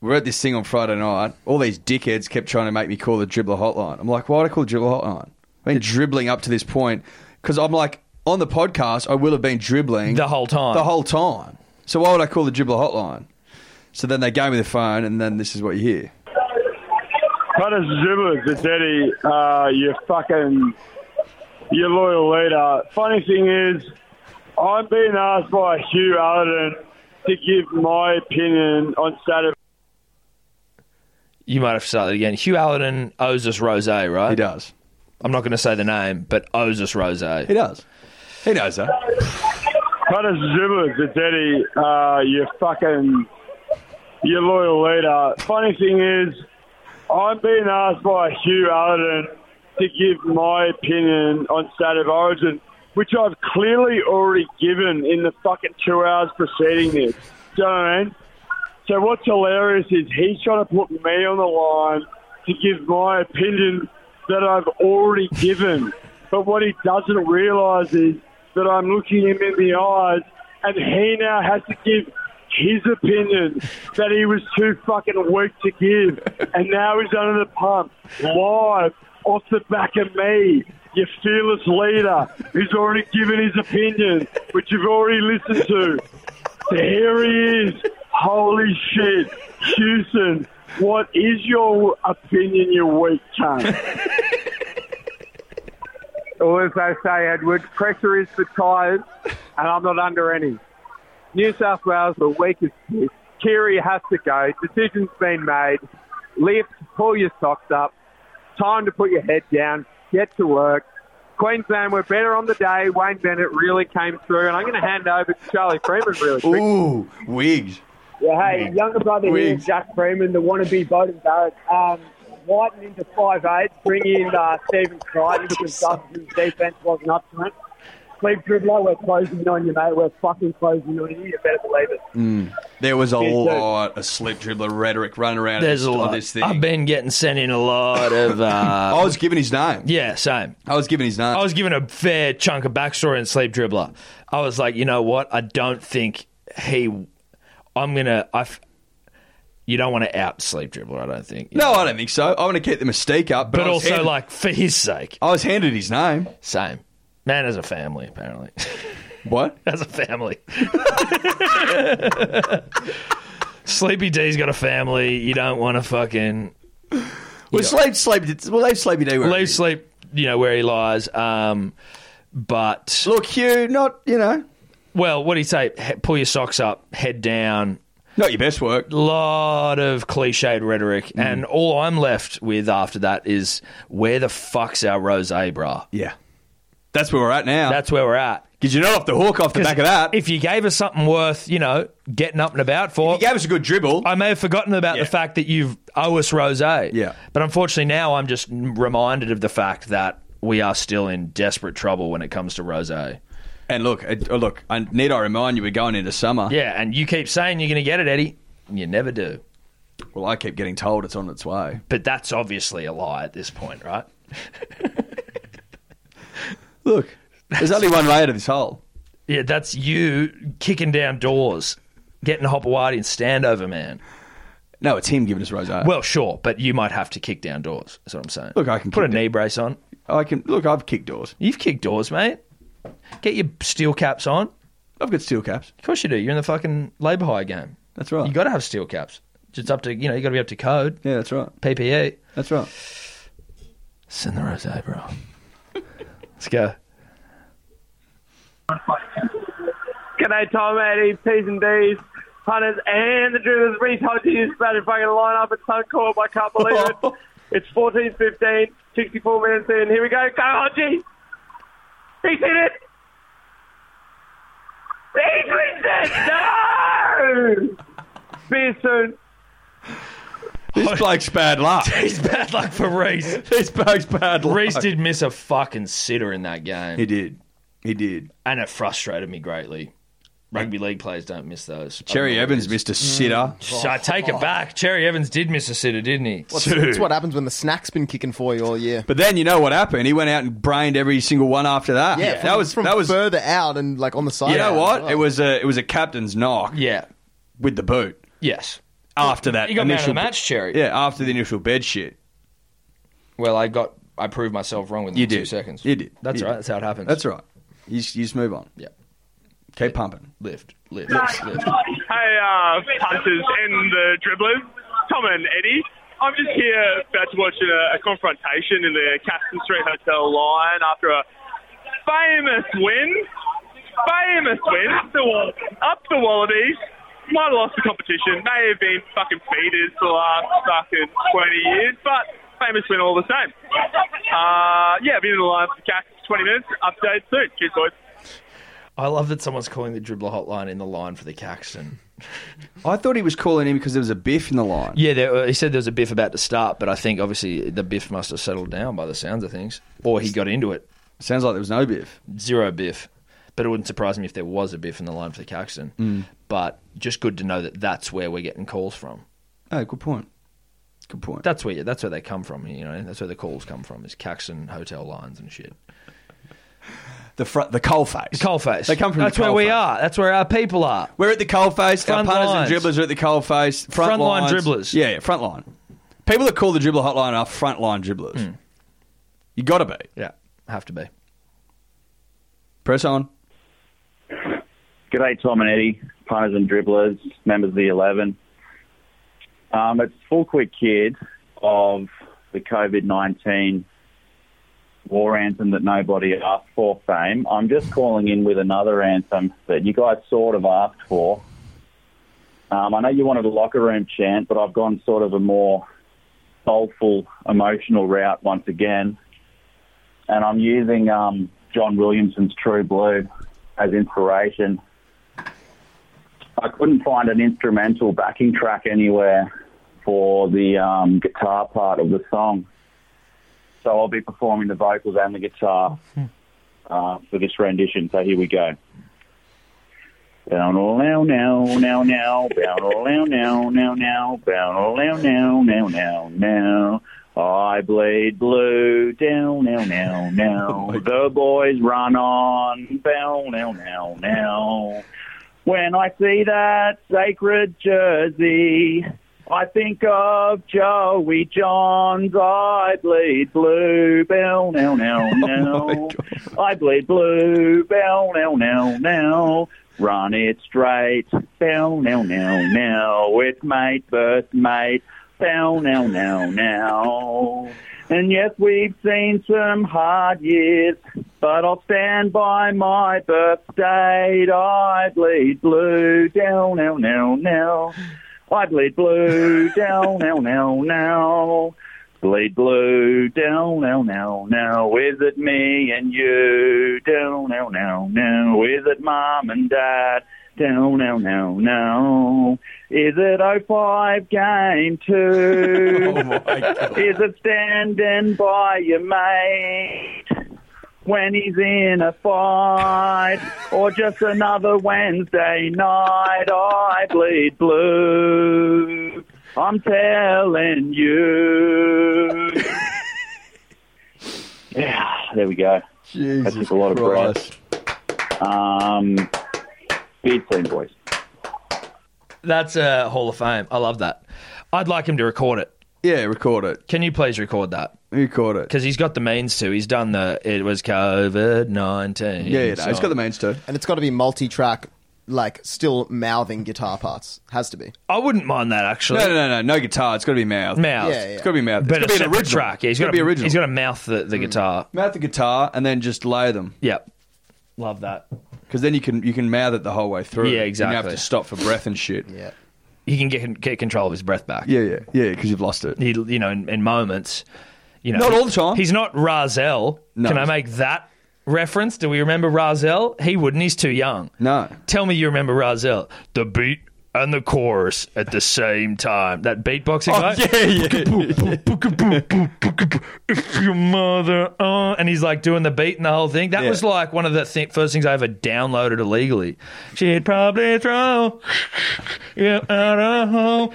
C: We're at this thing on Friday night. All these dickheads kept trying to make me call the dribbler hotline. I'm like, why'd I call the dribbler hotline? I've been dribbling up to this point because I'm like, on the podcast, I will have been dribbling
B: the whole time.
C: The whole time. So why would I call the dribbler hotline? So then they gave me the phone, and then this is what you hear.
Q: Punters and dribblers, it's Eddie. Uh, you fucking. Your loyal leader. Funny thing is, I'm being asked by Hugh Allerton to give my opinion on Saturday.
B: You might have to start that again. Hugh Allerton owes us Rose, right? He
C: does.
B: I'm not going to say the name, but owes us Rose. He
C: does. He knows that.
Q: Punters and dribblers, it's Eddie. Uh, you fucking. Your loyal leader. Funny thing is, I'm being asked by Hugh Allerton to give my opinion on State of Origin, which I've clearly already given in the fucking two hours preceding this. Do you know what I mean? So what's hilarious is he's trying to put me on the line to give my opinion that I've already given. But what he doesn't realise is that I'm looking him in the eyes and he now has to give his opinion that he was too fucking weak to give. And now he's under the pump, live, off the back of me, your fearless leader who's already given his opinion, which you've already listened to. So here he is. Holy shit. Houston, what is your opinion, you weak cunt? or as they say, Edward, pressure is for tyres, and I'm not under any. New South Wales were weak as piss. Kiri has to go. Decision's been made. Lift, pull your socks up. Time to put your head down. Get to work. Queensland were better on the day. Wayne Bennett really came through, and I'm going to hand over to Charlie Freeman really quick.
C: Ooh, wigs.
D: Yeah, hey,
C: Wigs.
D: younger brother here,
C: Wigs.
D: Jack Freeman, the wannabe Bowden Barrett. Um, widen into five eight, bring in uh, Stephen Crichton because Dustin's defence wasn't up to it. Sleep dribbler, we're closing in on you, mate. We're fucking closing in on you. You better believe it.
C: Mm. There was a
B: Yeah, so-
C: lot of slick dribbler rhetoric running around
B: There's
C: this,
B: a lot.
C: on this thing.
B: I've been getting sent in a lot of. Uh,
C: I was given his name.
B: Yeah, same.
C: I was given his name.
B: I was given a fair chunk of backstory in Sleep Dribbler. I was like, you know what? I don't think he. I'm gonna. I. f- You don't want to out Sleep Dribbler. I don't think.
C: No, I don't think so. I want to keep the mistake up, but,
B: But,
C: I was
B: also,
C: handed-
B: like for his sake,
C: I was Oh, handed his name.
B: Same. Man has a family, apparently.
C: What?
B: Has a family. Sleepy D's got a family. You don't want to fucking.
C: Well, sleep, sleep. Well, leave Sleepy D.
B: Leave sleep. You know where he lies. Um, but
C: look, Hugh. Not you know.
B: Well, what do you say? He- pull your socks up, head down.
C: Not your best work. Mm.
B: Lot of cliched rhetoric, and all I'm left with after that is where the fuck's our rose, bra?
C: Yeah, that's where we're at now.
B: That's where we're at.
C: Because you're not off the hook off the
B: 'Cause
C: back of that.
B: If you gave us something worth, you know, getting up and about for,
C: you gave us a good dribble.
B: I may have forgotten about the fact that you owe us rose. Yeah, but unfortunately now I'm just reminded of the fact that we are still in desperate trouble when it comes to rose.
C: And look, uh, look. I need I remind you, we're going into summer.
B: Yeah, and you keep saying you're going to get it, Eddie. and You never do.
C: Well, I keep getting told it's on its way.
B: But that's obviously a lie at this point, right?
C: Look, there's only one way out of this hole.
B: Yeah, that's you kicking down doors, getting a Hopawati and standover man.
C: No, it's him giving us rose.
B: Well, sure, but you might have to kick down doors. That's what I'm saying.
C: Look, I can
B: put a
C: kick
B: knee brace on.
C: I can look. I've kicked doors.
B: You've kicked doors, mate. Get your steel caps on.
C: I've got steel caps.
B: Of course you do. You're in the fucking labour hire game.
C: That's right.
B: You got to have steel caps. It's up to you know. You got to be up to code.
C: Yeah, that's right.
B: PPE.
C: That's right.
B: Send the rose, eh, bro. Let's go.
D: G'day, Tom, Eddie, P's and D's, punters, and the dribblers. Retold to you started fucking line up at Suncorp. I can't believe it. It's 14.15, 64 minutes in. Here we go. Go, Hodgie. He's in it. He's wins it. No! See you soon.
C: This bloke's bad luck.
B: He's bad luck for Reese.
C: this bloke's bad luck.
B: Reese did miss a fucking sitter in that game.
C: He did. He did.
B: And it frustrated me greatly. Rugby league players don't miss those. Mm.
C: Cherry Evans missed a sitter.
B: So I take it back. Cherry Evans did miss a sitter, didn't he?
E: Well, it's- it's what happens when the snack's been kicking for you all year.
C: But then you know what happened. He went out and brained every single one after that.
E: Yeah,
C: Ah, that was
E: from
C: that was.
E: further out and like on the side.
C: You know what?
E: Well.
C: It was a it was a captain's knock.
B: Yeah,
C: with the boot.
B: Yes.
C: After that,
B: You got man of
C: initial
B: the match, Cherry.
C: Yeah, after the initial bed shit.
B: Well, I got I proved myself wrong within
C: You
B: two
C: did.
B: seconds.
C: You did.
B: That's
C: You
B: right.
C: did.
B: That's how it happens.
C: That's right. You, just- you just move on.
B: Yeah.
C: Keep pumping.
B: Lift, lift, lift.
Q: Hey, uh, punters and the dribblers, Tom and Eddie. I'm just here about to watch a, a confrontation in the Caston Street Hotel line after a famous win. Famous win. Up the, Wall- up the Wallabies. Might have lost the competition. May have been fucking feeders the last fucking 20 years, but famous win all the same. Uh, yeah, been in the line for Caston 20 minutes. Update soon. Cheers, boys.
B: I love that someone's calling the dribbler hotline in the line for the Caxton.
C: I thought he was calling in because there was a biff in the line.
B: Yeah, there, he said there was a biff about to start, Uh, but I think obviously the biff must have settled down by the sounds of things, or he got into it.
C: Sounds like there was no biff.
B: Zero biff, but it wouldn't surprise me if there was a biff in the line for the Caxton.
C: Mm.
B: But just good to know that that's where we're getting calls from.
C: Oh, good point. Good point.
B: That's where that's where they come from. You know, that's where the calls come from is Caxton hotel lines and shit.
C: The front, the coal face. The
B: coal face.
C: They come from.
B: That's
C: the
B: where
C: coal
B: we
C: face.
B: are. That's where our people are.
C: We're at the coal face. Our
B: Front
C: punters
B: lines.
C: and dribblers are at the coal face. Front,
B: Front line
C: lines.
B: dribblers.
C: Yeah, yeah, front line. People that call the dribbler hotline are front line dribblers. You got to be.
B: Yeah, have to be.
C: Press on.
R: G'day, Tom and Eddie, punters and dribblers, members of the 11. Um, it's full quick kid of the COVID 19 war anthem that nobody asked for fame. I'm just calling in with another anthem that you guys sort of asked for. Um, I know you wanted a locker room chant, but I've gone sort of a more soulful, emotional route once again. And I'm using um, John Williamson's True Blue as inspiration. I couldn't find an instrumental backing track anywhere for the um, guitar part of the song. So I'll be performing the vocals and the guitar uh, for this rendition. So here we go.
S: Bound now now now now bound now now now now bound now now now now now. I bleed blue down now now now. the boys run on bound now now now. When I see that sacred jersey, I think of Joey Johns. I bleed blue, bell, now, now, now. I bleed blue, bell, now, now, now. Run it straight, bell, now, now, now. With mate, birth mate, bell, now, now, now. And yes, we've seen some hard years, but I'll stand by my birth date. I bleed blue, down, now, now, now. I bleed blue, down, now, now, now. Bleed blue, down, now, now, now. Is it me and you? Down, now, now, now. Is it mum and dad? Down, now, now, now. Is it 05 game two? Is it standing by your mate when he's in a fight? Or just another Wednesday night? I bleed blue. I'm telling you. yeah, there we go. that took a lot of breath. Um, be clean, boys.
B: That's a Hall of Fame. I love that. I'd like him to record it.
C: Yeah, record it.
B: Can you please record that?
C: Record it.
B: Because he's got the means to. He's done the. It was COVID 19.
C: means to.
E: And it's got to be multi track, like still mouthing guitar parts. Has to be.
B: I wouldn't mind that, actually.
C: No, no, no, no, no guitar. It's got to be mouth.
B: Mouth.
C: Yeah, yeah. It's got to be mouth.
B: But
C: it's got
B: a
C: to be an
B: separate
C: original
B: track. Yeah, he's
C: It's
B: got
C: gotta be original. Hmm.
B: He's got to mouth the, the guitar.
C: Mouth the guitar and then just lay them.
B: Yep. Love that.
C: Because then you can you can mouth it the whole way through.
B: Yeah,
C: You don't
B: exactly.
C: have to stop for breath and shit.
E: Yeah.
B: He can get get control of his breath back.
C: Yeah, yeah, yeah. Because you've lost it.
B: He, you know, in, in moments. You know,
C: Not all the time.
B: He's not Razel.
C: No.
B: Can I make that reference? Do we remember Razel? He wouldn't. He's too young.
C: No.
B: Tell me you remember Razel. The beat and the chorus at the same time. That beatboxing
C: Oh,
B: guy. If your mother, uh, and he's like doing the beat and the whole thing. That
F: Yeah.
B: was like one of the th- first things I ever downloaded illegally. She'd probably throw you out of home.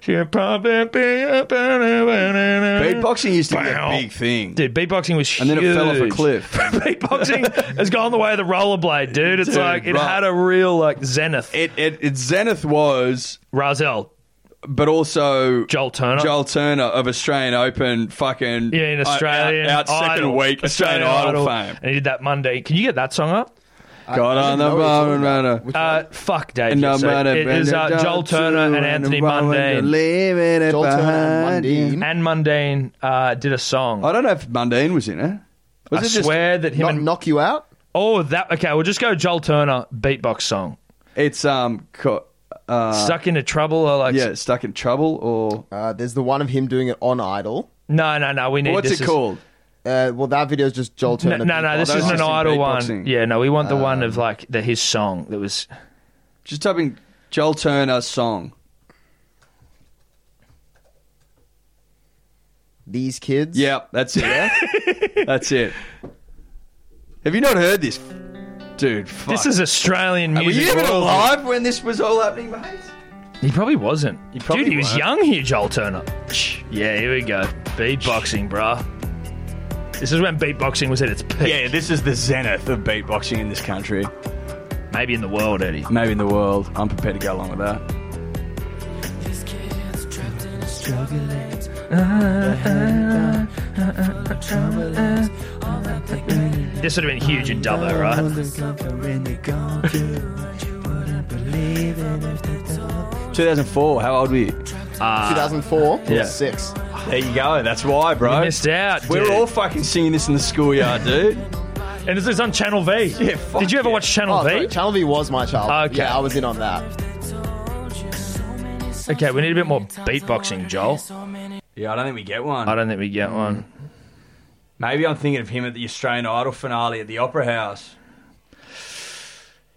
B: She'd probably be up Beatboxing
C: used to be a big thing,
B: dude. Beatboxing was
C: And
B: huge.
C: then it fell off a cliff.
B: beatboxing has gone the way of the rollerblade, dude. It's
C: Dude,
B: like it
C: right.
B: had a real like zenith.
C: It, it, it zenith was
B: Razel,
C: but also
B: Joel Turner.
C: Joel Turner of Australian Open, fucking
B: Yeah, in
C: uh,
B: Australian
C: out, out second
B: Idol.
C: week Australian, Idol, fame.
B: And he did that Monday. Can you get that song up?
C: Got on the bar and ran a-
B: Uh, fuck, Dave.
C: And I'm
B: So
C: running
B: it is uh,
C: Brendan
B: Joel
C: Johnson
B: Turner and
C: and
B: Anthony
C: Rowan
B: Mundine.
C: leaving it Joel Turner and behind Mundine. you.
B: And Mundine uh, did a song. I
C: don't know if Mundine was in it. Was
B: I
C: it just-
B: swear that him
C: Knock-
B: and
E: knock you out.
B: Oh, that okay. We'll just go Joel Turner beatbox song.
C: It's um co- uh,
B: Stuck into trouble or like
C: yeah, stuck in trouble or
E: uh, there's the one of him doing it on Idol.
B: No, no, no. We need.
E: What's
B: this
E: it
B: is-
E: called? Uh, well, that video is just Joel
B: No,
E: Turner.
B: no, no, this
E: beatboxing.
B: isn't an idol one. Yeah, no, we want the one of like the his song that was.
C: Um, Just type in Joel Turner song.
E: These kids.
C: Yep, that's it. that's it. Have you not heard this, dude? Fuck.
B: This is Australian
C: Were
B: music.
C: you even
B: royalty.
C: alive when this was all happening, mate?
B: He probably wasn't.
C: probably
B: Dude, he was
C: weren't.
B: young here, Joel Turner. Yeah, here we go. Beatboxing, bruh. This is when beatboxing was at its peak.
C: Yeah, this is the zenith of beatboxing in this country.
B: Maybe in the world, Eddie.
C: Maybe in the world. I'm prepared to go along with that.
B: This would have been huge in Dubbo, right?
Q: right?
C: 2004. How old were you?
E: 2004.
C: Yeah.
E: Six.
C: Uh, There you go. That's why, bro.
B: You missed out,
C: We
B: dude.
C: were all fucking singing this in the schoolyard, dude.
B: And this is on Channel V. Yeah, Did you ever watch Channel
E: Oh,
B: V?
E: sorry, Channel V was my child.
B: Okay.
E: Yeah, I was in on that.
B: Okay, we need a bit more beatboxing, Joel.
C: Yeah, I don't think we get one.
B: I don't think we get one.
C: Maybe I'm thinking of him at the Australian Idol finale at the Opera House.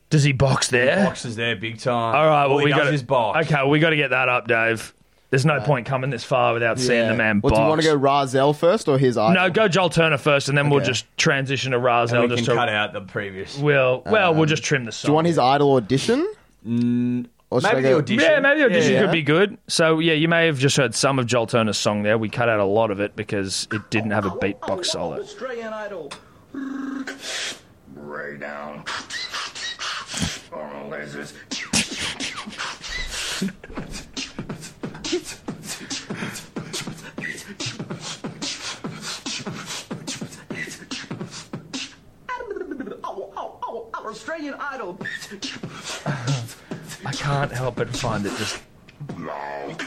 B: Does he box there?
C: Boxes there, big time.
B: All right,
C: All
B: well,
C: Uh, oh, he
B: we
C: does
B: got
C: is box.
B: Okay, we got to get that up, Dave. There's no point coming this far without seeing the man
E: Well,
B: box.
E: do you want to go Razel first or his eye?
B: no, go Joel Turner first, and then we'll
E: Okay.
B: just transition to
E: And
B: Razel.
E: we
B: just
E: can
B: to,
E: cut
C: out the previous.
B: We'll well,
E: Um,
B: we'll just trim the
E: Do you
B: song.
E: want his idol audition? Mm,
B: Yeah, maybe the audition could be good. So yeah, you may have just heard some of Joel Turner's song there. We cut out a lot of it because it didn't have a beatbox solo.
D: Australian Idol. Ray down. Formal lasers. Australian Idol.
B: I can't help but find that just
D: Long.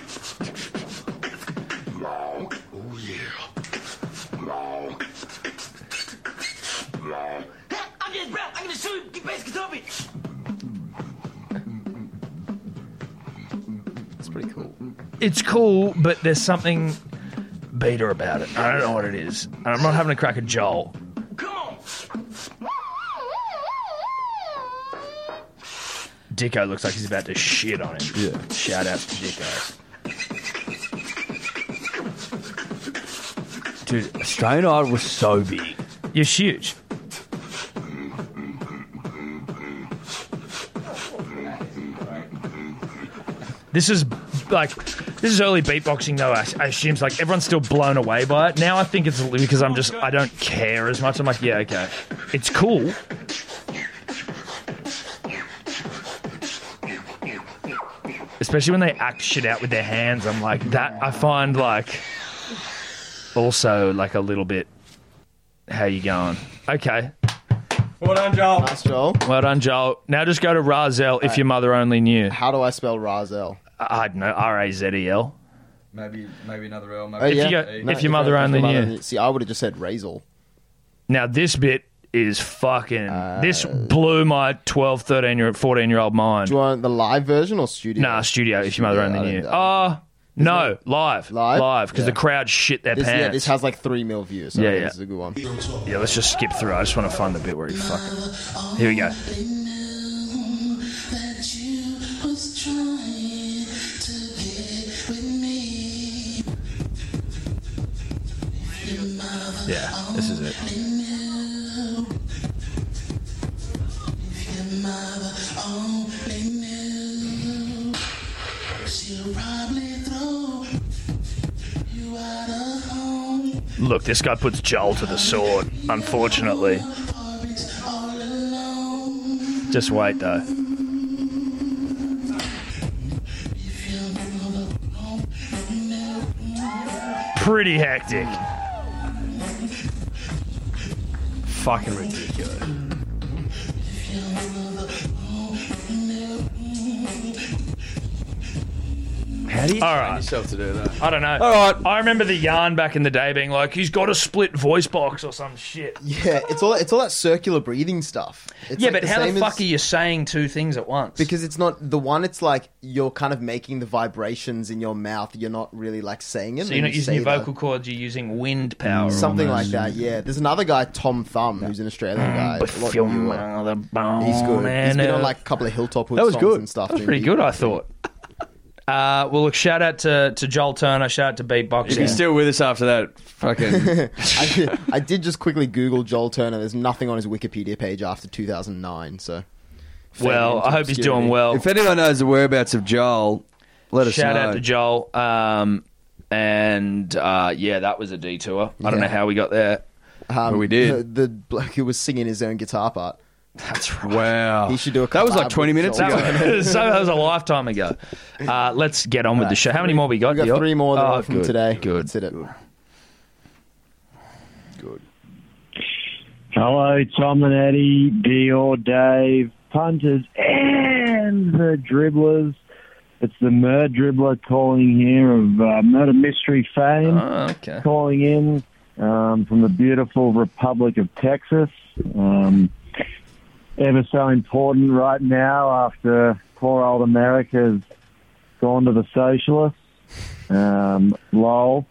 D: Long. Oh yeah. Long. Long. I'm getting brown. I'm gonna shoot. Get bass guitar beat.
B: It's pretty cool. It's cool, but there's something beta about it. I don't know what it is. And I'm not having a crack at Joel. Dicko looks like he's about to shit on him. Yeah. Shout out to Dicko.
C: Dude, Australian Idol was so big.
B: You're huge. This is like this is early beatboxing though. I, I assume it's like everyone's still blown away by it. Now I think it's because I'm just I don't care as much. I'm like yeah okay, it's cool. Especially when they act shit out with their hands. I'm like that. I find like also like a little bit. How you going? Okay.
C: Well done, Joel.
E: Nice, Joel.
B: Well done, Joel. Now just go to Razel if
E: Alright.
B: your mother only knew.
E: How do I spell Razel?
B: I I don't know. R A Z E L.
G: Maybe maybe another L.
E: Oh, yeah. No,
B: if your mother only
E: your
B: knew.
E: See, I would have just said Razel.
B: Now this bit is fucking.
E: Uh,
B: this blew my 12, 13, year, 14 year old mind.
E: Do you want the live version or studio?
B: Nah, studio. If your mother only knew. Oh
E: Uh,
B: no, live,
E: Live?
B: live, because
E: Yeah.
B: the crowd shit their
E: this,
B: pants.
E: yeah, this has like 3 mil views. So
B: yeah, yeah.
E: This is a good one.
B: Yeah, let's just skip through. I just want to find the bit where he fucking. Here we go. Yeah, this is it. Look, this guy puts Joel to the sword, unfortunately. Just wait, though. Pretty hectic. Fucking ridiculous. How do you All right.
G: yourself to do that?
B: I don't know. All right. I remember the yarn back in the day being like, he's got a split voice box or some shit.
E: Yeah, it's all it's all that circular breathing stuff. It's
B: yeah,
E: like
B: but how
E: same
B: the
E: as-
B: fuck are you saying two things at once?
E: Because it's not the one. It's like you're kind of making the vibrations in your mouth. You're not really like saying it.
B: So
E: and
B: you're not
E: you
B: using your
E: say the-
B: vocal cords, you're using wind power.
E: Something like that, yeah. There's another guy, Tom Thumb, who's an Australian guy.
B: Mm, but
E: a lot
B: film
E: newer. He's good. He's been on like a couple of Hilltop Hood
B: That was
E: songs
B: good.
E: and stuff.
B: That was
E: dude.
B: pretty good, I thought. Uh, well, look, shout out to, to Joel Turner, shout out to Beatboxing.
C: If he's still with us after that, fucking.
E: I, did, I did just quickly Google Joel Turner. There's nothing on his Wikipedia page after 2009, so. fade into obscurity.
C: If anyone knows the whereabouts of Joel, let us
B: Shout
C: know.
B: out to Joel. Um, and uh, yeah, that was a detour. I don't
E: Yeah.
B: know how we got there.
E: Um, The, the bloke who was singing his own guitar part.
B: That's
C: right. Wow.
E: He should do a
B: That was
E: collab
B: like 20
E: with
B: minutes
E: Joel
B: ago.
E: Turner.
B: so that was a lifetime ago. Uh, let's get on with the show. How many more we got?
E: We got
B: Dior?
E: three more that
B: Oh,
E: are from
B: good,
E: today.
B: Good.
E: That's it.
J: Hello, Tom and Eddie, Dior, Dave, punters, and the dribblers. It's the Murd Dribbler calling here of uh, Murder Mystery fame, calling in um, from the beautiful Republic of Texas. Um, ever so important right now after poor old America's gone to the socialists. Um, lol.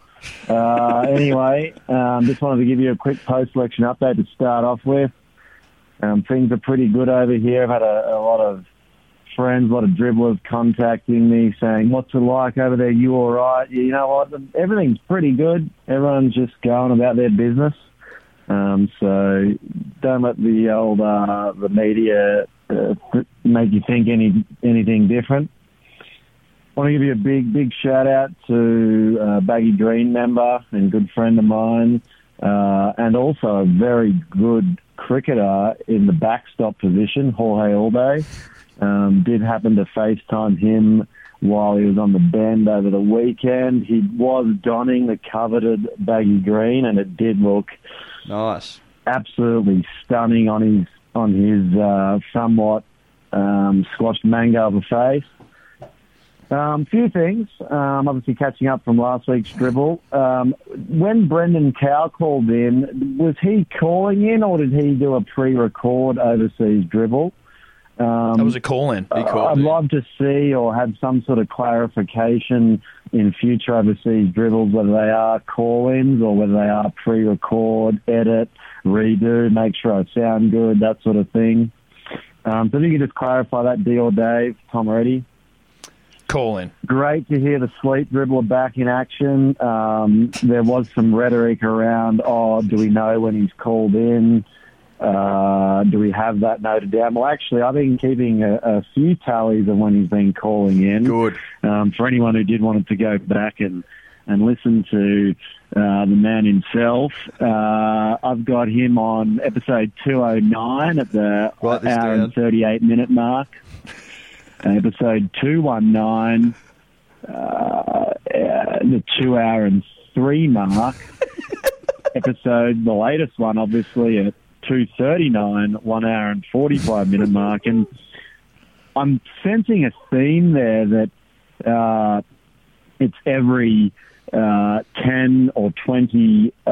J: Uh, anyway, um, just wanted to give you a quick post-election update to start off with. Um, things are pretty good over here. I've had a, a lot of friends, a lot of dribblers contacting me saying, "What's it like over there? You all right? You know what? Everything's pretty good. Everyone's just going about their business." Um, so don't let the old uh, the media uh, th- make you think any anything different. Want to give you a big big shout out to uh, Baggy Green member and good friend of mine, uh, and also a very good cricketer in the backstop position, Jorge Alday. Um, did happen to FaceTime him while he was on the bend over the weekend. He was donning the coveted baggy green, and it did look
C: nice,
J: absolutely stunning on his on his uh, somewhat um, squashed mango of a face. Um, few things. Um, obviously, catching up from last week's dribble. Um, when Brendan Cow called in, was he calling in or did he do a pre-record overseas dribble? Um,
B: That was a call in.
J: I- I'd love to see or have some sort of clarification in future overseas dribbles, whether they are call-ins or whether they are pre-record, edit, redo, make sure I sound good, that sort of thing. Um, so if you could just clarify that, D or Dave, Tom Reddy.
B: Call in.
J: Great to hear the sleep dribbler back in action. Um, there was some rhetoric around, oh, do we know when he's called in? Uh, do we have that noted down? Well, actually, I've been keeping a, a few tallies of when he's been calling in.
C: Good.
J: Um, for anyone who did want to go back and, and listen to uh, the man himself, uh, I've got him on episode 209 at the hour
C: this down.
J: and 38 minute mark episode 219, uh, uh, the two hour and three mark. episode, the latest one, obviously, at 2.39, one hour and 45 minute mark. And I'm sensing a theme there that uh, it's every uh, 10 or 20 uh,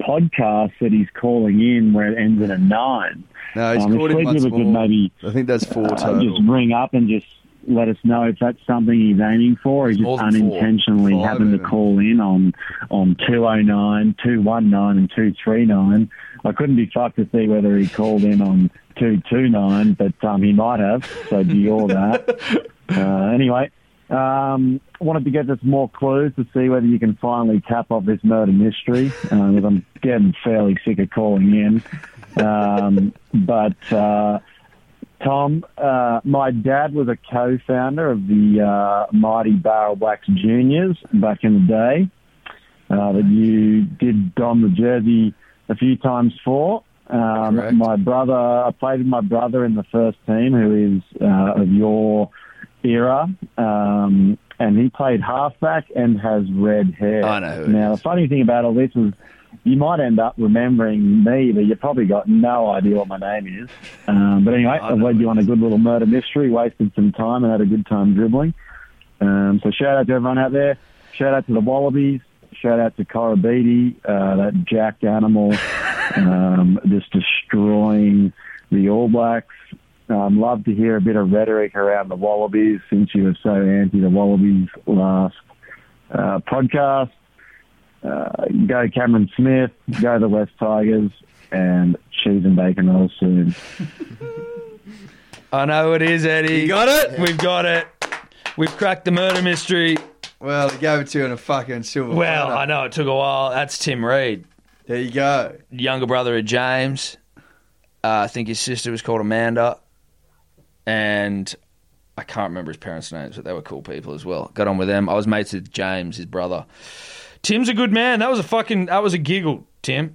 J: podcasts that he's calling in where it ends in a 9.
C: No, he's
J: Um, if
C: called in
J: Fleetwood
C: once
J: could
C: more.
J: maybe
C: I think that's four
J: uh,
C: total.
J: just ring up and just let us know if that's something he's aiming for. Or he just unintentionally happened to call in on on 209, 219, and 239. I couldn't be fucked to see whether he called in on 229, but um, he might have, so be all that. Uh, anyway, um, wanted to get just more clues to see whether you can finally tap off this murder mystery, uh, because I'm getting fairly sick of calling in. Um, but. Uh, Tom, uh, my dad was a co-founder of the uh, Mighty Barrel Blacks Juniors back in the day. Uh, that you did don the jersey a few times for. Um, my brother, I played with my brother in the first team, who is uh, of your era, um, and he played halfback and has red hair. I know. now, the funny thing about all this is you might end up remembering me, but you've probably got no idea what my name is. Um, but anyway, I've led you on a good little murder mystery, wasted some time and had a good time dribbling. Um, so shout out to everyone out there. Shout out to the Wallabies. Shout out to Corabidi, uh, that jacked animal, um, just destroying the All Blacks. Um, love to hear a bit of rhetoric around the Wallabies since you were so anti the Wallabies last uh, podcast uh, go Cameron Smith, go the West Tigers, and cheese and bacon rolls soon.
B: I know it is, Eddie.
C: You got it?
B: We've got it. We've cracked the murder mystery.
C: Well, he gave it to you in a fucking silver.
B: Well,
C: platter.
B: I know it took a while. That's Tim Reed.
C: There you go.
B: Younger brother of James. Uh, I think his sister was called Amanda. And I can't remember his parents' names, but they were cool people as well. Got on with them. I was mates with James, his brother. Tim's a good man. That was a fucking, that was a giggle, Tim.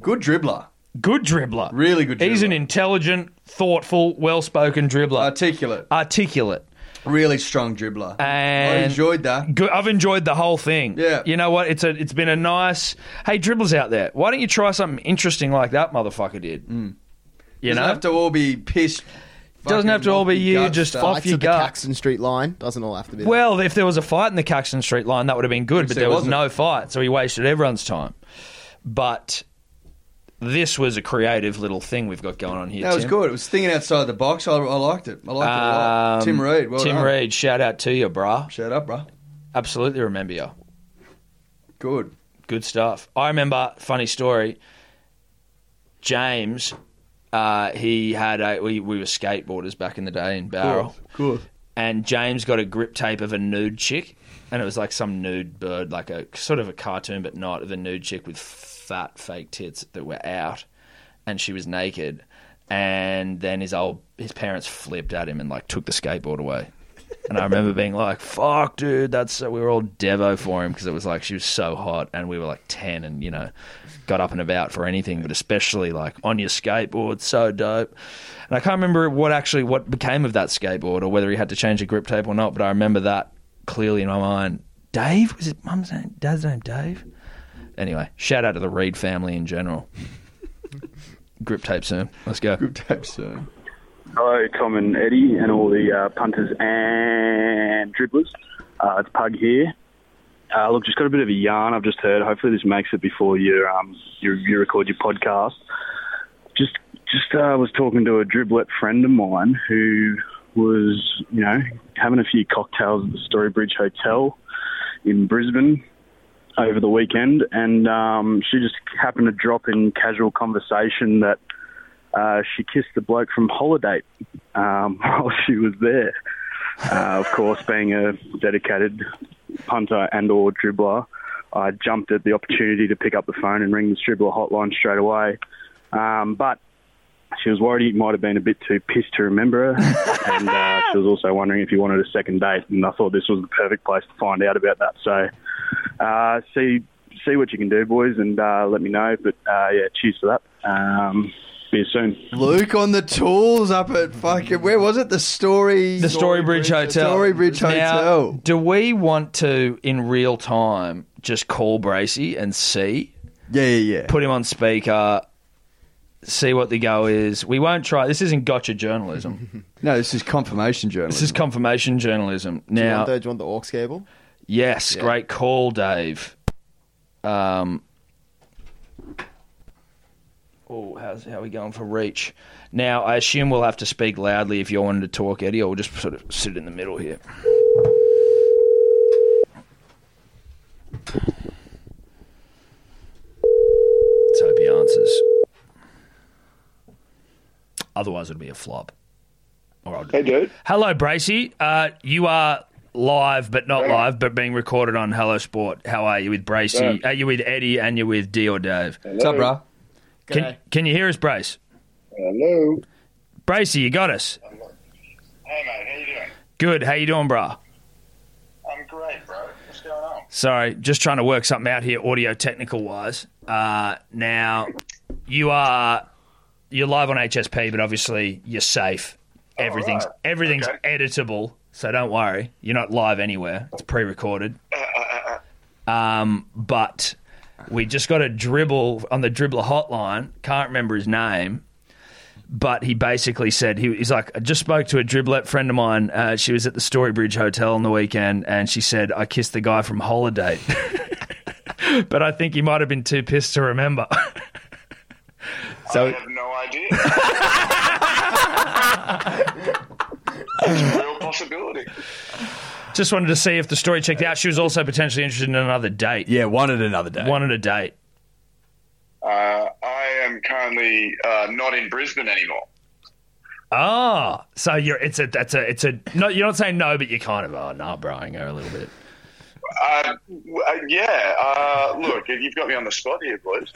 C: Good dribbler.
B: Good dribbler.
C: Really good
B: He's an intelligent, thoughtful, well spoken dribbler.
C: Articulate.
B: Articulate.
C: Really strong dribbler.
B: And
C: I enjoyed that.
B: Good, I've enjoyed the whole thing.
C: Yeah.
B: You know what? It's a it's been a nice. Hey, dribblers out there, why don't you try something interesting like that motherfucker did?
C: Mm.
B: You
C: Doesn't
B: know,
C: have to all be pissed.
B: Doesn't have to all be you, just off
E: Fights
B: your
E: at the
B: gut.
E: Caxton Street line doesn't all have to be. there.
B: Well, if there was a fight in the Caxton Street line, that would have been good,
E: Which
B: but
E: there
B: there was
E: wasn't.
B: no fight, so he wasted everyone's time. But this was a creative little thing we've got going on here.
C: That was
B: Tim.
C: good. It was thinking outside the box. I, I liked it. I liked it a lot.
B: Um,
C: Tim Reed. Well
B: Tim
C: done.
B: Reed, shout out to you, brah.
C: Shout out, brah.
B: Absolutely remember you.
C: Good.
B: Good stuff. I remember, funny story, James uh, he had a we, we were skateboarders back in the day in Barrel.
C: Good.
B: And James got a grip tape of a nude chick, and it was like some nude bird, like a sort of a cartoon, but not of a nude chick with fat fake tits that were out, and she was naked. And then his old his parents flipped at him and like took the skateboard away. And I remember being like, "Fuck, dude, that's so." We were all devo for him because it was like she was so hot, and we were like ten, and you know, got up and about for anything, but especially like on your skateboard, so dope. And I can't remember what actually what became of that skateboard, or whether he had to change the grip tape or not. But I remember that clearly in my mind. Dave was it? Mum's name, dad's name, Dave. Anyway, shout out to the Reed family in general. grip tape soon. Let's go. Grip
C: tape soon.
T: Hello, Tom and Eddie, and all the uh, punters and dribblers. Uh, it's Pug here. Uh, look, just got a bit of a yarn I've just heard. Hopefully, this makes it before you um, you, you record your podcast. Just just uh, was talking to a driblet friend of mine who was you know having a few cocktails at the Storybridge Hotel in Brisbane over the weekend, and um, she just happened to drop in casual conversation that uh, she kissed the bloke from Holiday um, while she was there. Uh, of course, being a dedicated punter and or dribbler, I jumped at the opportunity to pick up the phone and ring the dribbler hotline straight away. Um, but she was worried he might have been a bit too pissed to remember her, and uh, she was also wondering if he wanted a second date. And I thought this was the perfect place to find out about that. So, uh, see see what you can do, boys, and uh, let me know. But uh, yeah, cheers for that. Um, see you soon.
C: Luke on the tools up at fucking where was it? The story.
B: The Storybridge Hotel.
C: Storybridge
B: Now,
C: Hotel.
B: Do we want to, in real time, just call Bracey and see?
C: Yeah, yeah, yeah.
B: Put him on speaker, see what the go is. We won't try. This isn't gotcha journalism.
C: No, this is confirmation journalism.
B: this is confirmation journalism.
E: Do you
B: Now,
E: want the, do you want the aux cable?
B: yes, great call, Dave. Um, oh, how's how are we going for reach? Now, I assume we'll have to speak loudly if you're wanting to talk, Eddie, or we'll just sort of sit in the middle here. Let's hope he answers. Otherwise, it'll be a flop. Or I'll hey, dude. Hello, Bracey. Uh, you are live, but not live, but being recorded on Hello Sport. How are you with Bracey? Are you with Eddie and you're with D or Dave?
U: What's up, Hello.
B: bro? Can, can you hear us, Brace?
U: Hello.
B: Bracey, you got us.
U: Hey, mate, how you doing?
B: Good. How you doing, brah?
U: I'm great, bro. What's going on?
B: Sorry, just trying to work something out here, audio technical wise. Uh, now, you are you're live on HSP, but obviously you're safe. Everything's
U: Oh, right.
B: everything's editable, so don't worry. You're not live anywhere. It's pre-recorded.
U: Uh,
B: Um, but we just got a dribble on the dribbler hotline. Can't remember his name but he basically said he, he's like I just spoke to a driblet friend of mine. Uh, she was at the Storybridge Hotel on the weekend, and she said I kissed the guy from Holiday, but I think he might have been too pissed to remember. so
U: No idea. It's a real possibility.
B: just wanted to see if the story checked out. She was also potentially interested in another date.
C: Yeah, wanted another date.
B: Wanted a date.
U: Uh, I am currently uh, not in Brisbane anymore.
B: Oh, so you're it's a that's a it's a no. You're not saying no, but you're kind of oh nah, brying her a little bit.
U: Uh, w- uh, yeah, uh, look, you've got me on the spot here, boys.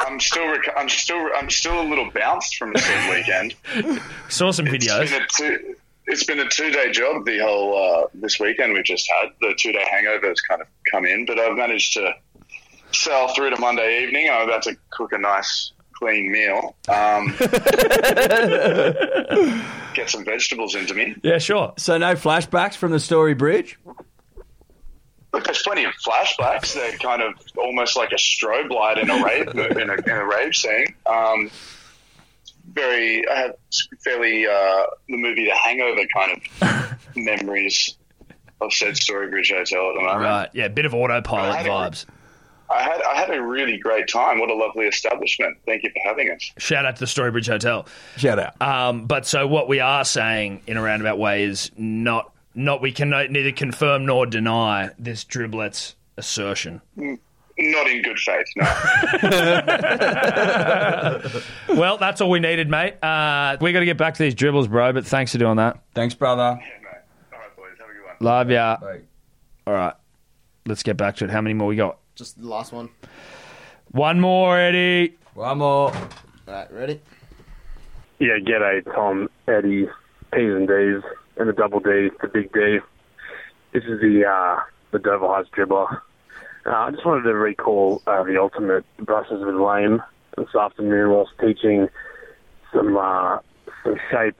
U: I'm still, rec- I'm still, I'm still a little bounced from the said weekend.
B: Saw some videos.
U: It's been a two, it's been a two-day job the whole uh, this weekend we've just had. The two-day hangover has kind of come in, but I've managed to sail through to Monday evening. I'm about to cook a nice clean meal. Um, get some vegetables into me.
B: Yeah, sure.
C: So no flashbacks from the story bridge.
U: Look, there's plenty of flashbacks. They're kind of almost like a strobe light in a rave in a, in a rave scene. Um, very, I have fairly uh, the movie The Hangover kind of memories of said Storybridge Hotel at the moment.
B: Right, yeah, bit of autopilot vibes.
U: I had I had a really great time. What a lovely establishment. Thank you for having us.
B: Shout out to the Storybridge Hotel.
C: Shout out.
B: Um, but so what we are saying in a roundabout way is not not we can no- neither confirm nor deny this driblet's assertion.
U: Mm, Not in good faith, no.
B: well, that's all we needed, mate. Uh, we got to get back to these dribbles, bro. But thanks for doing that.
C: Thanks, brother.
B: Love ya. All right, let's get back to it. How many more we got?
E: Just the last one.
B: One more, Eddie.
C: One more.
E: All right, ready?
V: Yeah, g'day, Tom, Eddie, P's and D's, and the double D, the big D. This is the uh, the Dover Heights dribbler. Uh, I just wanted to recall uh, the ultimate brushes with lame this afternoon whilst teaching some uh, some shape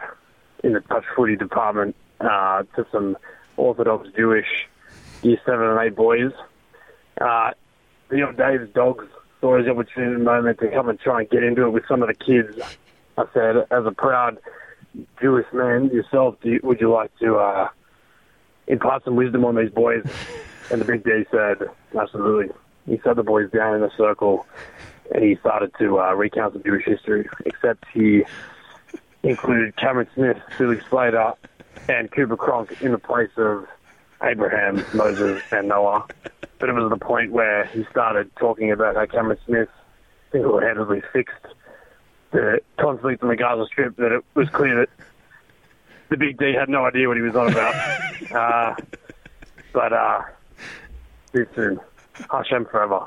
V: in the touch footy department uh, to some Orthodox Jewish year seven and eight boys. Uh, the old Dave's dogs saw his opportunity moment to come and try and get into it with some of the kids. I said, as a proud Jewish man yourself, do you, would you like to uh, impart some wisdom on these boys? And the big D said, absolutely. He sat the boys down in a circle and he started to uh, recount some Jewish history, except he included Cameron Smith, Felix Slater, and Cooper Cronk in the place of Abraham, Moses, and Noah. But it was at the point where he started talking about how Cameron Smith single handedly fixed the conflict in the Gaza Strip that it was clear that the Big D had no idea what he was on about. uh, but uh, too soon. Hashem forever.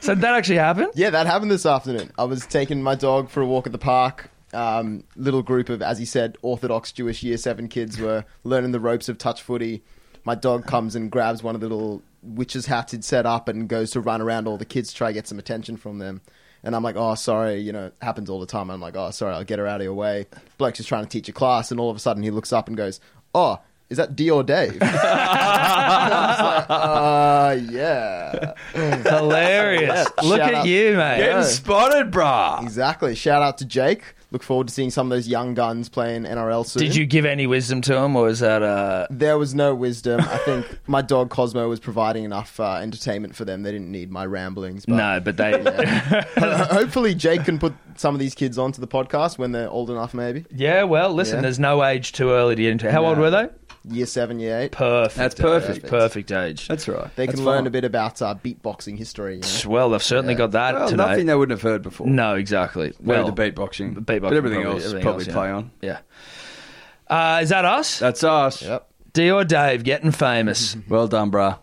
B: So that actually happened?
E: Yeah, that happened this afternoon. I was taking my dog for a walk at the park. Um, little group of, as he said, Orthodox Jewish year seven kids were learning the ropes of touch footy. My dog comes and grabs one of the little witches' hats he'd set up and goes to run around all the kids to try to get some attention from them. And I'm like, oh, sorry, you know, it happens all the time. I'm like, oh, sorry, I'll get her out of your way. Bloke's just trying to teach a class, and all of a sudden he looks up and goes, oh, is that D or Dave? And I was like, uh, yeah.
B: Hilarious. Look at you, mate. Getting
E: spotted, brah. Exactly. Shout out to Jake. Look forward to seeing some of those young guns playing NRL soon.
B: Did you give any wisdom to him, or is that uh?
E: There was no wisdom. I think my dog Cosmo was providing enough uh, entertainment for them. They didn't need my ramblings. But,
B: No, but they.
E: But ho- hopefully, Jake can put some of these kids onto the podcast when they're old enough, maybe.
B: Yeah, well, listen,
E: Yeah.
B: there's no age too early to get into. it. How old
E: No.
B: were they?
E: Year seven, year eight.
B: Perfect. That's
E: perfect.
B: Perfect age.
C: That's right.
E: They can learn a bit about uh, beatboxing history. You know?
B: Well, they've certainly
E: Yeah.
B: got that
E: Well,
B: tonight.
E: nothing
C: they wouldn't have heard before.
B: No, exactly.
C: Well,
B: Well,
C: the beatboxing,
B: beatboxing,
C: but everything
B: probably-
C: else
B: everything
C: probably
B: else,
C: play
B: yeah.
C: on.
B: Yeah. Uh, is that us?
C: That's us.
E: Yep.
B: D or Dave getting famous.
C: well done, bruh.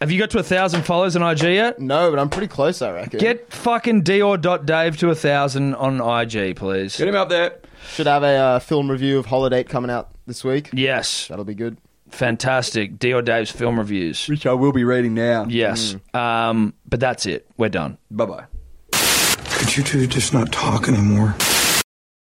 B: Have you got to a thousand followers on IG yet?
E: No, but I'm pretty close, I reckon.
B: Get fucking Dior.Dave to a thousand on IG, please.
C: Get him up there.
E: Should have a uh, film review of Holiday coming out this week.
B: Yes.
E: That'll be good.
B: Fantastic. Dior Dave's film reviews.
C: Which I will be reading now. Mm.
B: Yes. Um, but that's it. We're done.
C: Bye bye.
W: Could you two just not talk anymore?